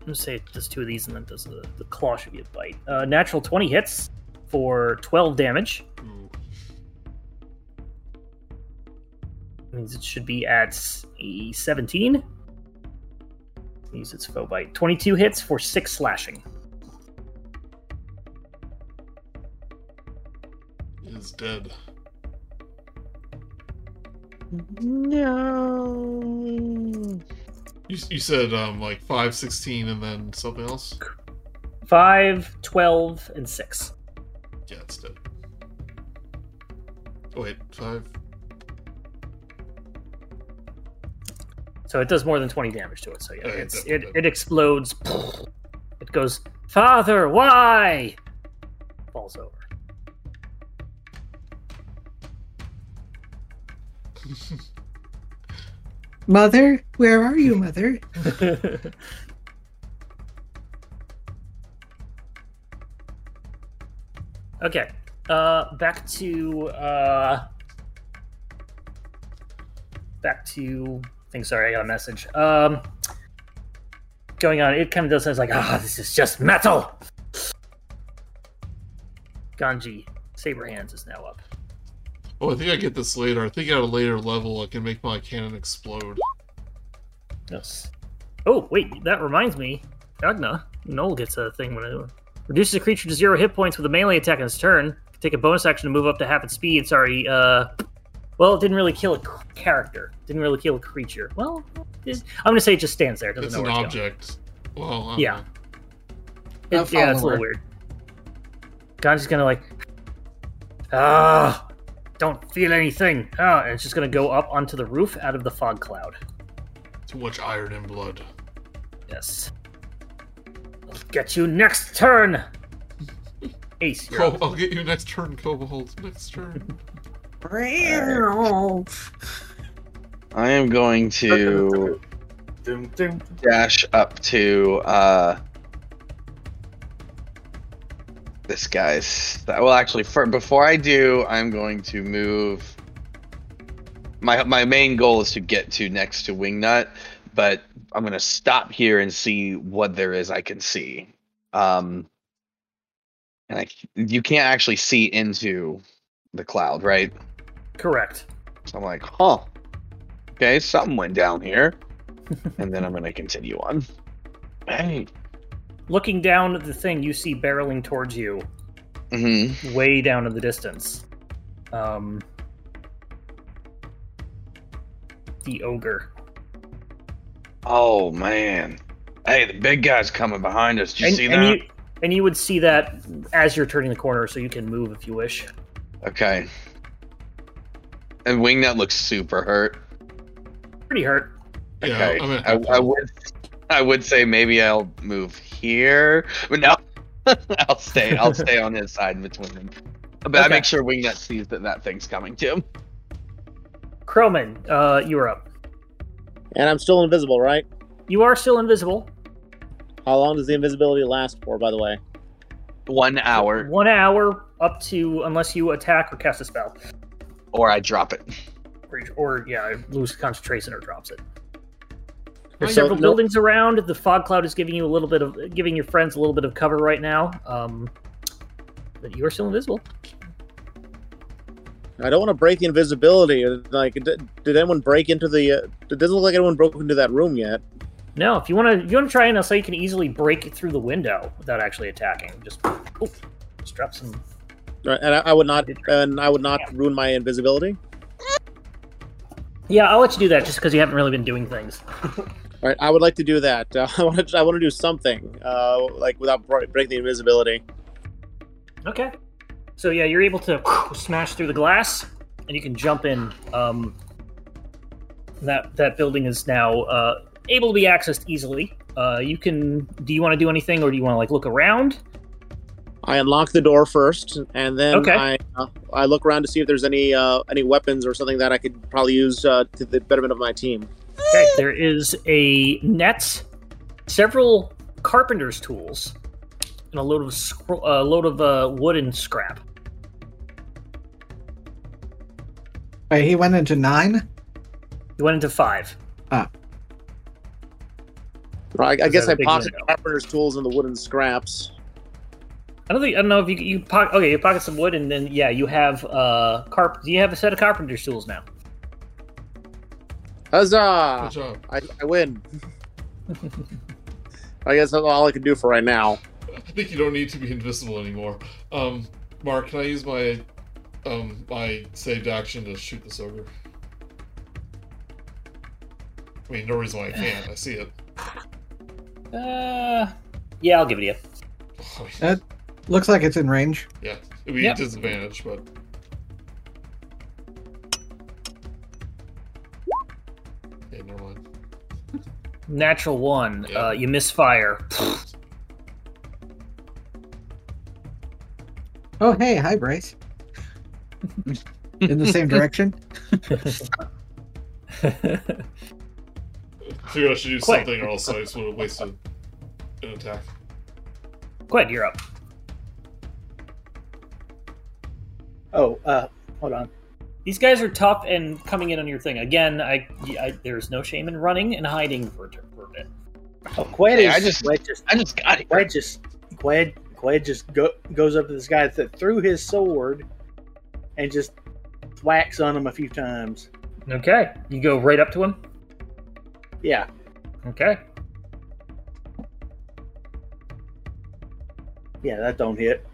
Speaker 1: I'm gonna say it does two of these and then does the, the claw should be a bite. Uh, natural 20 hits for 12 damage.
Speaker 4: Ooh.
Speaker 1: means it should be at a 17. Use its foe bite. 22 hits for 6 slashing.
Speaker 4: It is dead.
Speaker 3: No.
Speaker 4: You, you said um like 5, 16, and then something else.
Speaker 1: 5, 12, and 6.
Speaker 4: Yeah, it's dead. Oh, wait, five.
Speaker 1: So it does more than 20 damage to it. So yeah,
Speaker 4: Yeah, it
Speaker 1: it's, it,
Speaker 4: definitely
Speaker 1: it explodes. It goes, Father, why? Falls over.
Speaker 5: Mother, where are you, mother?
Speaker 1: okay. Uh, back to uh, back to thing. Sorry, I got a message. Um, going on. It kind of does sound like ah, this is just metal. Ganji, saber hands is now up.
Speaker 4: Oh, I think I get this later. I think at a later level I can make my cannon explode.
Speaker 1: Yes. Oh wait, that reminds me. Agna, Noel gets a thing when it reduces a creature to zero hit points with a melee attack on its turn. Take a bonus action to move up to half its speed. Sorry. Uh, well, it didn't really kill a c- character. Didn't really kill a creature. Well, it- I'm gonna say it just stands there. It doesn't
Speaker 4: It's
Speaker 1: know
Speaker 4: an
Speaker 1: where it's going.
Speaker 4: object. Well, I don't
Speaker 1: Yeah.
Speaker 4: know.
Speaker 1: It-
Speaker 5: A
Speaker 1: yeah, it's a
Speaker 5: follower.
Speaker 1: little weird. Ganji's gonna like, ah, don't feel anything. Ah, and it's just gonna go up onto the roof out of the fog cloud.
Speaker 4: Too much iron and blood.
Speaker 1: Yes. I'll get you next turn. Ace, you're
Speaker 4: Co-
Speaker 1: up.
Speaker 4: I'll get you next turn, Kobold. Next turn.
Speaker 3: I am going to
Speaker 2: Doom, doom.
Speaker 3: dash up to uh this guy's well actually for before I do I'm going to move my my main goal is to get to next to Wingnut but I'm going to stop here and see what there is I can see um and I you can't actually see into the cloud right
Speaker 1: correct.
Speaker 3: so I'm like, huh. Okay, something went down here. and then I'm gonna continue on. Hey.
Speaker 1: Looking down at the thing, you see barreling towards you,
Speaker 3: hmm
Speaker 1: way down in the distance. Um, the ogre.
Speaker 3: Oh man. Hey, the big guy's coming behind us. Do you
Speaker 1: and,
Speaker 3: see
Speaker 1: and
Speaker 3: that?
Speaker 1: you and you would see that as you're turning the corner, so you can move if you wish.
Speaker 3: Okay. And Wingnut looks super hurt.
Speaker 1: Pretty hurt.
Speaker 4: Yeah,
Speaker 3: Okay.
Speaker 4: I'm gonna
Speaker 3: I,
Speaker 4: have to-
Speaker 3: I would I would say maybe I'll move here. But no. I'll stay I'll stay on his side between them. But I
Speaker 1: Okay.
Speaker 3: make sure Wingnut sees that that thing's coming too.
Speaker 1: Croman, uh, you are up.
Speaker 6: And I'm still invisible, right?
Speaker 1: You are still invisible.
Speaker 6: How long does the invisibility last for, by the way?
Speaker 3: One hour
Speaker 1: One hour up to unless you attack or cast a spell.
Speaker 3: or I drop it.
Speaker 1: or, or yeah, lose concentration or drops it.
Speaker 6: Or
Speaker 1: There's
Speaker 6: so-
Speaker 1: several
Speaker 6: no-
Speaker 1: buildings around. The fog cloud is giving you a little bit of giving your friends a little bit of cover right now. Um, but you are still invisible.
Speaker 6: I don't want to break the invisibility. Like, did, did anyone break into the? Uh, it doesn't look like anyone broke into that room yet.
Speaker 1: No, if you want to, you want to try and I'll say you can easily break it through the window without actually attacking. Just, oof, just drop some.
Speaker 6: Right, and I, I would not, and I would not ruin my invisibility.
Speaker 1: Yeah, I'll let you do that just because you haven't really been doing things.
Speaker 6: All right, I would like to do that. Uh, I want to, I want to do something, uh, like without bro- breaking the invisibility.
Speaker 1: Okay. So yeah, you're able to smash through the glass, and you can jump in. Um, that that building is now uh, able to be accessed easily. Uh, you can. Do you want to do anything, or do you want to like look around?
Speaker 6: I unlock the door first, and then
Speaker 1: Okay.
Speaker 6: I, uh, I look around to see if there's any, uh, any weapons or something that I could probably use uh, to the betterment of my team.
Speaker 1: Okay, there is a net, several carpenter's tools, and a load of scro- a load of uh, wood and scrap.
Speaker 5: Wait, he went into nine.
Speaker 1: You went into five.
Speaker 6: Right, I, I
Speaker 1: Is
Speaker 6: guess
Speaker 1: that a
Speaker 6: I
Speaker 1: big
Speaker 6: pocket
Speaker 1: window?
Speaker 6: the carpenter's tools and the wooden scraps.
Speaker 1: I don't think I don't know if you you pocket. Okay, you pocket some wood, and then yeah, you have uh carp. Do you have a set of carpenter's tools now?
Speaker 6: Huzzah!
Speaker 4: Good job.
Speaker 6: I, I win. I guess that's all I can do for right now.
Speaker 4: I think you don't need to be invisible anymore. Um, Mark, can I use my um my saved action to shoot this ogre? I mean, no reason why I can't. I see it.
Speaker 1: Uh, yeah, I'll give it to you.
Speaker 5: Uh, Looks like it's in range.
Speaker 4: yeah, it'd be
Speaker 1: yeah.
Speaker 4: disadvantage, but yeah, never mind.
Speaker 1: Natural one.
Speaker 4: Yeah.
Speaker 1: Uh, you misfire.
Speaker 5: Oh, hey, hi, Bryce. in the same direction.
Speaker 4: Figured I should do
Speaker 1: Quick.
Speaker 4: something, or else I just would have wasted an attack.
Speaker 1: Quinn, you're up.
Speaker 2: Oh, uh, hold on.
Speaker 1: These guys are tough and coming in on your thing again. I, I there's no shame in running and hiding for, for a bit.
Speaker 2: Oh, Qued
Speaker 3: Hey,
Speaker 2: is.
Speaker 3: I just-
Speaker 2: Qued just.
Speaker 3: I just got it.
Speaker 2: Qued just. Qued. Qued just go, goes up to this guy that threw his sword, and just whacks on him a few times.
Speaker 1: Okay, you go right up to him.
Speaker 2: Yeah.
Speaker 1: Okay.
Speaker 2: Yeah, that don't hit.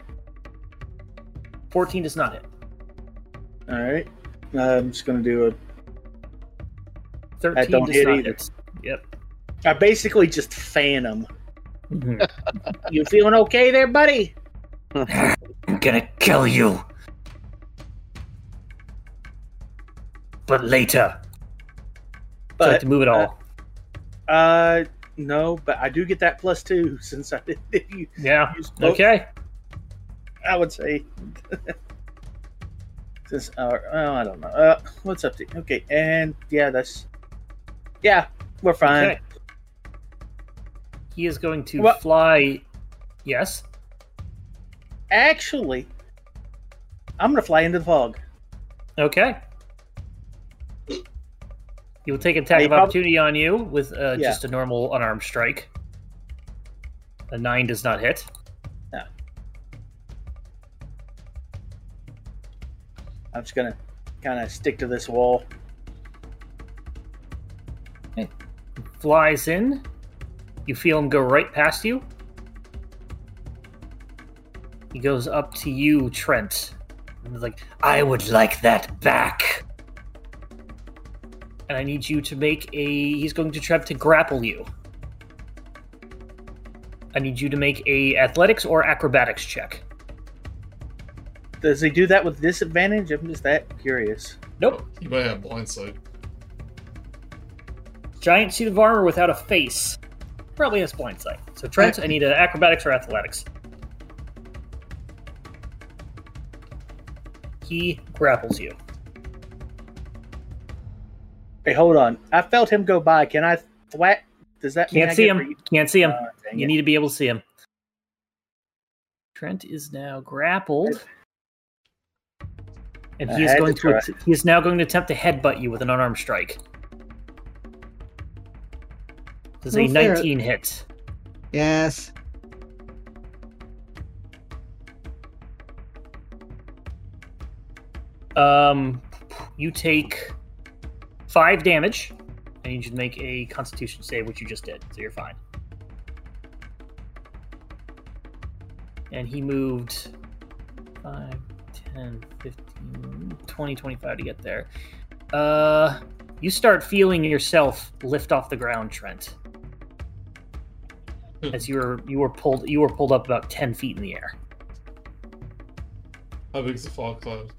Speaker 1: 14 does not hit.
Speaker 2: All right. Uh, I'm just gonna do a
Speaker 1: 13
Speaker 2: don't
Speaker 1: does
Speaker 2: hit
Speaker 1: not
Speaker 2: either.
Speaker 1: hit. Yep.
Speaker 2: I basically just fan him.
Speaker 1: Mhm.
Speaker 2: You feeling okay there, buddy?
Speaker 1: I'm gonna kill you. But later. So I have
Speaker 2: But
Speaker 1: to move it all.
Speaker 2: uh, no, but I do get that plus two since I did. If you
Speaker 1: yeah.
Speaker 2: use both,
Speaker 1: Okay.
Speaker 2: I would say. since our, oh, I don't know. Uh, what's up to Okay, and yeah, that's yeah, we're fine.
Speaker 1: Okay. He is going to
Speaker 2: What-
Speaker 1: fly. Yes.
Speaker 2: Actually, I'm gonna fly into the fog.
Speaker 1: Okay. He will take an attack
Speaker 2: They
Speaker 1: of
Speaker 2: prob-
Speaker 1: opportunity on you with uh,
Speaker 2: Yeah.
Speaker 1: just a normal unarmed strike. A nine does not hit.
Speaker 2: I'm just gonna kind of stick to this wall.
Speaker 1: Flies in. You feel him go right past you. He goes up to you, Trent. And he's like, I would like that back. And I need you to make a. He's going to try to grapple you. I need you to make a athletics or acrobatics check.
Speaker 2: Does he do that with disadvantage? I'm just that curious.
Speaker 1: Nope.
Speaker 4: You might have blindsight.
Speaker 1: Giant suit of armor without a face. Probably has blind sight. So Trent, I need an acrobatics or athletics. He grapples you.
Speaker 2: Hey, hold on. I felt him go by. Can I thwack? Does that mean
Speaker 1: Can't
Speaker 2: I
Speaker 1: see
Speaker 2: get
Speaker 1: him.
Speaker 2: free-
Speaker 1: Can't see him.
Speaker 2: Oh, dang
Speaker 1: You
Speaker 2: it.
Speaker 1: need to be able to see him. Trent is now grappled. And
Speaker 2: I
Speaker 1: he is
Speaker 2: had to
Speaker 1: going to,
Speaker 2: try.
Speaker 1: att- he is now going to attempt to headbutt you with an unarmed strike. Does a
Speaker 5: Well, fair.
Speaker 1: 19 hit?
Speaker 5: Yes.
Speaker 1: Um, you take five damage I need you to make a Constitution save, which you just did, so you're fine. And he moved 5, 10, 15, 20, 25 to get there. Uh, you start feeling yourself lift off the ground, Trent.
Speaker 4: Hmm.
Speaker 1: As you were you were pulled you were pulled up about ten feet in the air.
Speaker 4: How big's the fog cloud?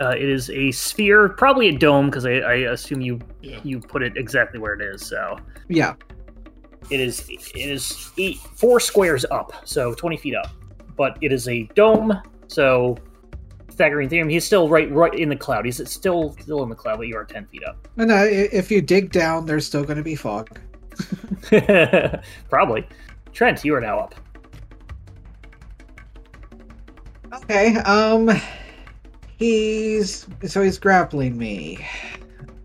Speaker 1: Uh, it is a sphere, probably a dome, because I, I assume you
Speaker 4: Yeah.
Speaker 1: you put it exactly where it is. So
Speaker 5: Yeah.
Speaker 1: it is it is eight four squares up, so twenty feet up. But it is a dome, so Pythagorean theorem. He's still right right in the cloud. He's still still in the cloud, but you are ten feet up.
Speaker 5: And uh, i- if you dig down, there's still going to be fog.
Speaker 1: Probably. Trent, you are now up.
Speaker 5: Okay. Um, he's so he's grappling me.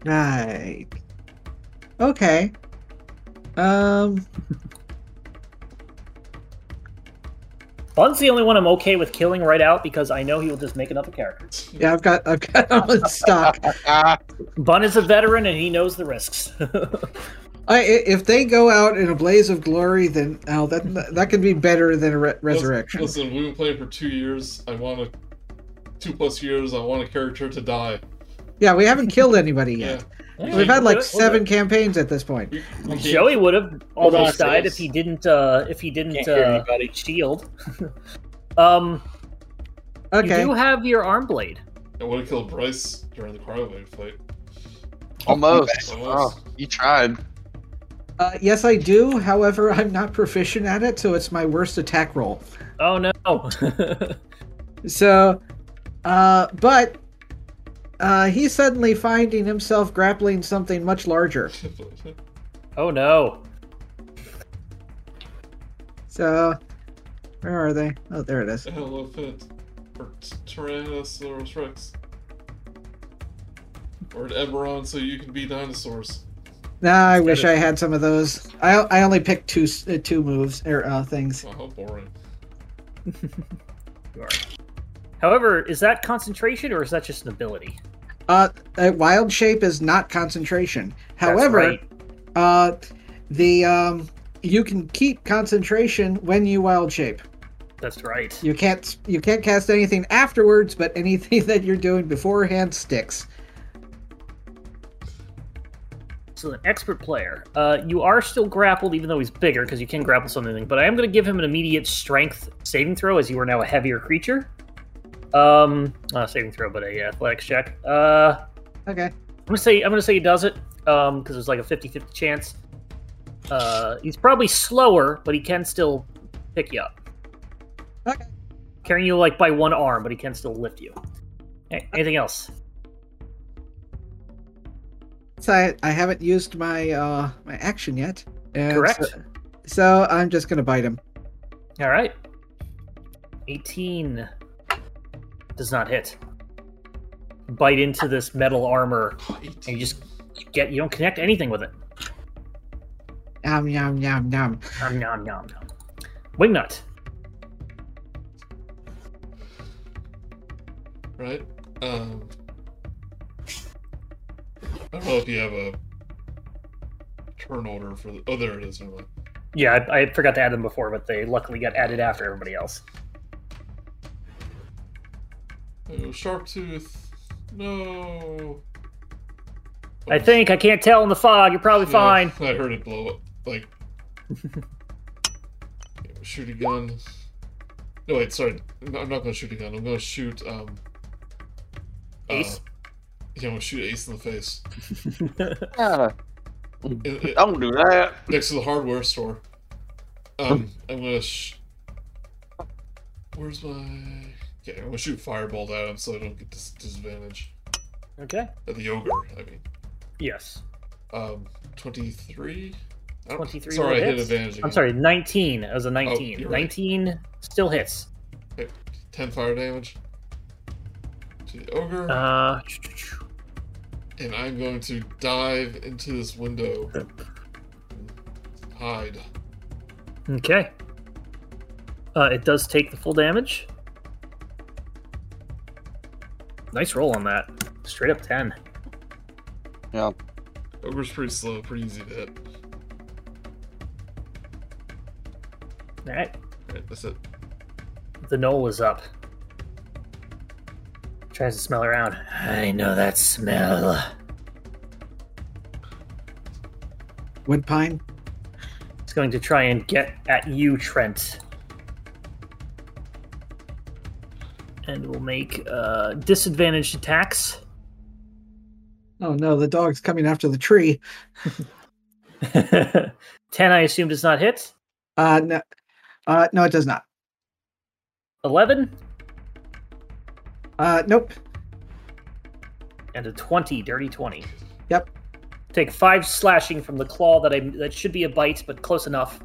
Speaker 5: Right. Okay. Um.
Speaker 1: Bun's the only one I'm okay with killing right out because I know he will just make another character.
Speaker 5: Yeah, I've got I've got him in stock.
Speaker 3: Ah,
Speaker 1: Bun is a veteran and he knows the risks.
Speaker 5: I, i- if they go out in a blaze of glory, then oh, that that could be better than a re- resurrection.
Speaker 4: Listen, we've been playing for two years. I want a two plus years. I want a character to die.
Speaker 5: Yeah, we haven't killed anybody
Speaker 4: Yeah.
Speaker 5: yet. We've had
Speaker 1: Do
Speaker 5: like
Speaker 1: it.
Speaker 5: seven campaigns at this point.
Speaker 4: We, we can't-
Speaker 1: Joey would have
Speaker 2: Hold on,
Speaker 1: almost died
Speaker 2: sis.
Speaker 1: if he didn't uh if he didn't
Speaker 2: Can't hear
Speaker 1: uh,
Speaker 2: anybody.
Speaker 1: shield. um
Speaker 5: Okay.
Speaker 1: you do have your arm blade.
Speaker 4: I would have killed Bryce during the cryowave fight.
Speaker 3: almost.
Speaker 4: Almost.
Speaker 3: Oh, you tried.
Speaker 5: Uh, yes, I do. However, I'm not proficient at it, so it's my worst attack roll.
Speaker 1: Oh no.
Speaker 5: So, uh, but uh, he's suddenly finding himself grappling something much larger.
Speaker 1: oh no.
Speaker 5: So, where are they? Oh, there it is.
Speaker 4: Elephant or t- Tyrannosaurus Rex or an Eberron, so you can be dinosaurs.
Speaker 5: Nah, I wish I had some of those. I, I only picked two s- uh, two moves or uh, things.
Speaker 4: Oh, how boring.
Speaker 1: However, is that concentration or is that just an ability?
Speaker 5: Uh, uh, wild shape is not concentration.
Speaker 1: That's
Speaker 5: However,
Speaker 1: right.
Speaker 5: uh, the um, you can keep concentration when you wild shape.
Speaker 1: That's right.
Speaker 5: You can't you can't cast anything afterwards, but anything that you're doing beforehand sticks.
Speaker 1: So an expert player. Uh, you are still grappled, even though he's bigger, because you can grapple something. But I am going to give him an immediate strength saving throw, as you are now a heavier creature. Um, not a saving throw, but a athletics check. Uh,
Speaker 5: Okay.
Speaker 1: I'm gonna say I'm gonna say he does it, um, because it's like a 50-50 chance. Uh, he's probably slower, but he can still pick you up.
Speaker 5: Okay.
Speaker 1: Carrying you like by one arm, but he can still lift you. A- Anything else?
Speaker 5: So I, I haven't used my uh my action yet. And
Speaker 1: Correct.
Speaker 5: So, so I'm just gonna bite him.
Speaker 1: All right. 18 does not hit. Bite into this metal armor and you just get you don't connect anything with it.
Speaker 5: Yum yum yum yum.
Speaker 1: Nom nom nom nom. Wingnut.
Speaker 4: right? Um, I don't know if you have a turn order for. The, oh, there it is. Never mind.
Speaker 1: Yeah, I, I forgot to add them before, but they luckily got added after everybody else.
Speaker 4: Oh, sharp tooth. No.
Speaker 1: I think I can't tell in the fog. You're probably
Speaker 4: Yeah,
Speaker 1: fine.
Speaker 4: I heard it blow up. Like shoot a gun. No, wait. Sorry, No, I'm not gonna shoot a gun. I'm gonna shoot. Um,
Speaker 1: Ace?
Speaker 4: Uh, yeah, I'm gonna shoot Ace in the face.
Speaker 3: Yeah,
Speaker 4: In- in-
Speaker 3: don't do that.
Speaker 4: next to the hardware store. Um, I'm gonna. Sh- Where's my? Okay, I'm gonna shoot fireball at him so I don't get this disadvantage.
Speaker 1: Okay.
Speaker 4: At the ogre, I mean.
Speaker 1: Yes.
Speaker 4: Um, twenty-three. I don't-
Speaker 1: 23
Speaker 4: Sorry,
Speaker 1: will
Speaker 4: I hit
Speaker 1: hit.
Speaker 4: advantage. Again.
Speaker 1: I'm sorry, 19 as a 19.
Speaker 4: Oh, you're right.
Speaker 1: 19 still hits.
Speaker 4: Ten fire damage to the ogre,
Speaker 1: Uh,
Speaker 4: and I'm going to dive into this window. Hide.
Speaker 1: Okay. Uh, it does take the full damage. Nice roll on that. Straight up 10.
Speaker 3: Yeah.
Speaker 4: Ogre's pretty slow, pretty easy to hit.
Speaker 1: All right.
Speaker 4: Alright, that's it.
Speaker 1: The knoll is up. Tries to smell around. I know that smell.
Speaker 5: Wood pine.
Speaker 1: It's going to try and get at you, Trent. And will make uh, disadvantaged attacks.
Speaker 5: Oh no, the dog's coming after the tree.
Speaker 1: 10, I assume, does not hit.
Speaker 5: Uh no, uh no, it does not.
Speaker 1: 11
Speaker 5: Uh nope.
Speaker 1: and a 20, dirty 20.
Speaker 5: Yep.
Speaker 1: Take five slashing from the claw that I that should be a bite, but close enough.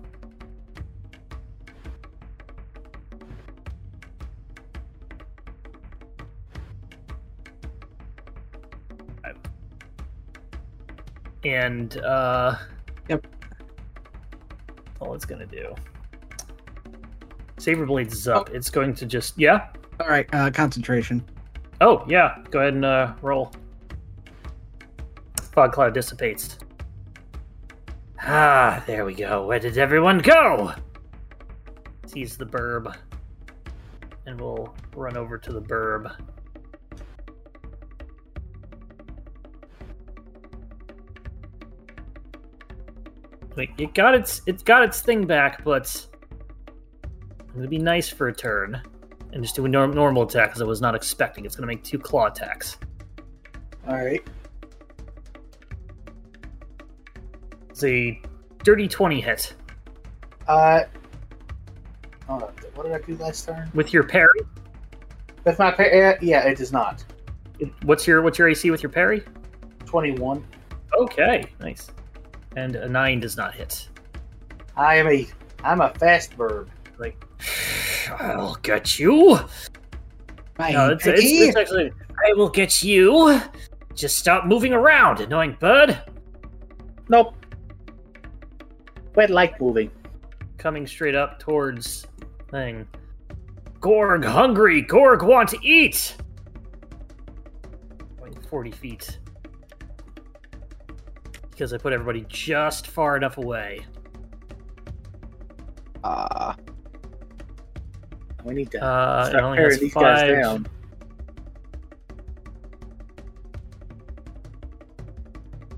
Speaker 1: And uh
Speaker 5: Yep.
Speaker 1: all it's gonna do. Saber blades is
Speaker 5: Oh.
Speaker 1: up. It's going to just yeah?
Speaker 5: All right, uh concentration.
Speaker 1: Oh yeah, go ahead and uh, roll. Fog cloud dissipates. Ah, there we go. Where did everyone go? Sees the burb, and we'll run over to the burb. Wait, it got its it got its thing back, but I'm gonna be nice for a turn and just do a norm- normal attack because I was not expecting. It's going to make two claw attacks.
Speaker 5: All right.
Speaker 1: It's a dirty 20 hit
Speaker 7: Uh, hold on. What did I do last turn?
Speaker 1: with your parry.
Speaker 7: That's my parry. Yeah, it does not.
Speaker 1: What's your what's your AC with your parry?
Speaker 7: Twenty-one.
Speaker 1: Okay, nice. And a 9 does not hit.
Speaker 7: I am a. I'm a fast bird.
Speaker 1: I'll get you.
Speaker 5: Bye.
Speaker 1: No, it's, it's, it's actually I will get you. Just stop moving around, annoying bird.
Speaker 2: Nope. Red light moving.
Speaker 1: Coming straight up towards thing. Gorg hungry. Gorg want to eat. Going 40 feet. Because I put everybody just far enough away.
Speaker 3: Ah.
Speaker 2: We need to
Speaker 1: Uh, it
Speaker 2: start
Speaker 1: only has
Speaker 2: tearing these guys
Speaker 1: five.
Speaker 2: down.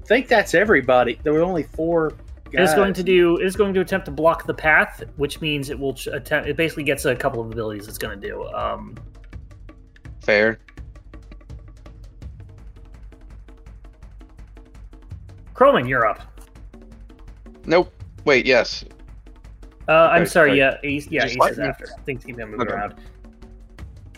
Speaker 2: think that's everybody. There were only four
Speaker 1: It
Speaker 2: guys.
Speaker 1: is going to do. It is going to attempt to block the path, which means it will ch- attempt. It basically gets a couple of abilities. It's going to do. Um,
Speaker 3: fair.
Speaker 1: Croman, you're up.
Speaker 3: Nope. Wait, yes.
Speaker 1: Uh, I'm
Speaker 3: Okay,
Speaker 1: sorry.
Speaker 3: sorry.
Speaker 1: Yeah, Ace, yeah,
Speaker 3: Just
Speaker 1: Ace
Speaker 3: like
Speaker 1: is
Speaker 3: that.
Speaker 1: after. Things keep moving
Speaker 3: Okay.
Speaker 1: around.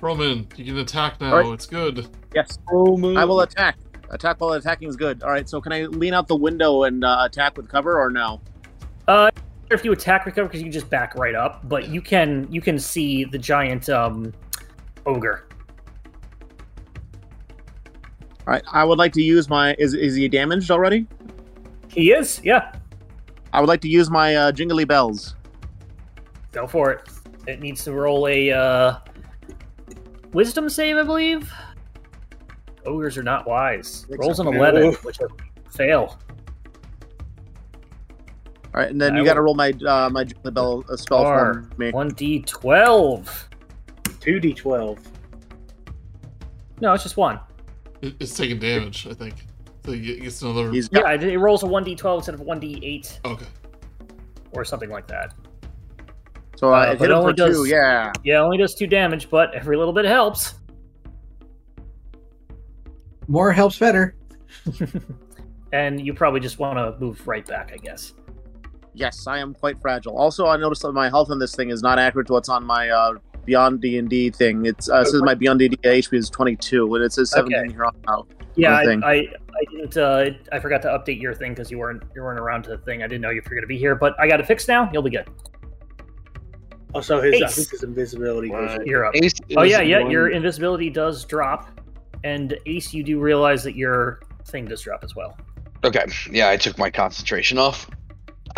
Speaker 4: Roman, you can attack now.
Speaker 6: Alright.
Speaker 4: It's good.
Speaker 6: Yes.
Speaker 2: Slow move.
Speaker 6: I will attack. Attack while attacking is good. All right. So can I lean out the window and uh, attack with cover or no?
Speaker 1: If you attack recover, because you can just back right up, but you can you can see the giant um, ogre.
Speaker 6: All right. I would like to use my. Is is he damaged already?
Speaker 1: He is. Yeah,
Speaker 6: I would like to use my uh, jingly bells.
Speaker 1: go for it. It needs to roll a uh, wisdom save, I believe. Ogres are not wise.
Speaker 6: Think
Speaker 1: Rolls an
Speaker 6: so.
Speaker 1: eleven,
Speaker 2: No.
Speaker 1: which I fail.
Speaker 6: All right, and then
Speaker 1: I
Speaker 6: you got to roll my uh, my jingly bell uh, spell
Speaker 1: Or
Speaker 6: for me.
Speaker 1: One d twelve.
Speaker 2: two d twelve.
Speaker 1: No, it's just one.
Speaker 4: It, it's taking damage, I think. So it gets another.
Speaker 6: He's got
Speaker 1: Yeah, it it rolls a one d twelve instead of one d eight
Speaker 4: Okay.
Speaker 1: or something like that.
Speaker 6: so
Speaker 1: Uh,
Speaker 6: uh, it
Speaker 1: but
Speaker 6: hit
Speaker 1: it
Speaker 6: him
Speaker 1: only
Speaker 6: for two.
Speaker 1: does-
Speaker 6: Yeah.
Speaker 1: Yeah, it only does two damage, but every little bit helps.
Speaker 5: More helps better.
Speaker 1: and you probably just want to move right back, I guess.
Speaker 6: Yes, I am quite fragile. Also, I noticed that my health on this thing is not accurate to what's on my uh, Beyond D and D thing. It's uh, it says my Beyond D and D HP is twenty two, and it says
Speaker 1: Okay.
Speaker 6: seventeen here on out.
Speaker 1: Yeah, I,
Speaker 6: thing.
Speaker 1: I, I didn't. Uh, I forgot to update your thing because you weren't you weren't around to the thing. I didn't know if you were going to be here, but I got it fixed now. You'll be good.
Speaker 2: Also, Oh, his I
Speaker 1: Ace.
Speaker 2: think his invisibility goes
Speaker 3: Right.
Speaker 1: You're up.
Speaker 3: Ace
Speaker 1: Oh
Speaker 3: is
Speaker 1: yeah, yeah.
Speaker 3: one-
Speaker 1: Your invisibility does drop, and Ace, you do realize that your thing does drop as well.
Speaker 3: Okay. Yeah, I took my concentration off.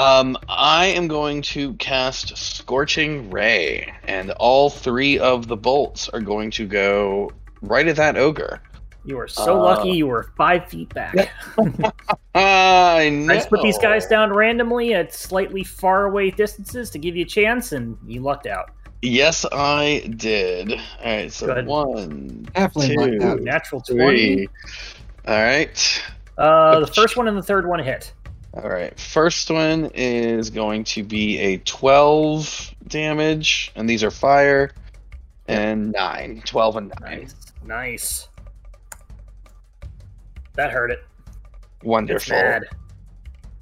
Speaker 3: Um, I am going to cast Scorching Ray, and all three of the bolts are going to go right at that ogre.
Speaker 1: You are so
Speaker 3: Uh.
Speaker 1: lucky you were five feet back.
Speaker 3: I know.
Speaker 1: I just put these guys down randomly at slightly far away distances to give you a chance, and you lucked out.
Speaker 3: Yes, I did. All right,
Speaker 1: Go
Speaker 3: so
Speaker 1: ahead.
Speaker 3: one,
Speaker 5: Definitely like
Speaker 3: Two.
Speaker 5: that.
Speaker 1: Natural 20.
Speaker 3: three. All right.
Speaker 1: Uh, the first one and the third one hit.
Speaker 3: All right. First one is going to be a 12 damage, and these are fire, and 9. 12 and 9.
Speaker 1: Nice. Nice. That hurt it. It's
Speaker 3: Wonderful.
Speaker 1: bad.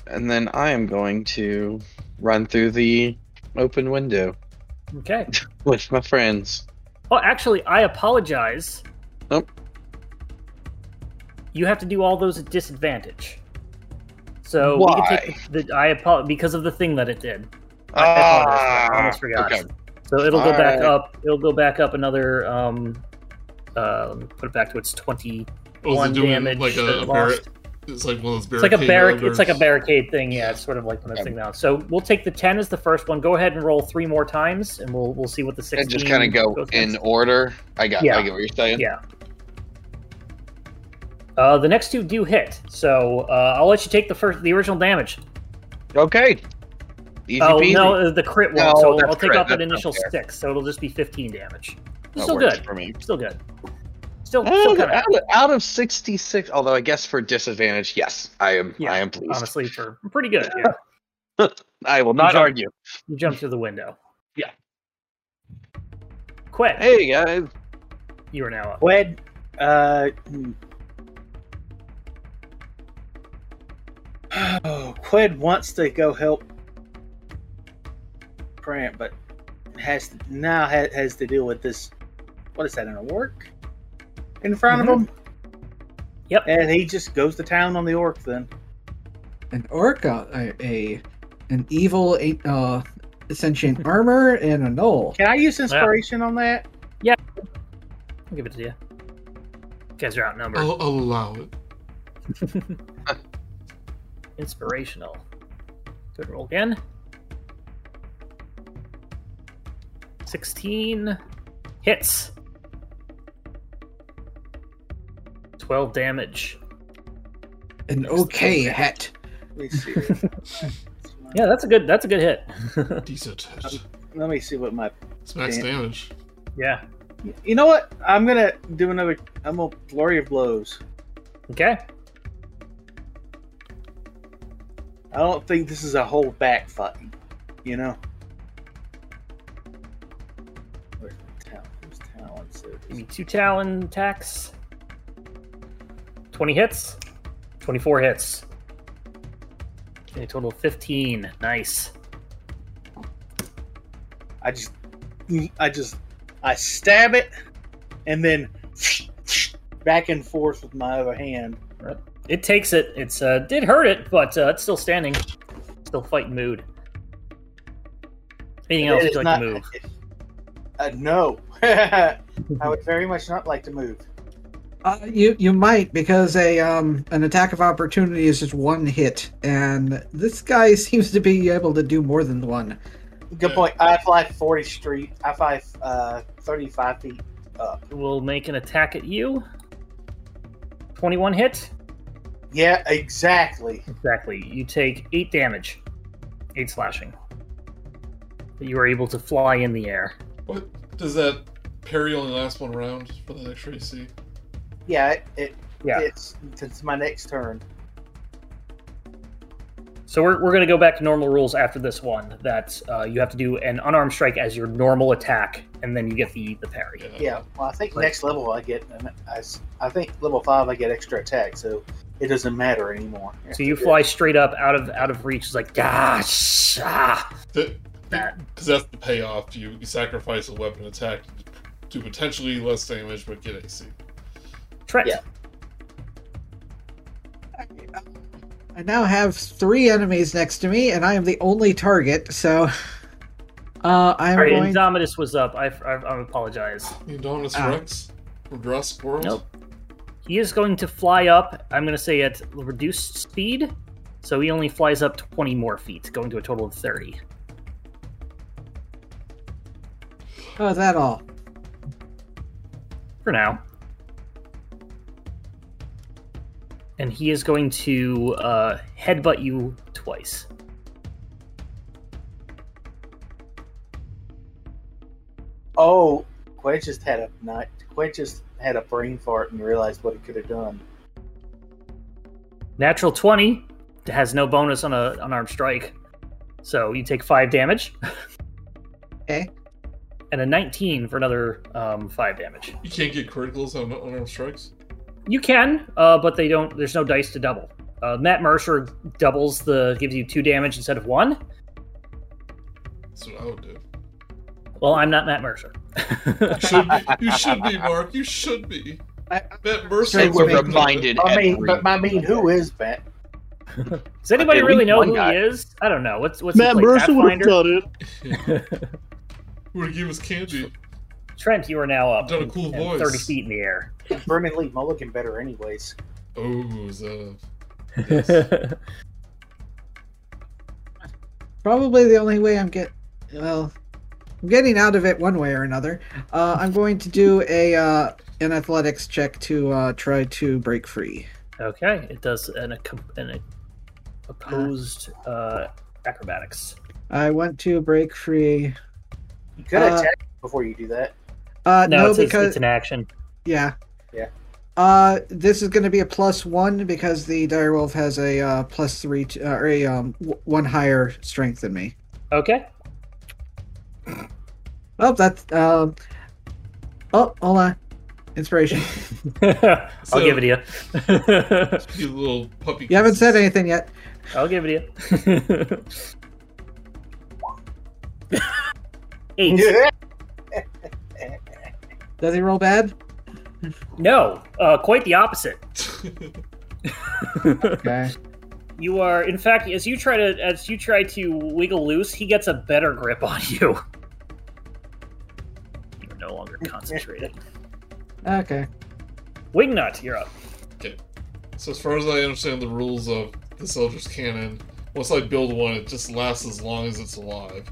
Speaker 3: And then I am going to run through the open window
Speaker 1: Okay.
Speaker 3: with my friends.
Speaker 1: Oh, actually, I apologize.
Speaker 3: Nope.
Speaker 1: You have to do all those at disadvantage. So we
Speaker 3: Why?
Speaker 1: can take the, I apologize because of the thing that it did.
Speaker 3: Ah,
Speaker 1: I almost forgot.
Speaker 3: okay.
Speaker 1: So it'll go back
Speaker 3: Alright.
Speaker 1: up. It'll go back up another. Um, uh, let me put it back to its twenty
Speaker 4: Oh, is
Speaker 1: one
Speaker 4: it doing
Speaker 1: damage.
Speaker 4: like
Speaker 1: that
Speaker 4: a,
Speaker 1: it
Speaker 4: a
Speaker 1: lost.
Speaker 4: barri- It's like one of
Speaker 1: It's
Speaker 4: those
Speaker 1: like a
Speaker 4: barricade
Speaker 1: barricade.
Speaker 4: builders.
Speaker 1: It's like a barricade thing. Yeah, it's sort of like one of those
Speaker 3: Okay.
Speaker 1: things now. So we'll take the ten as the first one. Go ahead and roll three more times, and we'll we'll see what the sixteen.
Speaker 3: And just kind of go
Speaker 1: goes
Speaker 3: in
Speaker 1: next.
Speaker 3: order. I got.
Speaker 1: Yeah.
Speaker 3: I get what you're saying.
Speaker 1: Yeah. Uh, the next two do hit, so uh, I'll let you take the first, the original damage.
Speaker 3: Okay. Easy
Speaker 1: oh
Speaker 3: peasy.
Speaker 1: no, uh, the crit one.
Speaker 3: No,
Speaker 1: so
Speaker 3: that's
Speaker 1: I'll take
Speaker 3: crit,
Speaker 1: off an
Speaker 3: that's not
Speaker 1: initial
Speaker 3: fair.
Speaker 1: six, so it'll just be fifteen damage.
Speaker 3: That
Speaker 1: still
Speaker 3: works Oh,
Speaker 1: good. Oh,
Speaker 3: for me.
Speaker 1: Still good. Still, still
Speaker 3: Out of,
Speaker 1: kind of
Speaker 3: out, of, out of 66, although I guess for disadvantage, yes, I am.
Speaker 1: Yeah,
Speaker 3: I am pleased.
Speaker 1: honestly for pretty good. Yeah.
Speaker 3: I will not
Speaker 1: Jump.
Speaker 3: argue.
Speaker 1: You jump through the window.
Speaker 3: Yeah.
Speaker 1: Quit.
Speaker 3: Hey guys,
Speaker 1: You are now up.
Speaker 2: Qued, uh, hmm. oh, Qued wants to go help Prant, but has to, now has, has to deal with this. What is that? An orc in front of him.
Speaker 1: Yep.
Speaker 2: and he just goes to town on the orc. Then
Speaker 5: An orca, a, a an evil a- uh, sentient armor, and a knoll.
Speaker 2: can I use inspiration on that?
Speaker 1: I'll give it to you. You guys are outnumbered.
Speaker 4: I'll, I'll allow it.
Speaker 1: Inspirational. Good roll again. 16 hits. 12 damage.
Speaker 5: An okay hat.
Speaker 2: Let me see.
Speaker 1: Yeah, that's a good that's a good hit.
Speaker 4: Decent.
Speaker 2: Um, Let me see what my.
Speaker 4: It's max
Speaker 2: damn.
Speaker 4: damage.
Speaker 1: yeah.
Speaker 2: You know what? I'm gonna do another. I'm gonna flurry of blows.
Speaker 1: Okay.
Speaker 2: I don't think this is a whole back fight, you know. Where's the talent? Where's talent? So
Speaker 1: Give me two talon attacks. 20 hits. 24 hits. Okay, total of 15. Nice.
Speaker 2: I just, mm, I just, I stab it, and then back and forth with my other hand.
Speaker 1: It takes it. It's uh did hurt it, but uh, it's still standing. Still fight mood. Anything else
Speaker 2: It
Speaker 1: you'd
Speaker 2: is
Speaker 1: like
Speaker 2: not-
Speaker 1: to move?
Speaker 2: Uh, no, I would very much not like to move.
Speaker 5: Uh, you you might because a um an attack of opportunity is just one hit, and this guy seems to be able to do more than one.
Speaker 2: Good point. I fly forty street. I fly uh, thirty-five feet.
Speaker 1: We'll make an attack at you. 21 hit.
Speaker 2: Yeah, exactly.
Speaker 1: Exactly. You take 8 damage. 8 slashing. But you are able to fly in the air.
Speaker 4: What does that parry only last one round for the next AC?
Speaker 2: Yeah, it. it
Speaker 1: Yeah.
Speaker 2: It's, it's my next turn.
Speaker 1: So we're, we're going to go back to normal rules after this one. That uh, you have to do an unarmed strike as your normal attack, and then you get the the parry.
Speaker 2: Yeah, well, I think
Speaker 1: Like-
Speaker 2: next level I get, an- I, s- I think level five I get extra attack, so it doesn't matter anymore.
Speaker 1: So you fly straight up out of out of reach. It's like gosh, ah.
Speaker 4: Because that's the payoff. You, you sacrifice a weapon attack to potentially less damage but get AC.
Speaker 1: Trent.
Speaker 2: Yeah.
Speaker 5: I now have three enemies next to me, and I am the only target. So, uh, I'm
Speaker 1: All right,
Speaker 5: going.
Speaker 1: Indominus was up. I, I, I apologize.
Speaker 4: The Indominus
Speaker 5: Ah.
Speaker 4: Rex from Jurassic World?
Speaker 1: Nope. He is going to fly up. I'm going to say at reduced speed, so he only flies up 20 more feet, going to a total of 30.
Speaker 5: Oh, that all.
Speaker 1: For now, and he is going to uh, headbutt you twice.
Speaker 2: Oh, Quid just had a nut. Quid just had a brain fart and realized what he could have done.
Speaker 1: Natural twenty has no bonus on a unarmed strike, so you take five damage.
Speaker 8: Okay.
Speaker 1: And a nineteen for another um, five damage.
Speaker 4: You can't get criticals on unarmed strikes.
Speaker 1: You can, uh, but they don't. There's no dice to double. Uh, Matt Mercer doubles the gives you two damage instead of one.
Speaker 4: That's what I would do.
Speaker 1: Well, I'm not Matt Mercer.
Speaker 4: You should be, you should be Mark. You should be.
Speaker 5: I-
Speaker 4: Matt Mercer.
Speaker 3: They
Speaker 4: was
Speaker 3: were
Speaker 4: making up
Speaker 3: reminded
Speaker 2: I mean,
Speaker 3: every-
Speaker 2: but I mean, who is Matt?
Speaker 1: Does anybody
Speaker 3: At
Speaker 1: really
Speaker 3: least
Speaker 1: know
Speaker 3: one
Speaker 1: who
Speaker 3: guy.
Speaker 1: he is? I don't know. What's what's he play, Pathfinder?
Speaker 6: done it.
Speaker 4: it. Who gave us candy?
Speaker 1: Trent, you are now up.
Speaker 4: Done a
Speaker 1: and-
Speaker 4: cool
Speaker 1: and
Speaker 4: voice.
Speaker 1: Thirty feet in the air.
Speaker 2: Vernon Lee Mulligan better, anyways.
Speaker 4: Oh, is that
Speaker 5: Probably the only way I'm get well, I'm getting out of it one way or another. Uh, I'm going to do a uh, an athletics check to uh, try to break free.
Speaker 1: okay, it does an, accom- an opposed uh, acrobatics.
Speaker 5: I want to break free.
Speaker 2: You could
Speaker 5: Uh,
Speaker 2: attack before you do that.
Speaker 5: Uh,
Speaker 1: No,
Speaker 5: no,
Speaker 1: it's,
Speaker 5: because
Speaker 1: it's an action.
Speaker 5: yeah,
Speaker 2: Yeah.
Speaker 5: Uh, this is going to be a plus one because the direwolf has a uh, plus three to, uh, or a um, w- one higher strength than me.
Speaker 1: Okay.
Speaker 5: Oh, that's um. Oh, hold on, inspiration.
Speaker 1: I'll
Speaker 4: So-
Speaker 1: give it to you.
Speaker 4: it? You little puppy.
Speaker 5: You haven't said
Speaker 4: kisses.
Speaker 5: anything yet.
Speaker 1: I'll give it to you. Eight.
Speaker 5: Does he roll bad?
Speaker 1: No, uh, quite the opposite.
Speaker 5: Okay.
Speaker 1: You are, in fact, as you try to as you try to wiggle loose, he gets a better grip on you. You're no longer concentrated.
Speaker 5: Okay.
Speaker 1: Wingnut, you're up.
Speaker 4: So as far as I understand the rules of this Eldritch Cannon, once I build one, it just lasts as long as it's alive.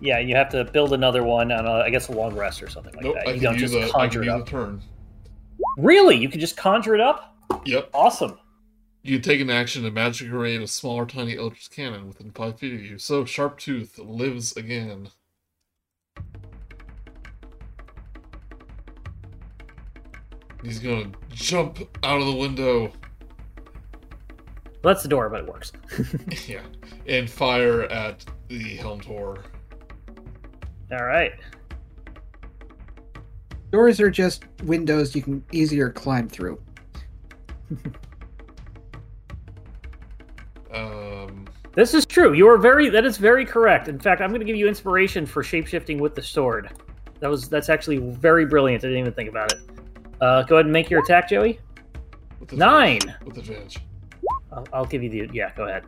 Speaker 1: Yeah, you have to build another one on, a, I guess, a long rest or something like
Speaker 4: nope,
Speaker 1: that.
Speaker 4: I
Speaker 1: you
Speaker 4: can
Speaker 1: don't
Speaker 4: use
Speaker 1: just
Speaker 4: a, I
Speaker 1: conjure
Speaker 4: can
Speaker 1: it
Speaker 4: use
Speaker 1: up.
Speaker 4: a turn.
Speaker 1: Really, you can just conjure it up.
Speaker 4: Yep.
Speaker 1: Awesome.
Speaker 4: You take an action to magic create a small or tiny Eldritch Cannon within five feet of you. So Sharptooth lives again. He's gonna jump out of the window.
Speaker 1: Well, that's the door, but it works.
Speaker 4: yeah. And fire at the Helm Tor.
Speaker 1: All right.
Speaker 5: Doors are just windows you can easier climb through.
Speaker 4: Um
Speaker 1: This is true. You are very. That is very correct. In fact, I'm going to give you inspiration for shapeshifting with the sword. That was. That's actually very brilliant. I didn't even think about it. Uh, go ahead and make your attack, Joey.
Speaker 4: with
Speaker 1: Nine.
Speaker 4: advantage- With advantage.
Speaker 1: I'll, I'll give you the. Yeah, go ahead.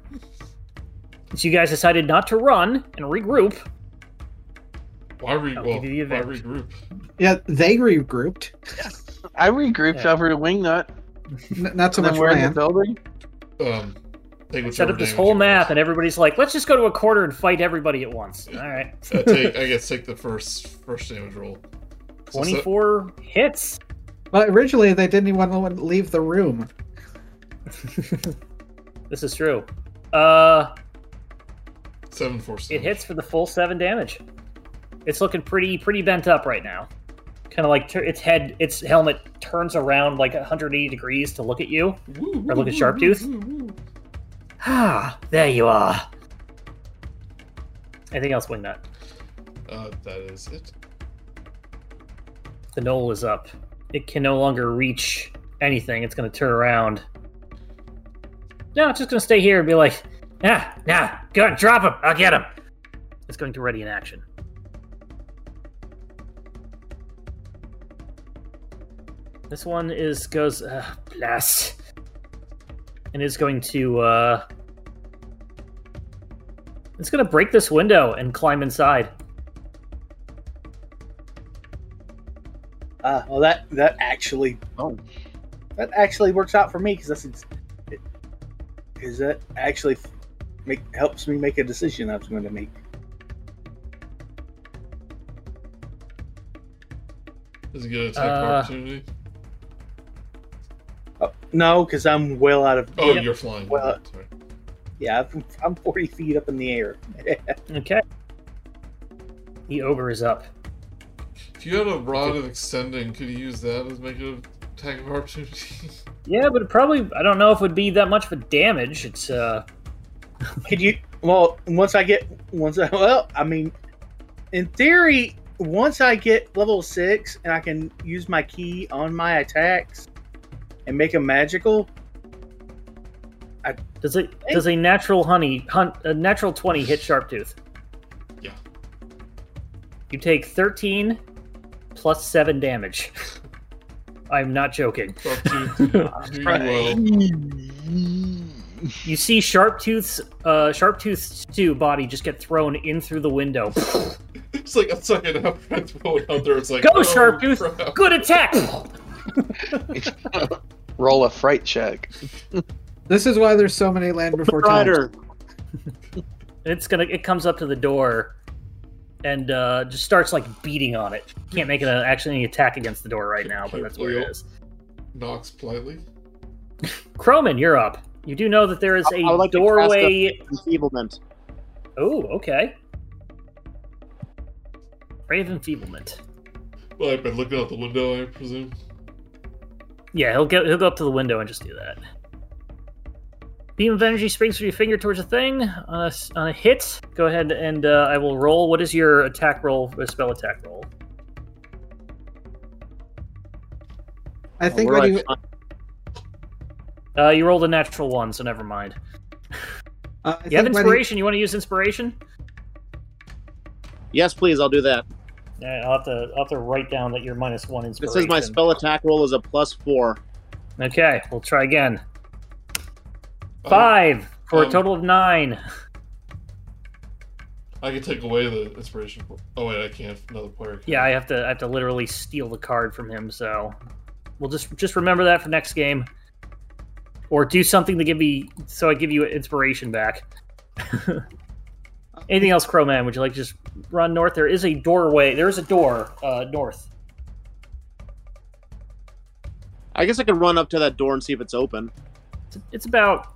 Speaker 1: So you guys decided not to run and regroup.
Speaker 4: Why re-
Speaker 1: I'll
Speaker 4: well,
Speaker 1: give you Oh, the
Speaker 4: why
Speaker 1: advantage.
Speaker 4: regroup?
Speaker 5: Yeah, they regrouped.
Speaker 3: I regrouped
Speaker 1: Yeah.
Speaker 3: over to Wingnut.
Speaker 5: N- not so
Speaker 3: and then
Speaker 5: much
Speaker 3: we're in the
Speaker 5: man.
Speaker 3: building.
Speaker 4: Um,
Speaker 1: Set
Speaker 4: take whichever
Speaker 1: up this
Speaker 4: damage
Speaker 1: whole
Speaker 4: you
Speaker 1: map,
Speaker 4: want.
Speaker 1: and everybody's like, "Let's just go to a quarter and fight everybody at once." All right.
Speaker 4: I Uh, take. I guess take the first first damage roll. So se-
Speaker 1: Twenty-four hits.
Speaker 5: Well, originally they didn't even want to leave the room.
Speaker 1: This is true. Uh,
Speaker 4: seven force.
Speaker 1: It
Speaker 4: damage.
Speaker 1: hits for the full seven damage. It's looking pretty pretty bent up right now. Kind of like tur its head, its helmet turns around like 180 degrees to look at you.
Speaker 4: Woo,
Speaker 1: or
Speaker 4: woo,
Speaker 1: look at
Speaker 4: woo,
Speaker 1: Sharptooth.
Speaker 4: woo, woo, woo.
Speaker 1: Ah, there you are. Anything else, Wingnut?
Speaker 4: Uh, that is it.
Speaker 1: The knoll is up. It can no longer reach anything. It's going to turn around. No, it's just going to stay here and be like, nah, nah, go on, drop him. I'll get him. It's going to ready in action. This one is goes uh, blast, and is going to. uh It's going to break this window and climb inside.
Speaker 2: Ah, well, that that actually,
Speaker 3: Oh.
Speaker 2: that actually works out for me because that's ex- it- is that actually f- make helps me make a decision I was going to make.
Speaker 4: Does he get an attack
Speaker 1: Uh,
Speaker 4: opportunity?
Speaker 2: No, because I'm well out of.
Speaker 4: Oh, you're flying.
Speaker 2: Well-
Speaker 4: Sorry.
Speaker 2: Yeah, I'm- I'm 40 feet up in the air.
Speaker 1: Okay. The ogre is up.
Speaker 4: If you had a rod of extending, could you use that as make an attack of opportunity?
Speaker 1: Yeah, but it probably I don't know if it would be that much of a damage. It's uh
Speaker 2: Could you? Well, once I get once I well, I mean, in theory, once I get level six and I can use my key on my attacks and make them magical,
Speaker 1: does it does a natural honey hunt a natural twenty hit sharptooth?
Speaker 4: Yeah.
Speaker 1: You take thirteen plus seven damage. I'm not joking.
Speaker 4: Up to you will.
Speaker 1: You see Sharptooth's uh Sharptooth's stew body just get thrown in through the window.
Speaker 4: It's like I'm sucking up, I'm throwing out there. It's like
Speaker 1: Go,
Speaker 4: oh,
Speaker 1: Sharptooth!
Speaker 4: crap.
Speaker 1: Good attack!
Speaker 3: Roll a fright check.
Speaker 5: This is why there's so many land before time.
Speaker 6: Rider.
Speaker 1: it's gonna it comes up to the door and uh just starts like beating on it can't make an actually any attack against the door right now but that's where it is
Speaker 4: Knocks politely.
Speaker 1: croman you're up you do know that there is a
Speaker 6: I- I would like to cast a-
Speaker 1: doorway
Speaker 6: Enfeeblement.
Speaker 1: oh okay brave enfeeblement
Speaker 4: Well, I've been looking out the window, I presume.
Speaker 1: yeah he'll go he'll go up to the window and just do that beam of energy springs from your finger towards a thing on a, s- on a hit go ahead and uh, i will roll what is your attack roll or spell attack roll
Speaker 5: I think
Speaker 6: Alright,
Speaker 5: when you
Speaker 6: fine.
Speaker 1: uh, you rolled a natural one so never mind
Speaker 5: uh, I
Speaker 1: You have
Speaker 5: think when you-
Speaker 1: inspiration. You want to use inspiration?
Speaker 6: Yes, please. I'll do that.
Speaker 1: Yeah, I'll have to I'll have to write down that you're minus one
Speaker 6: This
Speaker 1: inspiration.
Speaker 6: is my spell attack roll is a plus four.
Speaker 1: Okay, we'll try again.
Speaker 6: Um,
Speaker 1: Five for a
Speaker 4: um,
Speaker 1: total of nine.
Speaker 4: I can take away the inspiration. for- Oh wait, I can't. Another player. Can.
Speaker 1: Yeah, I have to I have to literally steal the card from him. So we'll just just remember that for next game, or do something to give me so I give you inspiration back. Anything else, Crowman? Would you like to just run north? There is a doorway. There is a door uh, north.
Speaker 6: I guess I could run up to that door and see if it's open.
Speaker 1: it's, it's about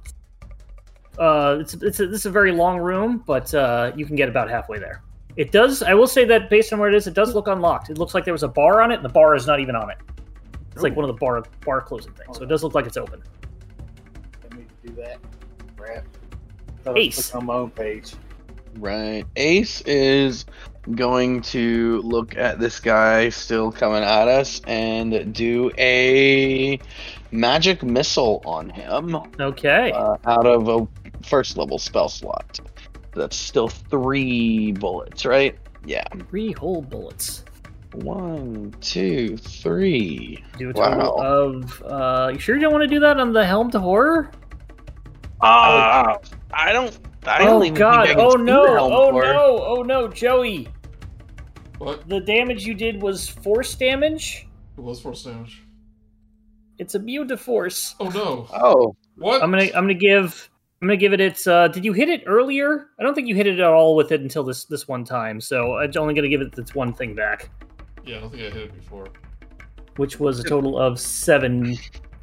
Speaker 1: uh it's it's a, this is a very long room but uh you can get about halfway there it does i will say that based on where it is it does look unlocked it looks like there was a bar on it and the bar is not even on it it's like one of the bar bar closing things so it does look like it's open
Speaker 7: Let me do that. Crap.
Speaker 2: So
Speaker 1: Ace.
Speaker 2: it's on my own page.
Speaker 3: Right. Ace is going to look at this guy still coming at us and do a magic missile on him
Speaker 1: okay
Speaker 3: uh, out of a first level spell slot. That's still three bullets, right? Yeah.
Speaker 1: three whole bullets
Speaker 3: One, two, three.
Speaker 1: do a total
Speaker 3: Wow.
Speaker 1: of uh you sure you don't want to do that on the helm to horror
Speaker 3: Ah! I don't. I don't
Speaker 1: Uh, oh
Speaker 3: even
Speaker 1: god
Speaker 3: Think I can
Speaker 1: oh
Speaker 3: see
Speaker 1: no
Speaker 3: the helm
Speaker 1: oh
Speaker 3: for-
Speaker 1: no oh no joey
Speaker 4: What?
Speaker 1: the damage you did was force damage
Speaker 4: It was force damage.
Speaker 1: it's immune to force
Speaker 4: Oh no!
Speaker 3: Oh,
Speaker 4: What?
Speaker 1: I'm gonna I'm gonna give I'm gonna give it its. Uh, did you hit it earlier? I don't think you hit it at all with it until this this one time. So I'm only gonna give it its one thing back,
Speaker 4: Yeah, I don't think I hit it before.
Speaker 1: which was a total of seven.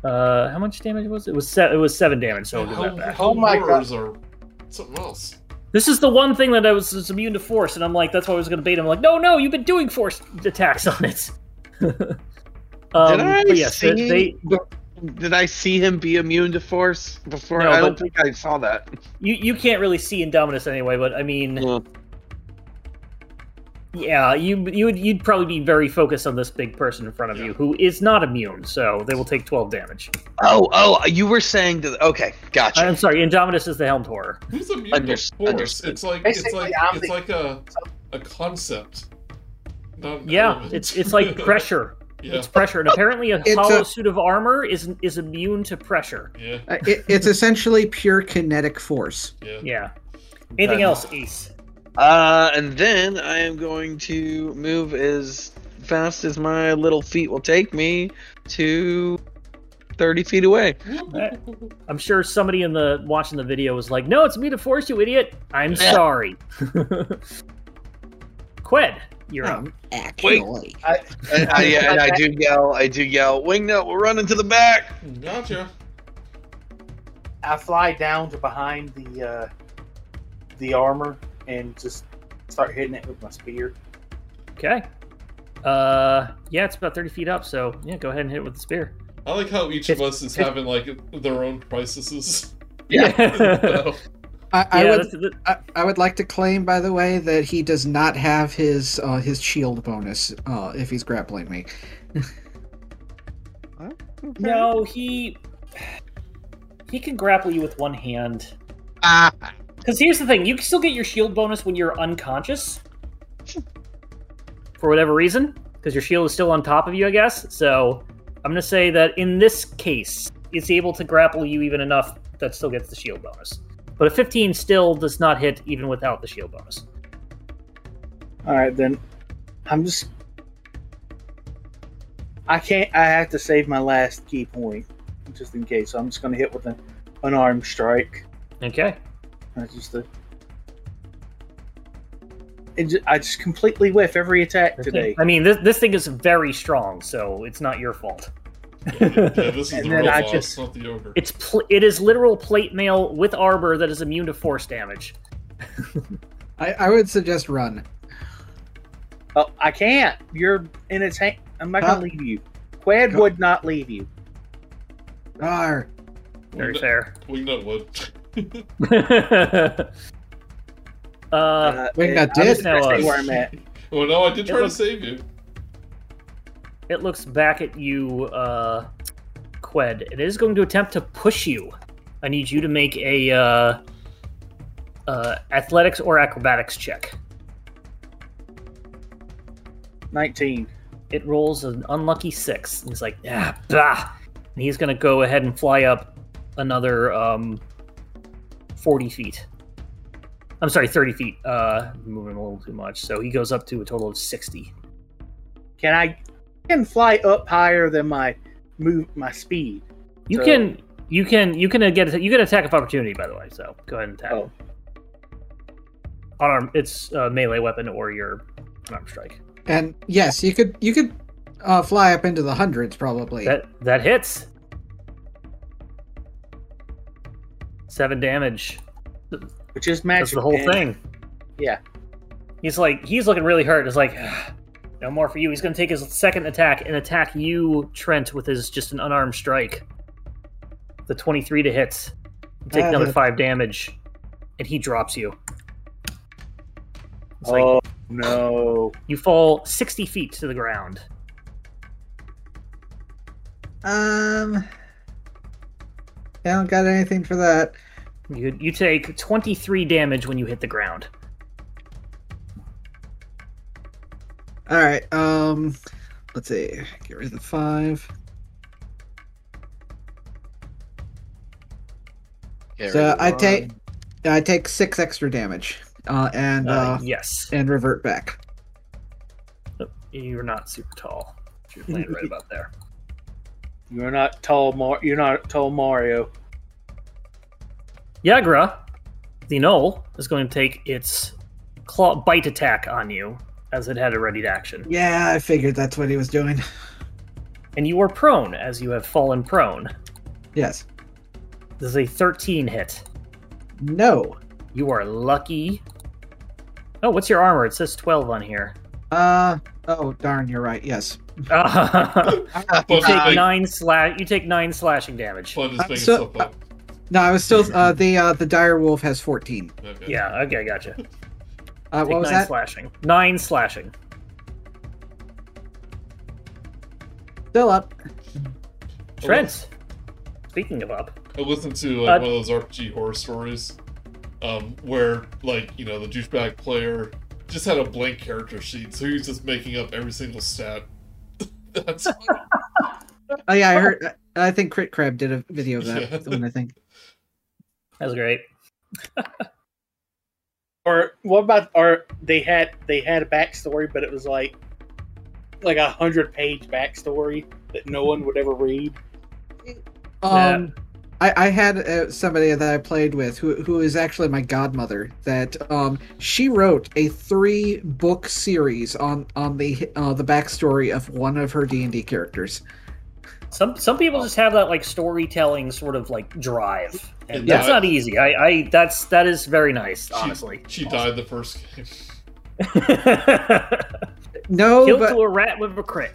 Speaker 1: Uh, how much damage was it? It was se- it was seven damage. So I'll give that back.
Speaker 4: oh
Speaker 7: my
Speaker 4: Are something else.
Speaker 1: This is the one thing that I was, was immune to force, and I'm like, that's why I was gonna bait him. I'm like, no, no, you've been doing force attacks on it. um,
Speaker 3: did I
Speaker 1: but yes,
Speaker 3: see?
Speaker 1: they, they
Speaker 3: Did I see him be immune to force before?
Speaker 1: No,
Speaker 3: I don't
Speaker 1: but-
Speaker 3: think I saw that.
Speaker 1: you you can't really see Indominus anyway, but I mean,
Speaker 3: Yeah.
Speaker 1: yeah, you you would you'd probably be very focused on this big person in front of you who is not immune, so they will take twelve damage.
Speaker 3: Oh, oh, you were saying that. Okay, gotcha.
Speaker 1: I'm sorry, Indominus is the helm horror.
Speaker 4: Who's immune
Speaker 3: Under-
Speaker 4: to force?
Speaker 3: understood.
Speaker 4: It's like it's
Speaker 2: Basically,
Speaker 4: like
Speaker 2: I'm
Speaker 4: it's
Speaker 2: the-
Speaker 4: like a a concept. Not an
Speaker 1: Yeah,
Speaker 4: element.
Speaker 1: it's it's like pressure.
Speaker 4: yeah,
Speaker 1: It's pressure, and apparently a
Speaker 5: It's
Speaker 1: hollow
Speaker 5: a-
Speaker 1: suit of armor is is immune to pressure.
Speaker 4: yeah,
Speaker 5: uh, it, it's essentially pure kinetic force.
Speaker 4: yeah.
Speaker 1: Yeah. Anything
Speaker 3: Okay.
Speaker 1: else, Ace?
Speaker 3: Uh, and then I am going to move as fast as my little feet will take me to thirty feet away.
Speaker 1: I'm sure somebody in the watching the video was like, "No, it's me to force you, idiot." I'm
Speaker 3: Yeah.
Speaker 1: sorry. Qued, You're up.
Speaker 8: Actually.
Speaker 3: And I, yeah, and I do yell. I do yell. Wingnut, we're running to the back.
Speaker 4: Gotcha.
Speaker 2: I fly down to behind the uh, the armor and just start hitting it with my spear.
Speaker 1: Okay. Uh, yeah, it's about thirty feet up. So yeah, go ahead and hit it with the spear.
Speaker 4: I like how each of us is having like their own crises.
Speaker 3: Yeah.
Speaker 1: yeah,
Speaker 5: I, I would
Speaker 1: that's- that-
Speaker 5: I, I would like to claim, by the way, that he does not have his uh, his shield bonus uh, if he's grappling me.
Speaker 1: no, he he can grapple you with one hand.
Speaker 3: Ah,
Speaker 1: Because here's the thing: you can still get your shield bonus when you're unconscious, for whatever reason, because your shield is still on top of you, I guess. So I'm gonna say that in this case, it's able to grapple you even enough that still gets the shield bonus. But a 15 still does not hit even without the shield bonus.
Speaker 2: All right, then. I'm just. I can't. I have to save my last key point just in case. So I'm just going to hit with an unarmed strike.
Speaker 1: Okay.
Speaker 2: That's just a. And ju- I just completely whiff every attack today.
Speaker 1: I mean, this this thing is very strong, so it's not your fault.
Speaker 4: Yeah, this is
Speaker 2: And
Speaker 4: the
Speaker 2: then
Speaker 4: real
Speaker 2: I
Speaker 4: boss,
Speaker 2: just-
Speaker 4: not the ogre.
Speaker 1: It's pl- it is literal plate mail with arbor that is immune to force damage.
Speaker 5: I, I would suggest run.
Speaker 2: Oh, I can't. You're in its hand. I'm not going
Speaker 5: Huh?
Speaker 2: to leave you. Quad
Speaker 5: Go-
Speaker 2: would not leave you.
Speaker 5: Arr.
Speaker 1: Very
Speaker 4: Wingnut-
Speaker 1: fair.
Speaker 4: Wingnut would.
Speaker 1: uh,
Speaker 5: Wait,
Speaker 2: and
Speaker 5: I
Speaker 2: Uh, I'm
Speaker 5: did.
Speaker 2: just gonna
Speaker 1: Now,
Speaker 2: stay
Speaker 1: uh,
Speaker 2: where I'm at.
Speaker 4: Well, Oh, no, I did try
Speaker 1: It
Speaker 4: to
Speaker 1: was-
Speaker 4: save you.
Speaker 1: it looks back at you, uh, Qued. It is going to attempt to push you. I need you to make a uh, uh, athletics or acrobatics check.
Speaker 2: 19.
Speaker 1: It rolls an unlucky six. And he's like, ah, bah. And he's going to go ahead and fly up another um, 40 feet. I'm sorry, 30 feet. Uh, moving a little too much. So he goes up to a total of 60.
Speaker 2: Can I can fly up higher than my move my speed?
Speaker 1: You
Speaker 2: So-
Speaker 1: can you can you can get you get an attack of opportunity by the way. So go ahead and attack.
Speaker 2: Oh.
Speaker 1: Unarmed, it's a melee weapon or your unarmed strike.
Speaker 5: And yes, you could you could uh, fly up into the hundreds probably.
Speaker 1: That that hits. Seven damage.
Speaker 2: Which is
Speaker 1: That's
Speaker 2: magic.
Speaker 1: the whole
Speaker 2: man.
Speaker 1: thing.
Speaker 2: Yeah.
Speaker 1: He's like he's looking really hurt. It's like no more for you. He's gonna take his second attack and attack you, Trent, with his just an unarmed strike. The twenty-three to hit. You take
Speaker 2: Ah,
Speaker 5: That
Speaker 1: another
Speaker 5: hit.
Speaker 1: five damage, and he drops you. It's like
Speaker 2: oh no!
Speaker 1: you fall sixty feet to the ground.
Speaker 5: Um, I don't got anything for that.
Speaker 1: You you take twenty-three damage when you hit the ground.
Speaker 5: All right. Um, let's see. Get rid of the five. So I take I take six extra damage, uh, and
Speaker 1: Uh,
Speaker 5: uh,
Speaker 1: yes,
Speaker 5: and revert back.
Speaker 1: you're not super tall. You're laying right about there.
Speaker 2: You're not tall, Mar. You're not tall, Mario.
Speaker 1: Yagra, the knoll, is going to take its claw bite attack on you as it had a readied action.
Speaker 5: Yeah, I figured that's what he was doing.
Speaker 1: And you are prone as you have fallen prone.
Speaker 5: Yes.
Speaker 1: This is a 13 hit.
Speaker 5: No.
Speaker 1: You are lucky. Oh, what's your armor? It says 12 on here.
Speaker 5: Uh. Oh darn, you're right. Yes.
Speaker 1: you
Speaker 4: Fun
Speaker 1: take
Speaker 4: just make-
Speaker 1: nine slash. You take nine slashing damage.
Speaker 4: fun just
Speaker 5: Uh,
Speaker 4: making
Speaker 5: so-
Speaker 4: stuff up.
Speaker 5: No, I was still uh, the uh, the dire wolf has 14.
Speaker 4: Okay.
Speaker 1: Yeah. Okay. Gotcha.
Speaker 5: Uh,
Speaker 1: take
Speaker 5: what was
Speaker 1: nine
Speaker 5: that?
Speaker 1: slashing. Nine slashing.
Speaker 5: Still up.
Speaker 1: Trent. Speaking of up,
Speaker 4: I listened to like
Speaker 1: Uh,
Speaker 4: one of those RPG horror stories, um, where like you know the douchebag player just had a blank character sheet, so he was just making up every single stat. That's
Speaker 5: Oh yeah, I heard. I think Crit Crab did a video of that.
Speaker 4: Yeah.
Speaker 5: That's the one I think.
Speaker 1: that was great.
Speaker 2: Or what about? Or they had they had a backstory, but it was like like a hundred page backstory that no one would ever read.
Speaker 5: Um, I, I had uh, somebody that I played with who who is actually my godmother. That um, she wrote a three book series on on the uh, the backstory of one of her D and D characters.
Speaker 1: Some some people just have that like storytelling sort of like drive, and
Speaker 4: Yeah.
Speaker 1: that's not easy. I, I that's that is very nice,
Speaker 4: She-
Speaker 1: honestly.
Speaker 4: she died the first game.
Speaker 5: No,
Speaker 1: Killed
Speaker 5: Oh, but
Speaker 1: to a rat with a crit.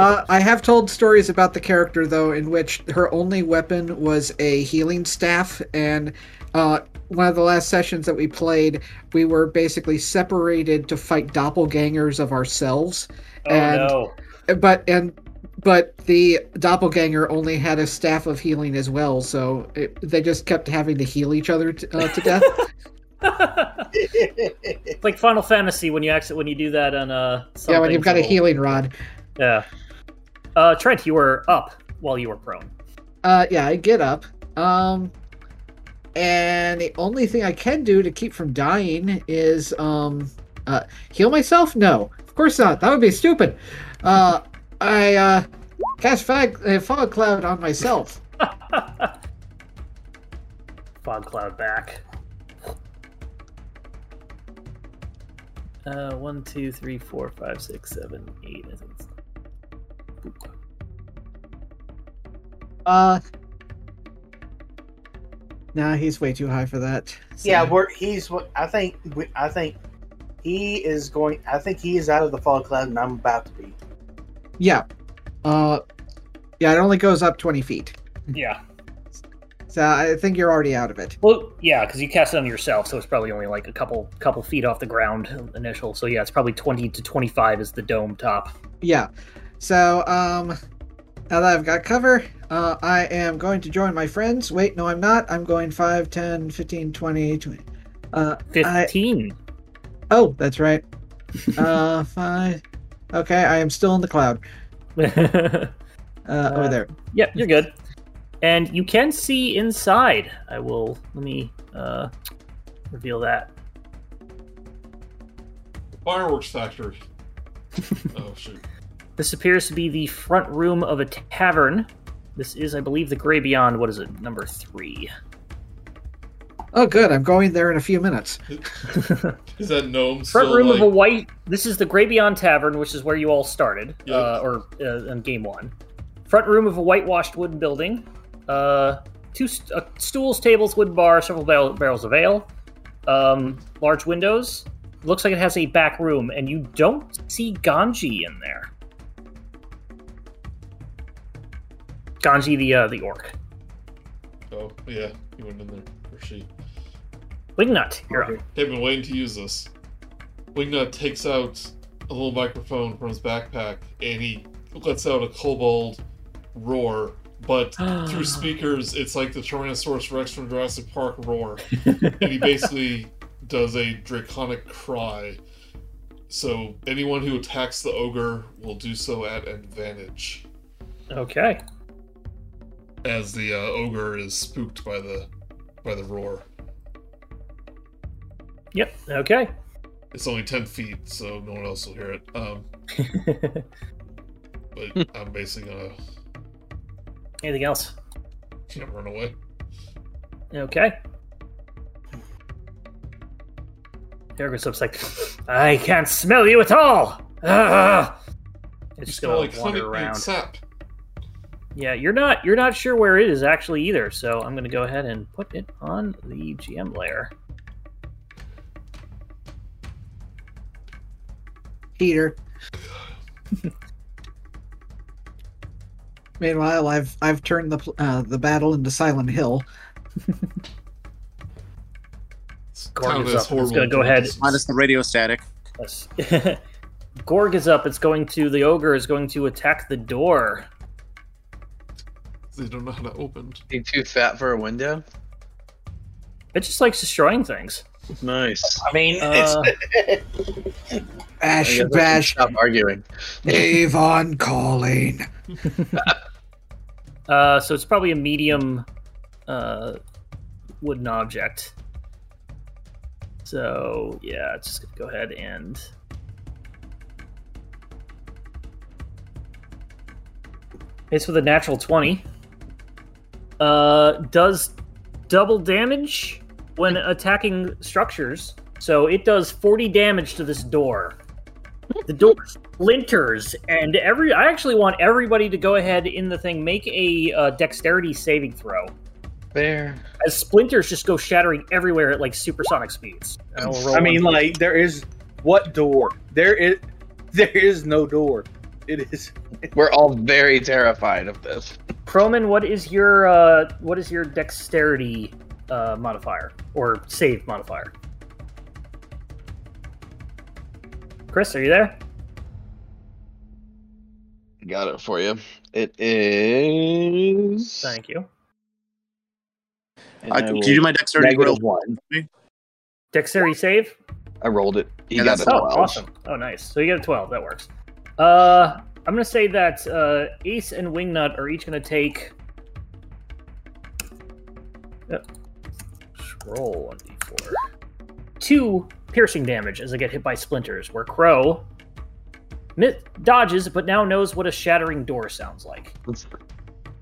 Speaker 5: uh, I have told stories about the character though, in which her only weapon was a healing staff, and uh, one of the last sessions that we played, we were basically separated to fight doppelgangers of ourselves.
Speaker 1: Oh
Speaker 5: and-
Speaker 1: no!
Speaker 5: but and but the doppelganger only had a staff of healing as well so it, they just kept having to heal each other t- uh, to death
Speaker 1: it's like Final Fantasy when you accident when you do that on uh. some
Speaker 5: yeah when you've
Speaker 1: things
Speaker 5: got a
Speaker 1: it'll-
Speaker 5: healing rod
Speaker 1: Yeah. Uh, Trent, you were up while you were prone.
Speaker 5: uh yeah i get up um and the only thing i can do to keep from dying is um uh heal myself no of course not that would be stupid uh i uh cast fog, uh, fog cloud on myself
Speaker 1: Fog cloud back. Uh, one, two, three, four, five, six, seven, eight. I think. It's... Boop.
Speaker 5: uh nah he's way too high for that
Speaker 7: Yeah,
Speaker 5: So-
Speaker 7: we're he's. I think. we- I think he is going. I think he is out of the fog cloud, and I'm about to be.
Speaker 5: Yeah. Uh, yeah, it only goes up 20 feet.
Speaker 1: Yeah.
Speaker 5: So I think you're already out of it.
Speaker 1: Well, yeah, because you cast it on yourself, so it's probably only like a couple couple feet off the ground initial. So yeah, it's probably twenty to twenty five is the dome top.
Speaker 5: Yeah. So, um, now that I've got cover, uh, I am going to join my friends. Wait, no, I'm not. I'm going 5, 10, 15, 20, 20. Uh, I-
Speaker 1: Fifteen.
Speaker 5: oh, that's right. uh, 5. Okay, I am still in the cloud. Uh, over
Speaker 1: Uh,
Speaker 5: there.
Speaker 1: Yep, you're good. And you can see inside. I will let me uh, reveal that.
Speaker 4: Fireworks factory. oh shoot.
Speaker 1: This appears to be the front room of a tavern. This is, I believe, the Grey Beyond. What is it? Number three.
Speaker 5: Oh, good. I'm going there in a few minutes.
Speaker 4: Is that gnome
Speaker 1: Front
Speaker 4: still
Speaker 1: room
Speaker 4: like,
Speaker 1: of a white. This is the Grey Beyond Tavern, which is where you all started,
Speaker 4: Yep.
Speaker 1: uh, or uh, in game one. Front room of a whitewashed wooden building. Uh, two st- uh, stools, tables, wooden bar, several barrel- barrels of ale. Um, large windows. Looks like it has a back room, and you don't see Ganji in there. Ganji, the uh, the orc.
Speaker 4: Oh yeah, he went in there. Or she.
Speaker 1: Wingnut, you're up.
Speaker 4: They've been waiting to use this. Wingnut takes out a little microphone from his backpack and he lets out a kobold roar, but
Speaker 1: Oh,
Speaker 4: through speakers, it's like the Tyrannosaurus Rex from Jurassic Park roar. and he basically does a draconic cry. So anyone who attacks the ogre will do so at advantage,
Speaker 1: Okay.
Speaker 4: as the uh, ogre is spooked by the by the roar.
Speaker 1: Yep. Okay.
Speaker 4: It's only ten feet, so no one else will hear it. Um,
Speaker 1: Hmm.
Speaker 4: but I'm basically gonna
Speaker 1: Anything else?
Speaker 4: can't run away.
Speaker 1: Okay. Ergosup's like, I can't smell you at all. Ugh.
Speaker 4: You
Speaker 1: It's
Speaker 4: smell
Speaker 1: going
Speaker 4: like
Speaker 1: to
Speaker 4: honey
Speaker 1: wander
Speaker 4: and
Speaker 1: around.
Speaker 4: sap.
Speaker 1: Yeah, you're not you're not sure where it is actually either. So I'm going to go ahead and put it on the GM layer.
Speaker 5: Peter. Meanwhile, I've I've turned the pl- uh, the battle into Silent Hill.
Speaker 4: This
Speaker 1: Gorg
Speaker 4: town
Speaker 1: is
Speaker 4: has
Speaker 1: up. It's
Speaker 4: horrible
Speaker 1: gonna go ahead.
Speaker 4: practices.
Speaker 6: Minus the radio static.
Speaker 1: Yes. Gorg is up. It's going to the ogre is going to attack the door.
Speaker 4: They don't know how to open.
Speaker 3: You too fat for a window?
Speaker 1: It just likes destroying things.
Speaker 3: Nice.
Speaker 8: I mean,
Speaker 1: Uh,
Speaker 5: Ash bash,
Speaker 3: Stop arguing.
Speaker 5: Avon calling.
Speaker 1: Uh, so it's probably a medium uh, wooden object. So yeah, it's just gonna go ahead and it's with a natural twenty. Uh, does double damage when attacking structures. So it does 40 damage to this door. The door splinters, and every. I actually want everybody to go ahead in the thing, make a uh, dexterity saving throw,
Speaker 3: There.
Speaker 1: as splinters just go shattering everywhere at like supersonic speeds. And I'll roll
Speaker 2: I mean,
Speaker 1: one-
Speaker 2: like there is what door? There is there is no door. It is
Speaker 3: We're all very terrified of this.
Speaker 1: Proman, what is your uh, what is your dexterity uh, modifier or save modifier? Chris, are you there?
Speaker 3: Got it for you. It is.
Speaker 1: Thank you.
Speaker 3: and
Speaker 6: I,
Speaker 3: I
Speaker 6: do Uh, you do
Speaker 3: rolled
Speaker 6: my dexterity roll?
Speaker 3: negative one.
Speaker 1: Dexterity save.
Speaker 3: I rolled it. You
Speaker 6: Yeah,
Speaker 3: got a
Speaker 6: that's-
Speaker 1: Oh,
Speaker 3: 12.
Speaker 1: awesome. Oh, nice. So you got a 12. That works. Uh, I'm going to say that uh, Ace and Wingnut are each going to take. uh, Yep. Roll 1d4. Two piercing damage as I get hit by splinters, where Crow mi- dodges, but now knows what a shattering door sounds like.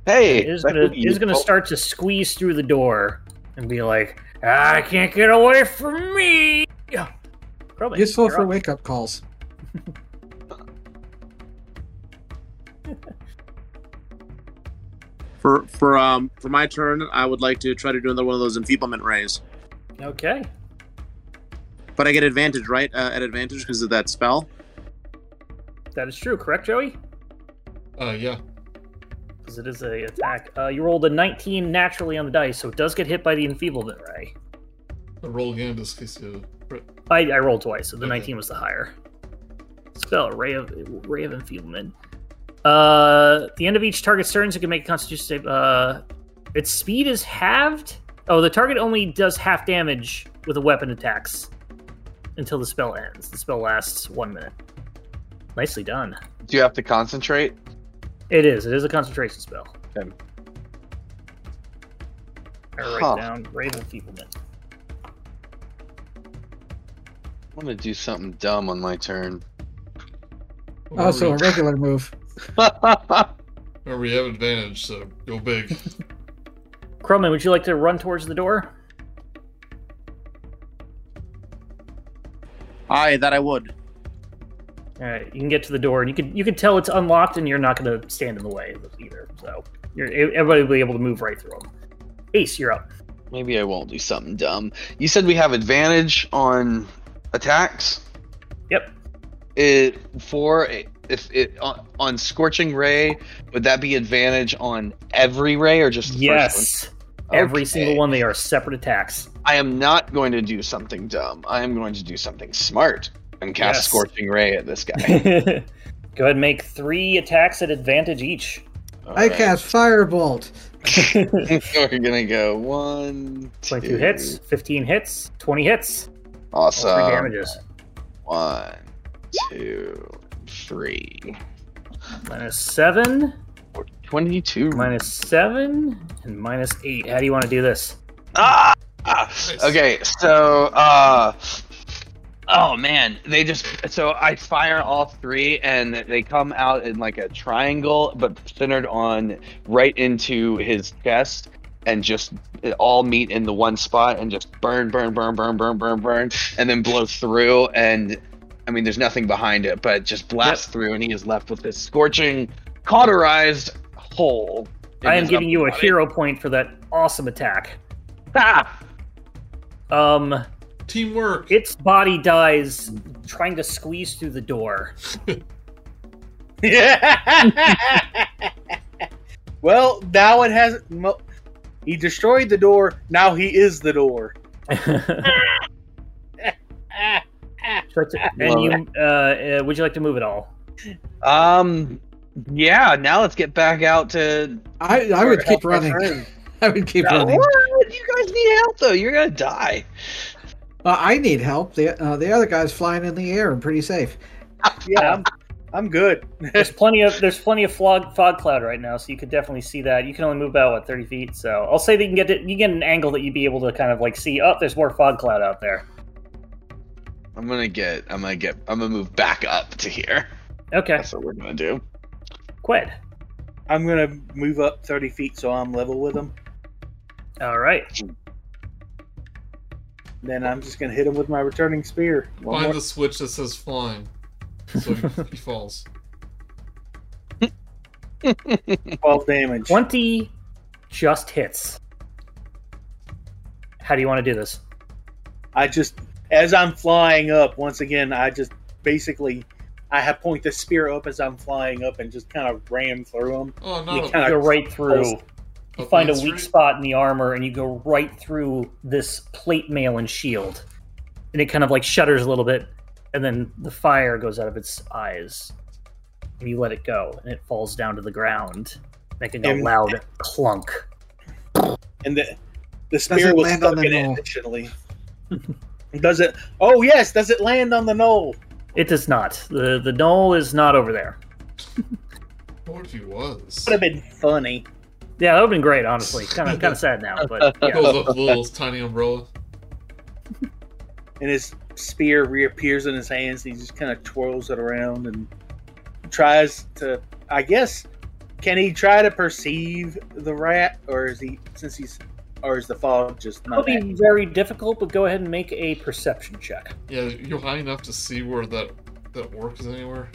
Speaker 3: Hey,
Speaker 1: Is
Speaker 3: that
Speaker 1: gonna
Speaker 3: could be
Speaker 1: is gonna
Speaker 3: useful.
Speaker 1: start to squeeze through the door and be like, "I can't get away from me." Probably
Speaker 5: Useful
Speaker 1: you're
Speaker 5: for
Speaker 1: up.
Speaker 5: wake up calls.
Speaker 6: For for um for my turn, I would like to try to do another one of those enfeeblement rays.
Speaker 1: Okay.
Speaker 6: But I get advantage, right? Uh, at advantage because of that spell.
Speaker 1: That is true, correct, Joey?
Speaker 4: Uh, yeah.
Speaker 1: Because it is a attack. Uh, you rolled a 19 naturally on the dice, so it does get hit by the enfeeblement ray.
Speaker 4: I roll again in this case. You crit.
Speaker 1: I, I rolled twice, so the
Speaker 4: Okay.
Speaker 1: 19 was the higher spell. Ray of Ray of Enfeeblement. Uh, at the end of each target's turn, so it can make a Constitution save. Uh, its speed is halved. Oh, the target only does half damage with a weapon attacks until the spell ends. The spell lasts one minute. Nicely done.
Speaker 3: Do you have to concentrate?
Speaker 1: It is. It is a concentration spell.
Speaker 3: Okay.
Speaker 1: I write
Speaker 3: Huh.
Speaker 1: down Raven Feeblement.
Speaker 3: I'm gonna do something dumb on my turn.
Speaker 5: Oh, so a
Speaker 4: we,
Speaker 5: regular move.
Speaker 4: remember, we have advantage, so go big.
Speaker 1: Crumman, would you like to run towards the door?
Speaker 6: Aye, that I would.
Speaker 1: All right, you can get to the door, and you can you can tell it's unlocked, and you're not going to stand in the way either. So you're, e, everybody will be able to move right through them. Ace, you're up.
Speaker 3: Maybe I won't do something dumb. You said we have advantage on attacks.
Speaker 1: Yep.
Speaker 3: It for if it on, on scorching ray would that be advantage on every ray or just the first
Speaker 1: Yes,
Speaker 3: one?
Speaker 1: every
Speaker 3: Okay.
Speaker 1: single one. They are separate attacks.
Speaker 3: I am not going to do something dumb. I am going to do something smart and cast
Speaker 1: Yes.
Speaker 3: scorching ray at this
Speaker 1: Go
Speaker 3: guy.
Speaker 1: ahead, and make three attacks at advantage each.
Speaker 3: All
Speaker 5: I
Speaker 3: right.
Speaker 5: cast firebolt.
Speaker 3: We're gonna go one,
Speaker 1: Twenty-two
Speaker 3: two.
Speaker 1: hits, fifteen hits, twenty hits, all three
Speaker 3: Awesome.
Speaker 1: damages
Speaker 3: One, two, three.
Speaker 1: minus seven.
Speaker 3: 22.
Speaker 1: minus seven and minus eight. How do you want to do this?
Speaker 3: Ah! Ah! Okay, so, uh. Oh man, they just. So I fire all three and they come out in like a triangle, but centered on right into his chest and just all meet in the one spot and just burn, burn, burn, burn, burn, burn, burn, and then blow through. And I mean, there's nothing behind it, but just blast through and he is left with this scorching, cauterized hole. in
Speaker 1: I am
Speaker 3: his
Speaker 1: giving you a
Speaker 3: upper body.
Speaker 1: hero point for that awesome attack.
Speaker 3: Ah!
Speaker 1: Um,
Speaker 4: Teamwork.
Speaker 1: its body dies trying to squeeze through the door.
Speaker 2: well now it has. mo- He destroyed the door. Now he is the door.
Speaker 1: and
Speaker 2: Ah,
Speaker 1: you, uh, uh, would you like to move at all?
Speaker 3: Um. Yeah. Now let's get back out to.
Speaker 5: I, I would keep running. I would keep running.
Speaker 3: What? You guys need help though. You're gonna die.
Speaker 5: Uh, I need help. The uh, the other guy's flying in the air and pretty safe.
Speaker 2: yeah, I'm, I'm good.
Speaker 1: There's plenty of there's plenty of fog, fog cloud right now, so you could definitely see that. You can only move about what thirty feet, so I'll say that you can get it. You get an angle that you'd be able to kind of like see. Oh, there's more fog cloud out there.
Speaker 3: I'm gonna get. I'm gonna get. I'm gonna move back up to here.
Speaker 1: Okay,
Speaker 3: That's what we're gonna do.
Speaker 1: Quid.
Speaker 2: I'm gonna move up thirty feet so I'm level with him.
Speaker 1: All right.
Speaker 2: Then I'm just gonna hit him with my returning spear. One
Speaker 4: Find
Speaker 2: more.
Speaker 4: the switch that says flying. So he, he falls.
Speaker 2: 12 damage.
Speaker 1: 20 just hits. How do you want to do this?
Speaker 2: I just, as I'm flying up, once again, I just basically, I have point the spear up as I'm flying up and just kind of ram through him.
Speaker 4: Oh no!
Speaker 2: You kinda
Speaker 1: Go right through. You
Speaker 4: Up
Speaker 1: find a
Speaker 4: Main
Speaker 1: weak
Speaker 4: Street?
Speaker 1: spot in the armor and you go right through this plate mail and shield. And it kind of like shudders a little bit, and then the fire goes out of its eyes. And you let it go, and it falls down to the ground, making a
Speaker 2: And-
Speaker 1: loud clunk.
Speaker 2: and the the
Speaker 5: Does
Speaker 2: spear
Speaker 5: it
Speaker 2: was
Speaker 5: land
Speaker 2: stuck
Speaker 5: on the
Speaker 2: in it
Speaker 5: knoll?
Speaker 2: initially. does it? Oh yes, does it land on the knoll?
Speaker 1: It does not. The the knoll is not over there.
Speaker 4: What if he was?
Speaker 2: Would have been funny.
Speaker 1: Yeah, that would have been great, honestly. Kind of kind of sad now, but yeah.
Speaker 4: Goes up a little tiny umbrella.
Speaker 2: And his spear reappears in his hands, and he just kind of twirls it around and tries to. I guess can he try to perceive the rat, or is he since he's or is the fog just
Speaker 1: It'll
Speaker 2: not?
Speaker 1: be very difficult, but go ahead and make a perception check.
Speaker 4: Yeah, you're high enough to see where that that work is anywhere.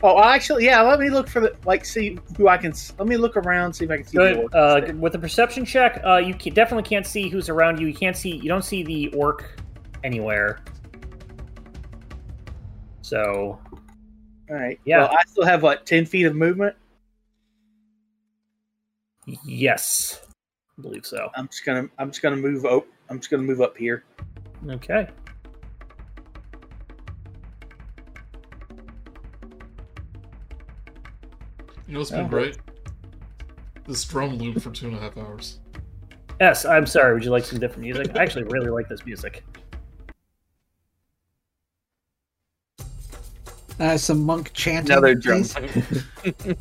Speaker 2: Oh, actually, yeah. Let me look for the like. See who I can. s- Let me look around, see if I can see.
Speaker 1: Good.
Speaker 2: the orcs
Speaker 1: Uh,
Speaker 2: there.
Speaker 1: with a perception check, uh, you ca definitely can't see who's around you. You can't see. You don't see the orc anywhere. So
Speaker 2: All right.
Speaker 1: yeah.
Speaker 2: Well, I still have what ten feet of movement.
Speaker 1: yes, I believe so.
Speaker 2: I'm just gonna I'm just gonna move up I'm just gonna move up here.
Speaker 1: Okay.
Speaker 4: You know what's been
Speaker 2: Oh.
Speaker 4: great? This drum loop for two and a half hours.
Speaker 1: Yes, I'm sorry. Would you like some different music? I actually really like this music.
Speaker 5: Uh, some monk chanting.
Speaker 3: Another drum.
Speaker 5: please.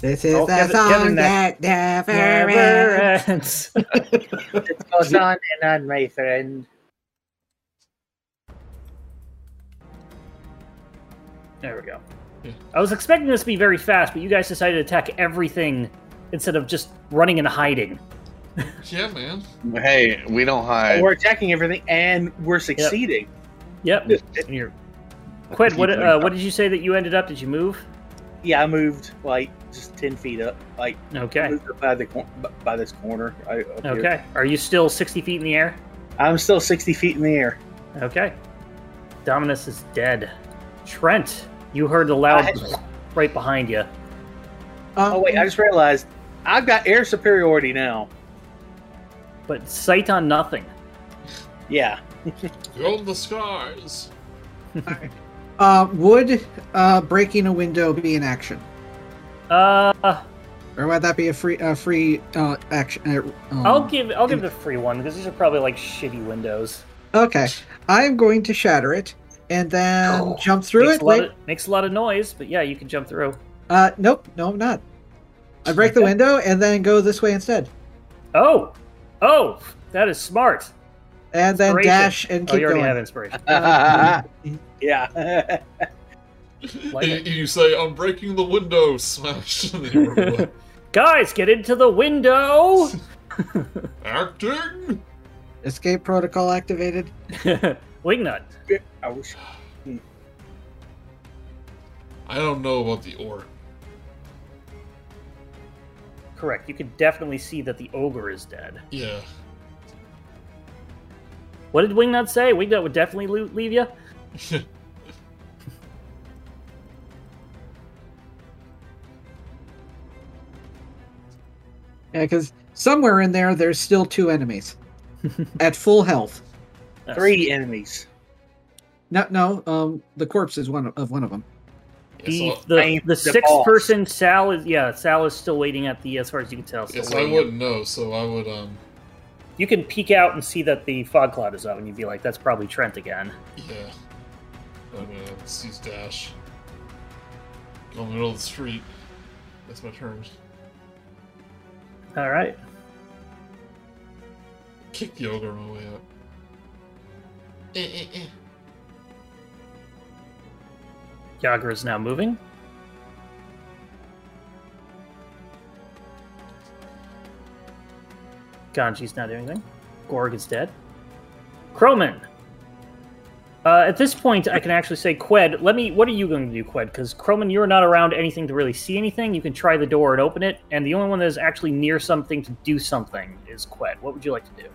Speaker 5: This is
Speaker 2: Oh,
Speaker 5: the
Speaker 2: Kevin-
Speaker 5: song
Speaker 2: Kevin,
Speaker 5: that never
Speaker 1: Never
Speaker 5: ends.
Speaker 1: ends.
Speaker 2: It goes on and on, my friend.
Speaker 1: There we go.
Speaker 4: Yeah.
Speaker 1: I was expecting this to be very fast, but you guys decided to attack everything instead of just running and hiding.
Speaker 4: Yeah, man.
Speaker 3: Hey, we don't hide.
Speaker 2: We're attacking everything and we're succeeding.
Speaker 1: Yep. And you're... Quid, what, uh, what did you say that you ended up? Did you move?
Speaker 2: Yeah, I moved like just ten feet up, like
Speaker 1: Okay.
Speaker 2: moved up by the cor- b- by this corner. I, up here.
Speaker 1: Okay. Are you still 60 feet in the air?
Speaker 2: I'm still sixty feet in the air.
Speaker 1: Okay. Dominus is dead. Trent, you heard the loud right behind you.
Speaker 2: Oh wait, I just realized I've got air superiority now.
Speaker 1: But sight on nothing.
Speaker 2: Yeah,
Speaker 4: Go to the skies.
Speaker 5: Uh, would uh, breaking a window be an action,
Speaker 1: Uh,
Speaker 5: or would that be a free a free uh, action? Uh, um,
Speaker 1: I'll give I'll give it a free one because these are probably like shitty windows.
Speaker 5: Okay, I am going to shatter it and then jump through
Speaker 1: makes
Speaker 5: it.
Speaker 1: a lot
Speaker 5: Wait,
Speaker 1: of- makes a lot of noise, but yeah, you can jump through.
Speaker 5: uh, nope, no, I'm not. I break the window and then go this way instead,
Speaker 1: Oh, oh, that is smart.
Speaker 5: and then
Speaker 1: Inspiration.
Speaker 5: dash and
Speaker 1: Oh,
Speaker 5: keep
Speaker 1: you already
Speaker 5: going.
Speaker 1: have inspiration.
Speaker 2: yeah.
Speaker 1: Like
Speaker 4: and, and you say, "I'm breaking the window." Smash. and then you run away.
Speaker 1: Guys, get into the window.
Speaker 4: Acting.
Speaker 5: Escape protocol activated.
Speaker 1: Wingnut.
Speaker 2: I wish.
Speaker 4: I don't know about the orc.
Speaker 1: Correct. You can definitely see that the ogre is dead.
Speaker 4: Yeah.
Speaker 1: What did Wingnut say? Wingnut would definitely lo- leave you.
Speaker 5: Yeah, because somewhere in there, there's still two enemies at full health.
Speaker 1: Yes.
Speaker 2: Three enemies.
Speaker 5: No, no, um, the corpse is one of, of one of them.
Speaker 1: The,
Speaker 4: Yeah, so,
Speaker 1: the,
Speaker 2: I'm
Speaker 1: the
Speaker 2: the
Speaker 1: sixth
Speaker 2: boss.
Speaker 1: person Sal is yeah Sal is still waiting at the as far as you can tell.
Speaker 4: yeah,
Speaker 1: Still
Speaker 4: so I
Speaker 1: waiting.
Speaker 4: wouldn't know. So I would um.
Speaker 1: You can peek out and see that the fog cloud is up, and you'd be like, "That's probably Trent again."
Speaker 4: Yeah. I'm gonna seize dash. Go in the middle of the street. That's my turn.
Speaker 1: All right.
Speaker 4: Kick the ogre on my way up. Eh, eh, eh.
Speaker 1: Yagra is now moving. Ganji's not doing anything. Gorg is dead. Croman. Uh, at this point, I can actually say, Qued, let me. What are you going to do, Qued? Because Croman, you're not around anything to really see anything. You can try the door and open it, and the only one that is actually near something to do something is Qued. What would you like to do?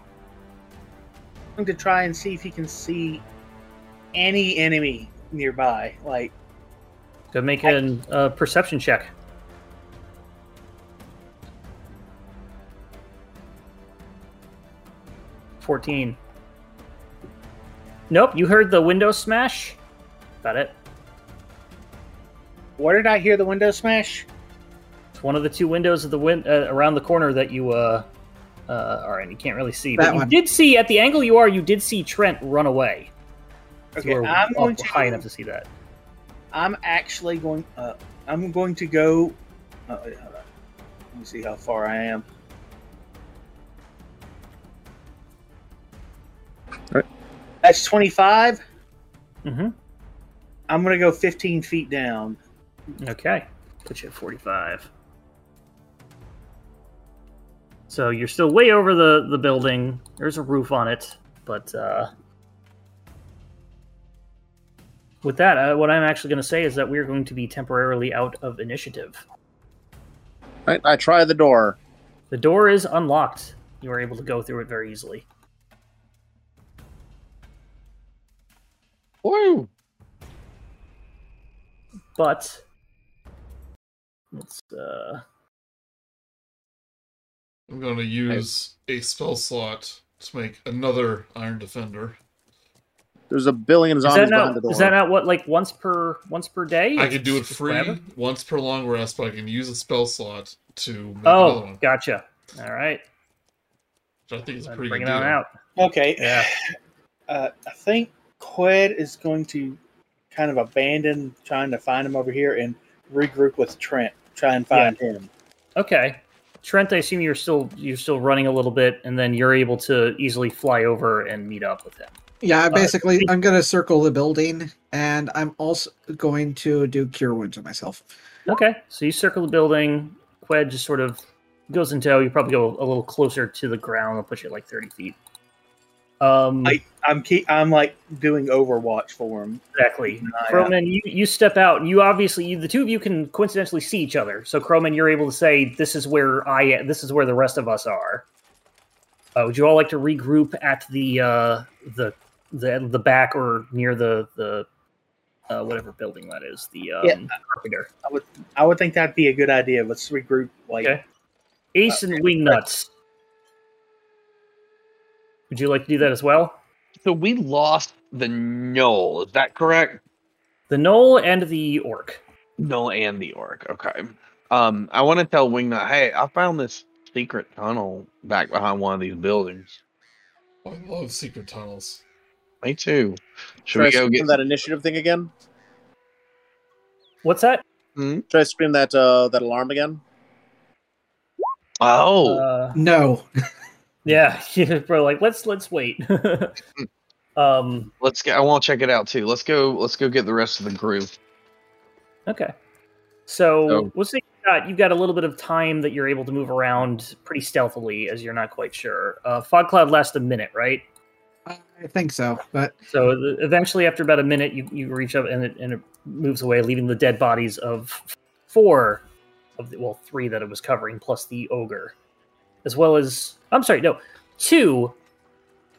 Speaker 2: going to try and see if he can see any enemy nearby. Like,
Speaker 1: Go make an uh, perception check. Fourteen. Nope, you heard the window smash. About it.
Speaker 2: where did I hear the window smash?
Speaker 1: It's one of the two windows of the win- uh, around the corner that you uh, uh, are in. You can't really see,
Speaker 8: That
Speaker 1: but
Speaker 8: one.
Speaker 1: you did see at the angle you are. You did see Trent run away. So
Speaker 2: Okay,
Speaker 1: you were
Speaker 2: I'm
Speaker 1: up
Speaker 2: going to.
Speaker 1: high enough to see that.
Speaker 2: I'm actually going. Uh, I'm going to go. Uh, wait, hold on. Let me see how far I am.
Speaker 6: Alright.
Speaker 2: That's 25.
Speaker 1: Mm-hmm.
Speaker 2: I'm going to go 15 feet down.
Speaker 1: Okay, put you at forty-five. So you're still way over the the building. There's a roof on it, but uh, with that, uh, what I'm actually going to say is that we're going to be temporarily out of initiative.
Speaker 6: I, I try the door.
Speaker 1: The door is unlocked. You are able to go through it very easily.
Speaker 3: Woo!
Speaker 1: But let's uh
Speaker 4: I'm going to use a spell slot to make another Iron Defender.
Speaker 6: There's a billion
Speaker 1: is that
Speaker 6: zombies behind
Speaker 1: not
Speaker 6: the door.
Speaker 1: is that not what like once per once per day?
Speaker 4: I can do it
Speaker 1: Just
Speaker 4: free
Speaker 1: forever?
Speaker 4: once per long rest, but I can use a spell slot to make another
Speaker 1: Oh,
Speaker 4: one,
Speaker 1: gotcha. All right,
Speaker 4: which I think is a
Speaker 1: I'm
Speaker 4: pretty good.
Speaker 1: bringing
Speaker 4: Deal.
Speaker 1: on out.
Speaker 2: Okay.
Speaker 1: Yeah.
Speaker 2: Uh, I think Qued is going to kind of abandon trying to find him over here and regroup with Trent. Try and find him.
Speaker 1: Okay, Trent, I assume you're still you're still running a little bit, and then you're able to easily fly over and meet up with him.
Speaker 5: Yeah, I basically I'm gonna circle the building, and I'm also going to do cure wounds on myself.
Speaker 1: Okay, so you circle the building. Qued just sort of goes in tow. You probably go a little closer to the ground. I'll push it like thirty feet. Um,
Speaker 2: I- I'm keep, I'm like doing Overwatch for him.
Speaker 1: Exactly.
Speaker 2: Nah, Oh, yeah.
Speaker 1: Croman, you, you step out, and you obviously you, the two of you can coincidentally see each other. So Croman, you're able to say, "This is where I, am- this is where the rest of us are." Uh, would you all like to regroup at the uh, the the the back or near the the uh, whatever building that is? The um,
Speaker 2: Yeah. Uh,
Speaker 1: carpenter.
Speaker 2: I would think that'd be a good idea. Let's regroup. Like,
Speaker 1: Okay. Ace and Wing Nuts. Would you like to do that as well?
Speaker 3: So we lost the knoll. Is that correct?
Speaker 1: The Knoll and the Orc.
Speaker 3: Knoll and the orc. Okay. Um, I want to tell Wingnut, hey, I found this secret tunnel back behind one of these buildings.
Speaker 4: I love secret tunnels.
Speaker 3: Me too. Should
Speaker 6: Should I
Speaker 3: we go
Speaker 6: scream
Speaker 3: get?
Speaker 6: that initiative thing again?
Speaker 1: What's that?
Speaker 6: Should I scream that uh, that alarm again?
Speaker 3: Oh,
Speaker 1: Uh,
Speaker 5: No,
Speaker 1: Yeah, bro. Like, let's let's wait.
Speaker 2: Hmm.
Speaker 1: um.
Speaker 3: let's get. I want to check it out too. Let's go. Let's go get the rest of the group.
Speaker 1: Okay. So
Speaker 3: So-
Speaker 1: we'll see. You've got, you've got a little bit of time that you're able to move around pretty stealthily, as you're not quite sure. Uh, fog cloud lasts a minute, right?
Speaker 5: I think so, but
Speaker 1: So the, eventually, after about a minute, you, you reach up and it, and it moves away, leaving the dead bodies of four of the, well, three that it was covering, plus the ogre, as well as I'm sorry, no, two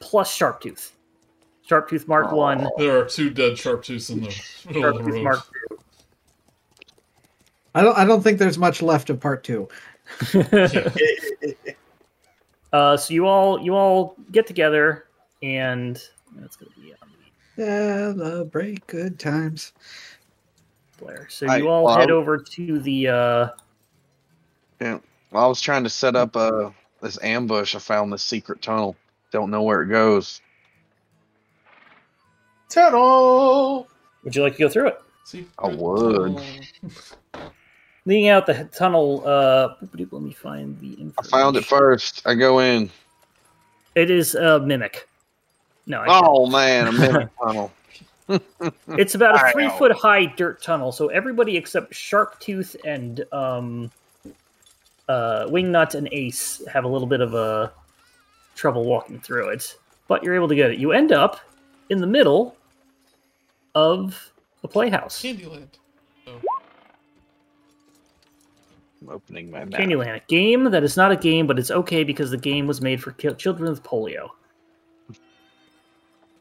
Speaker 1: plus Sharptooth. Sharptooth Mark One.
Speaker 4: There are two dead sharp tooths in the middle of the
Speaker 1: Sharptooth
Speaker 4: road.
Speaker 1: Mark
Speaker 5: I don't I don't think there's much left of part two.
Speaker 1: uh, so you all you all get together and that's gonna be on the
Speaker 5: Celebrate good times.
Speaker 1: Blair. So
Speaker 3: Hi,
Speaker 1: you all
Speaker 3: Bob.
Speaker 1: head over to the uh,
Speaker 3: Well, I was trying to set up uh this ambush. I found this secret tunnel. Don't know where it goes.
Speaker 2: tunnel.
Speaker 1: would you like to go through it?
Speaker 4: Secret
Speaker 3: I would.
Speaker 4: tunnel.
Speaker 1: Leading out the tunnel, uh, let me find the information.
Speaker 3: I found it first. I go in.
Speaker 1: It is a mimic. No, I
Speaker 3: Oh man, a mimic tunnel.
Speaker 1: it's about a
Speaker 3: I
Speaker 1: three
Speaker 3: know.
Speaker 1: foot high dirt tunnel. So everybody except Sharptooth and um, uh, Wingnut and Ace have a little bit of a trouble walking through it, but you're able to get it. You end up in the middle of a playhouse.
Speaker 4: Candyland. Oh.
Speaker 3: I'm opening my map.
Speaker 1: Candyland, a game that is not a game, but it's okay because the game was made for ki- children with polio.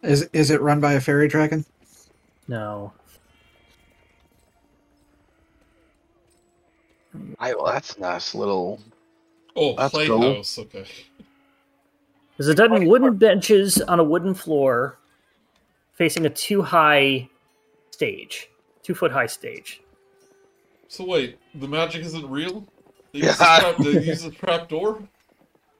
Speaker 5: Is is it run by a fairy dragon?
Speaker 1: No.
Speaker 3: I, well, that's a nice little.
Speaker 4: Oh,
Speaker 3: That's cool.
Speaker 4: Playhouse. Okay.
Speaker 1: There's a dozen wooden benches on a wooden floor facing a too high stage, two foot high stage.
Speaker 4: So wait, the magic isn't real? They
Speaker 3: Yeah.
Speaker 4: use, a trap, they use a trap door?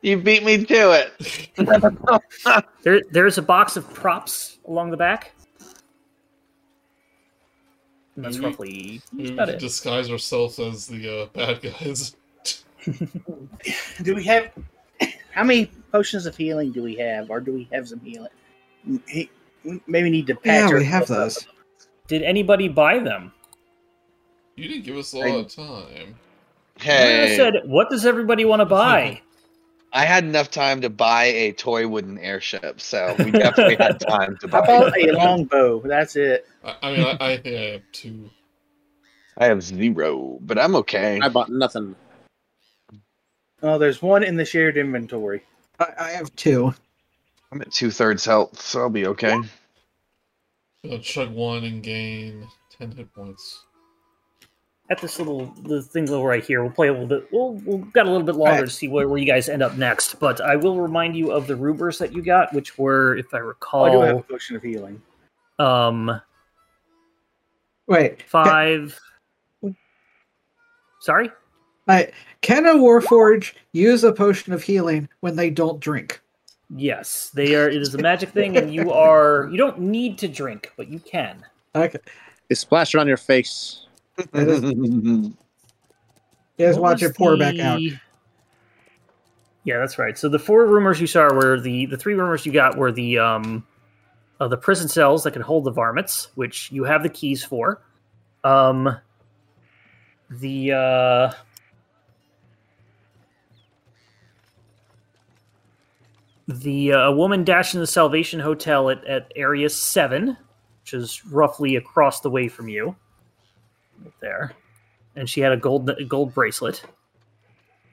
Speaker 3: You beat me to it.
Speaker 1: There, there's a box of props along the back. And that's
Speaker 4: Maybe-
Speaker 1: roughly
Speaker 4: Maybe we
Speaker 1: about
Speaker 4: should
Speaker 1: it.
Speaker 4: disguise ourselves as the uh, bad guys.
Speaker 2: Do we have how many potions of healing do we have, or do we have some healing? He, maybe need to patch.
Speaker 5: Yeah, we
Speaker 2: ourselves
Speaker 5: have
Speaker 2: up.
Speaker 5: those.
Speaker 1: Did anybody buy them?
Speaker 4: You didn't give us a lot of time.
Speaker 1: Maria
Speaker 3: Hey,
Speaker 1: said, "What does everybody want to buy?"
Speaker 3: I had enough time to buy a toy wooden airship, so we definitely had time to
Speaker 2: How
Speaker 3: buy.
Speaker 2: about
Speaker 3: it.
Speaker 2: a longbow? That's it.
Speaker 4: I, I mean, I, I think I have two.
Speaker 3: I have zero, but I'm okay.
Speaker 6: I bought nothing.
Speaker 2: Oh, there's one in the shared inventory.
Speaker 5: I, I have two.
Speaker 3: I'm at two thirds health, so I'll be okay.
Speaker 4: You know, Uh, chug one and gain ten hit points.
Speaker 1: At this little the thing little right here, we'll play a little bit. We'll we'll got a little bit longer to see where, where you guys end up next. But I will remind you of the rumors that you got, which were, if I
Speaker 2: Oh, I do have a
Speaker 1: recall,
Speaker 2: potion of healing.
Speaker 1: um
Speaker 5: Wait,
Speaker 1: five. Sorry,
Speaker 5: I, can a warforge use a potion of healing when they don't drink?
Speaker 1: yes, they are. It is a magic thing, and you are you don't need to drink, but you can.
Speaker 5: Okay,
Speaker 6: They splash it on your face.
Speaker 5: you just
Speaker 1: What
Speaker 5: watch
Speaker 1: was
Speaker 5: it pour back out.
Speaker 1: the- Yeah, that's right. So the four rumors you saw were the the three rumors you got were the um, uh, the prison cells that can hold the varmints, which you have the keys for. Um, the uh, the uh, woman dashed in the Salvation Hotel at, at Area Seven, which is roughly across the way from you. Right there and she had a gold a gold bracelet.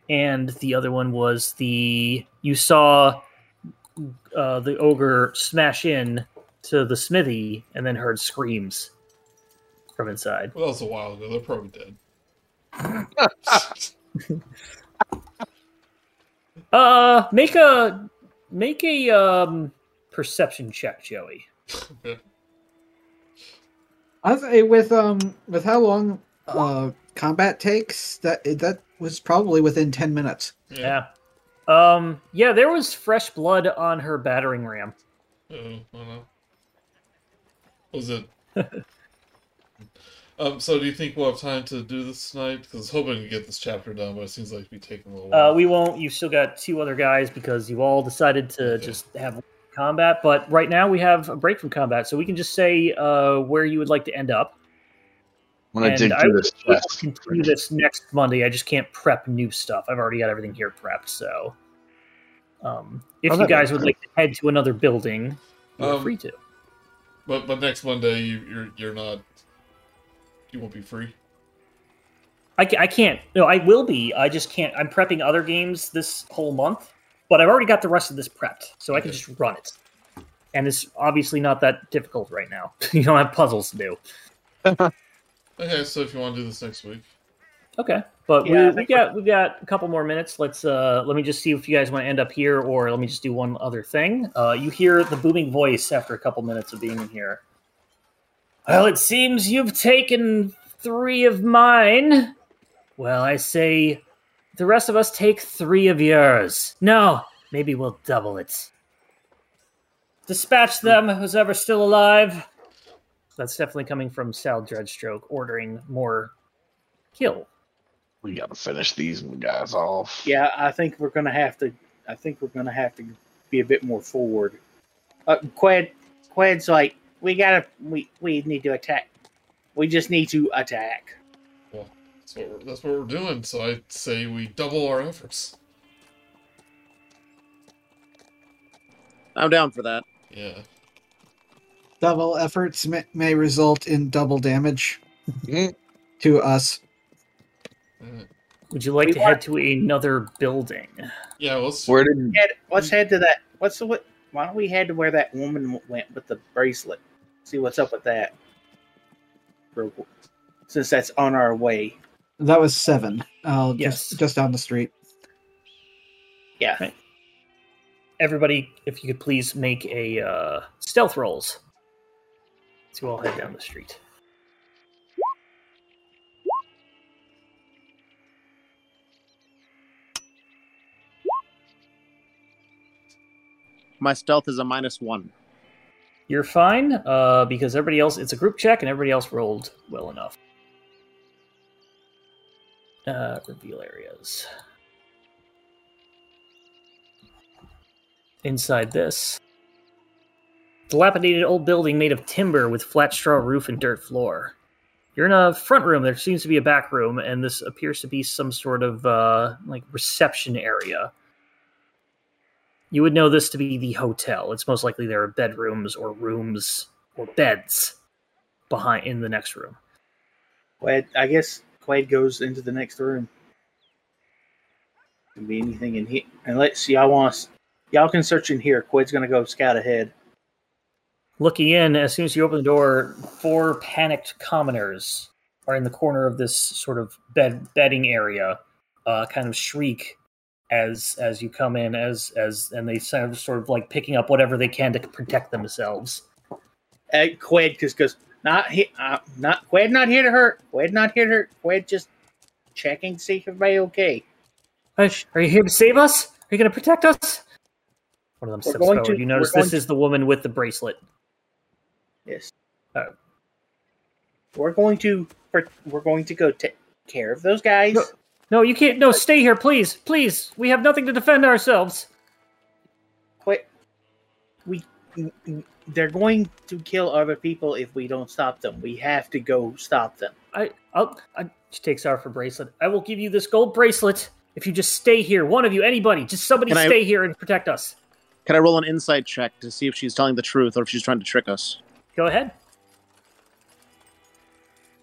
Speaker 1: And the other one was the you saw uh, the ogre smash in to the smithy and then heard screams from inside.
Speaker 4: Well, that was a while ago. They're probably dead.
Speaker 1: Uh, make a make a um perception check, Joey.
Speaker 5: I'll say with um with how long uh combat takes that eh, that was probably within ten minutes.
Speaker 4: Yeah.
Speaker 1: Yeah. Um. Yeah, there was fresh blood on her battering ram.
Speaker 4: Oh, I don't know. Was it? um. So, do you think we'll have time to do this tonight? Because I was hoping to get this chapter done, but it seems like we taking a little while.
Speaker 1: Uh, we won't. You've still got two other guys because you all decided to
Speaker 4: Okay.
Speaker 1: just have combat. But right now we have a break from combat, so we can just say uh, where you would like to end up.
Speaker 3: When I dig through
Speaker 1: will
Speaker 3: this chest,
Speaker 1: continue this next Monday. I just can't prep new stuff. I've already got everything here prepped. So, um, if
Speaker 3: Oh,
Speaker 1: you
Speaker 3: that
Speaker 1: guys
Speaker 3: makes
Speaker 1: would like to head to another building, you're
Speaker 4: Um,
Speaker 1: free to.
Speaker 4: But but next Monday, you you're you're not. You won't be free.
Speaker 1: I, ca- I can't. No, I will be. I just can't. I'm prepping other games this whole month, but I've already got the rest of this prepped, so I can
Speaker 4: Okay.
Speaker 1: just run it. And it's obviously not that difficult right now. you don't have puzzles to do.
Speaker 4: Okay, so if you want to do this next week,
Speaker 1: Okay, but
Speaker 2: Yeah, I
Speaker 1: we, we
Speaker 2: think
Speaker 1: got we got a couple more minutes. Let's uh let me just see if you guys want to end up here, or let me just do one other thing. Uh, you hear the booming voice after a couple minutes of being in here. Well, it seems you've taken three of mine. Well, I say the rest of us take three of yours. No, maybe we'll double it. Dispatch them, who's ever still alive. That's definitely coming from Sal Dreadstroke ordering more kill
Speaker 3: we gotta finish these guys off.
Speaker 2: Yeah, I think we're gonna have to. I think we're gonna have to be a bit more forward. Uh, Qued, Qued's like, we gotta. We we need to attack. We just need to attack.
Speaker 4: that's what we're, that's what we're doing. So I'd say we double our efforts.
Speaker 6: I'm down for that.
Speaker 4: Yeah.
Speaker 5: Double efforts may, may result in double damage
Speaker 2: Mm-hmm.
Speaker 3: Mhm.
Speaker 5: to us.
Speaker 4: Alright.
Speaker 1: Would you like
Speaker 2: We
Speaker 1: to
Speaker 2: want-
Speaker 1: head to another building?
Speaker 4: Yeah, let's
Speaker 3: Where did
Speaker 2: Head, let's head to that. What's the what? Why don't we head to where that woman w- went with the bracelet? See what's up with that. Real qu- Since that's on our way.
Speaker 5: That was seven. Uh,
Speaker 1: Yes.
Speaker 5: just just down the street.
Speaker 2: Yeah.
Speaker 1: Right. Everybody, if you could please make a uh, stealth rolls. So we'll head down the street.
Speaker 6: My stealth is a minus one.
Speaker 1: You're fine, uh, because everybody else, it's a group check, and everybody else rolled well enough. Uh, reveal areas. Inside this dilapidated old building made of timber with flat straw roof and dirt floor. You're in a front room. There seems to be a back room, and this appears to be some sort of uh, like reception area. You would know this to be the hotel. It's most likely there are bedrooms or rooms or beds behind in the next room.
Speaker 2: Quaid, I guess Quaid goes into the next room. Can be anything in here. Unless y'all want, us- y'all can search in here. Quaid's gonna go scout ahead.
Speaker 1: Looking in, as soon as you open the door, four panicked commoners are in the corner of this sort of bed bedding area, uh, kind of shriek as as you come in, as as and they sort of sort of like picking up whatever they can to protect themselves.
Speaker 2: Uh, Quaid just goes, not he, uh, not Quaid, not here to hurt. Quaid, not here to hurt. Quaid just checking to see if everybody okay.
Speaker 1: Are you here to save us? Are you going to protect us? One of them
Speaker 2: We're
Speaker 1: steps
Speaker 2: going
Speaker 1: forward.
Speaker 2: to-
Speaker 1: you notice
Speaker 2: we're
Speaker 1: this
Speaker 2: going
Speaker 1: is the woman with the bracelet.
Speaker 2: Yes. Uh,
Speaker 1: Oh.
Speaker 2: We're going to per- we're going to go take care of those guys.
Speaker 1: No. No, you can't. No, stay here, please. Please. We have nothing to defend ourselves.
Speaker 2: They're going to kill other people if we don't stop them. We have to go stop them.
Speaker 1: I, I'll, I, she takes out her bracelet. I will give you this gold bracelet if you just stay here. One of you, anybody, just somebody
Speaker 6: Can I-
Speaker 1: stay here and protect us.
Speaker 6: Can I roll an insight check to see if she's telling the truth or if she's trying to trick us?
Speaker 1: Go ahead.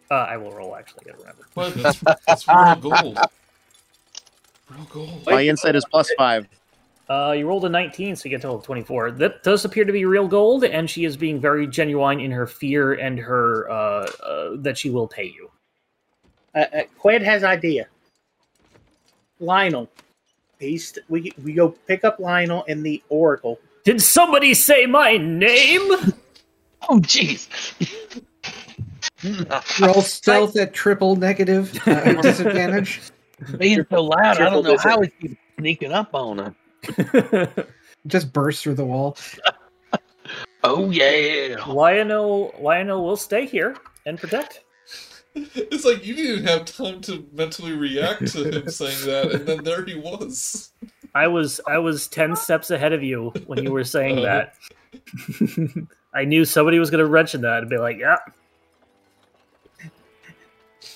Speaker 1: Uh, I will roll, actually. I gotta remember.
Speaker 4: But that's, that's real gold. Real gold.
Speaker 6: My insight is plus five.
Speaker 1: Uh, you rolled a 19, so you get a total of 24. That does appear to be real gold, and she is being very genuine in her fear and her uh, uh, that she will pay you.
Speaker 2: Uh, uh, Quaid has idea. Lionel, he's we we go pick up Lionel and the Oracle.
Speaker 1: Did somebody say my name?
Speaker 3: Oh, jeez.
Speaker 5: Roll stealth at triple negative uh, disadvantage.
Speaker 3: Being so loud, I
Speaker 2: Triple
Speaker 3: don't know
Speaker 2: digit.
Speaker 3: how he keeps sneaking up on him.
Speaker 5: Just burst through the wall.
Speaker 3: Oh yeah.
Speaker 1: Lionel, Lionel will stay here and protect.
Speaker 4: It's like you didn't even have time to mentally react to him saying that, and then there he was.
Speaker 1: I was I was ten steps ahead of you when you were saying that. I knew somebody was going to mention that and be like, "Yeah,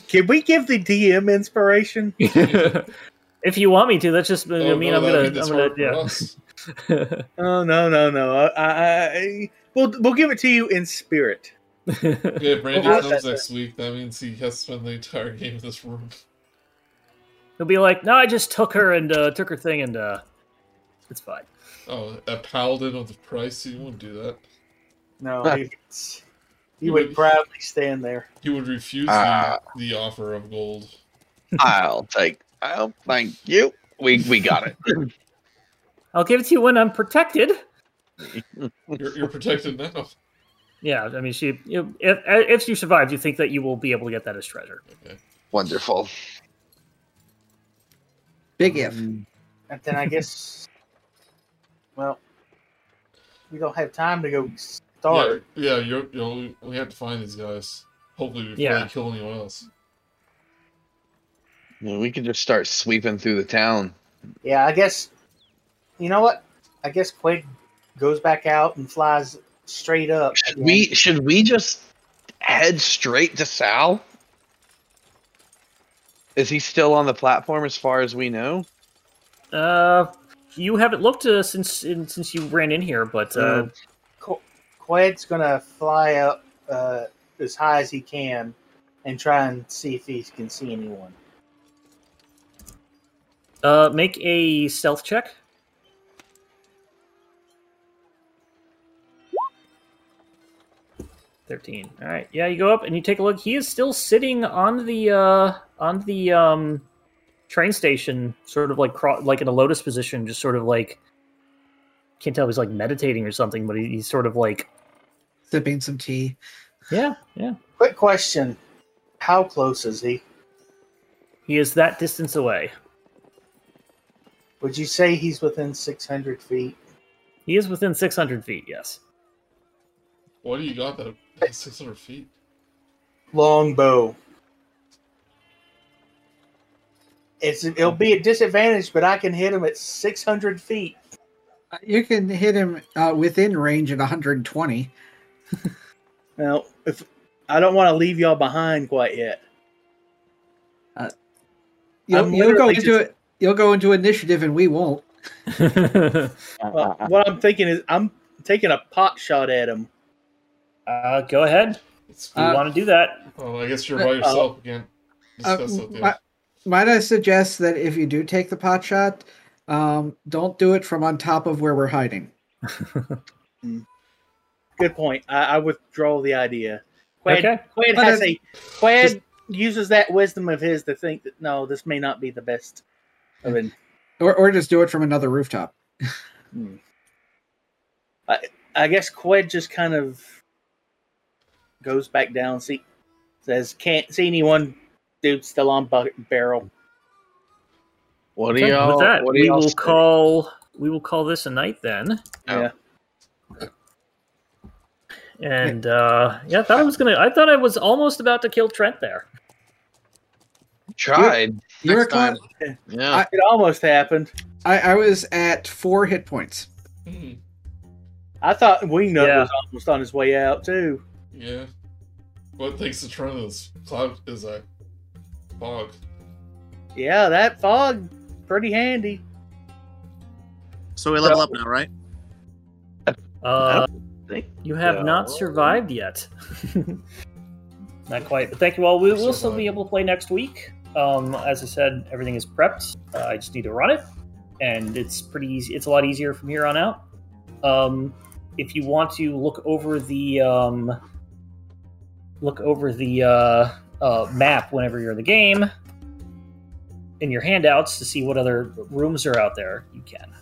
Speaker 2: Can we give the DM inspiration?
Speaker 1: if you want me to." That's just I
Speaker 4: Oh,
Speaker 1: mean
Speaker 4: no,
Speaker 1: I'm
Speaker 4: that
Speaker 1: gonna,
Speaker 4: means it's
Speaker 1: I'm gonna
Speaker 4: hard for
Speaker 1: yeah.
Speaker 4: us.
Speaker 2: Oh no no no! I, I, I we'll we'll give it to you in spirit.
Speaker 4: Yeah, if Randy
Speaker 2: Well,
Speaker 4: comes
Speaker 2: that-
Speaker 4: next week. That means he has to spend the entire game in this room.
Speaker 1: He'll be like, "No, I just took her and uh, took her thing and uh, it's fine."
Speaker 4: Oh, a paladin of the price. He won't do that.
Speaker 2: No, he, he
Speaker 4: You
Speaker 2: would
Speaker 4: would-
Speaker 2: proudly stand there.
Speaker 4: He would refuse
Speaker 3: Ah.
Speaker 4: the, the offer of gold.
Speaker 3: I'll take. I'll thank you. We we got it.
Speaker 1: I'll give it to you when I'm protected.
Speaker 4: You're, you're protected now.
Speaker 1: Yeah, I mean, she. You, if if you survive, you think that you will be able to get that as treasure.
Speaker 3: Wonderful.
Speaker 5: Big
Speaker 2: Mm-hmm.
Speaker 5: if.
Speaker 2: And then I guess, well, we don't have time to go start.
Speaker 4: Yeah, yeah you're, you know, we have to find these guys. Hopefully, before
Speaker 1: Yeah.
Speaker 4: they kill anyone else.
Speaker 3: Well, we could just start sweeping through the town.
Speaker 2: Yeah, I guess. You know what? I guess Quaid goes back out and flies straight up.
Speaker 3: Should we should we just head straight to Sal? Is he still on the platform as far as we know?
Speaker 1: Uh, You haven't looked uh, since in, since you ran in here, but uh,
Speaker 2: Qu- Qued's gonna fly up uh, as high as he can and try and see if he can see anyone.
Speaker 1: uh, make a stealth check. Thirteen. All right. Yeah, you go up and you take a look. He is still sitting on the uh, on the um, train station, sort of like cro- like in a lotus position, just sort of like can't tell if he's like meditating or something, but he, he's sort of like
Speaker 5: sipping some tea.
Speaker 1: yeah, yeah.
Speaker 2: Quick question: How close is he?
Speaker 1: He is that distance away.
Speaker 2: Would you say he's within six hundred feet?
Speaker 1: He is within six hundred feet. Yes.
Speaker 4: What do you got that 600 feet?
Speaker 2: Longbow. It's it'll be a disadvantage, but I can hit him at six hundred feet.
Speaker 5: Uh, You can hit him uh, within range at 120.
Speaker 2: Now, if I don't want to leave y'all behind quite yet,
Speaker 5: You'll,
Speaker 2: I'm
Speaker 5: you'll go
Speaker 2: literally
Speaker 5: into it. You'll go into initiative, and we won't.
Speaker 1: uh,
Speaker 2: well, what I'm thinking is I'm taking a pot shot at him.
Speaker 1: go ahead.
Speaker 4: It's
Speaker 1: You
Speaker 5: Uh,
Speaker 1: want to do that?
Speaker 4: well, I guess you're
Speaker 1: uh,
Speaker 4: by yourself again.
Speaker 5: Uh,
Speaker 4: Discuss it,
Speaker 5: mi- might I suggest that if you do take the pot shot, um, don't do it from on top of where we're hiding.
Speaker 2: Good point. I, I withdraw the idea. Quaid,
Speaker 1: Okay.
Speaker 2: Quaid
Speaker 5: But
Speaker 2: has
Speaker 5: I-
Speaker 2: a Quaid
Speaker 5: just-
Speaker 2: uses that wisdom of his to think that no, this may not be the best. I mean,
Speaker 5: Or, or just do it from another rooftop.
Speaker 2: I guess Qued just kind of goes back down. See, says can't see anyone. Dude, still on bu- barrel.
Speaker 3: What do
Speaker 1: Okay,
Speaker 3: y'all?
Speaker 1: with that,
Speaker 3: what do
Speaker 1: we
Speaker 3: y'all
Speaker 1: will
Speaker 3: say?
Speaker 1: call we will call this a night then.
Speaker 3: Oh.
Speaker 2: Yeah.
Speaker 1: And uh, yeah, I thought I was gonna. I thought I was almost about to kill Trent there.
Speaker 3: Tried.
Speaker 5: You're
Speaker 3: Next
Speaker 5: cla-
Speaker 3: time. Yeah.
Speaker 5: I-
Speaker 2: It almost happened.
Speaker 5: I, I was at four hit points.
Speaker 4: yeah. Mhm.
Speaker 2: I thought Wingnut
Speaker 1: Yeah.
Speaker 2: was almost on his way out too.
Speaker 4: Yeah. What takes the trend of this cloud is that fog.
Speaker 2: Yeah, that fog pretty handy.
Speaker 6: So we level up now, right?
Speaker 1: Uh,
Speaker 3: think
Speaker 1: you have
Speaker 3: so.
Speaker 1: not survived yet. not quite. But thank you all. We will still
Speaker 4: Survived.
Speaker 1: be able to play next week. Um, as I said, everything is prepped. Uh, I just need to run it, and it's pretty easy. It's a lot easier from here on out. Um, if you want to look over the um, look over the uh, uh, map whenever you're in the game in your handouts to see what other rooms are out there, you can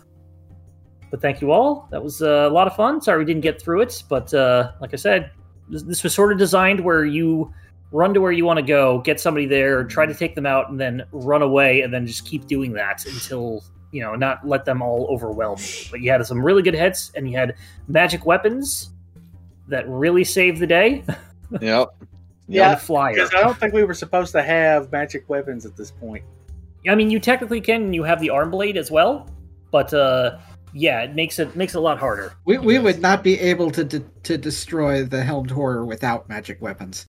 Speaker 1: but thank you all. That was uh, a lot of fun. Sorry we didn't get through it, but uh, like I said, this, this was sort of designed where you run to where you want to go, get somebody there, try to take them out, and then run away, and then just keep doing that until you know not let them all overwhelm you. But you had some really good hits, and you had magic weapons that really saved the day.
Speaker 3: Yep.
Speaker 2: Yeah,
Speaker 1: and a flyer.
Speaker 2: Because I don't think we were supposed to have magic weapons at this point.
Speaker 1: I mean, you technically can. and You have the arm blade as well, but uh, yeah, it makes it makes it a lot harder.
Speaker 5: We, we
Speaker 4: Yes.
Speaker 5: would not be able to de- to destroy the helmed horror without magic weapons.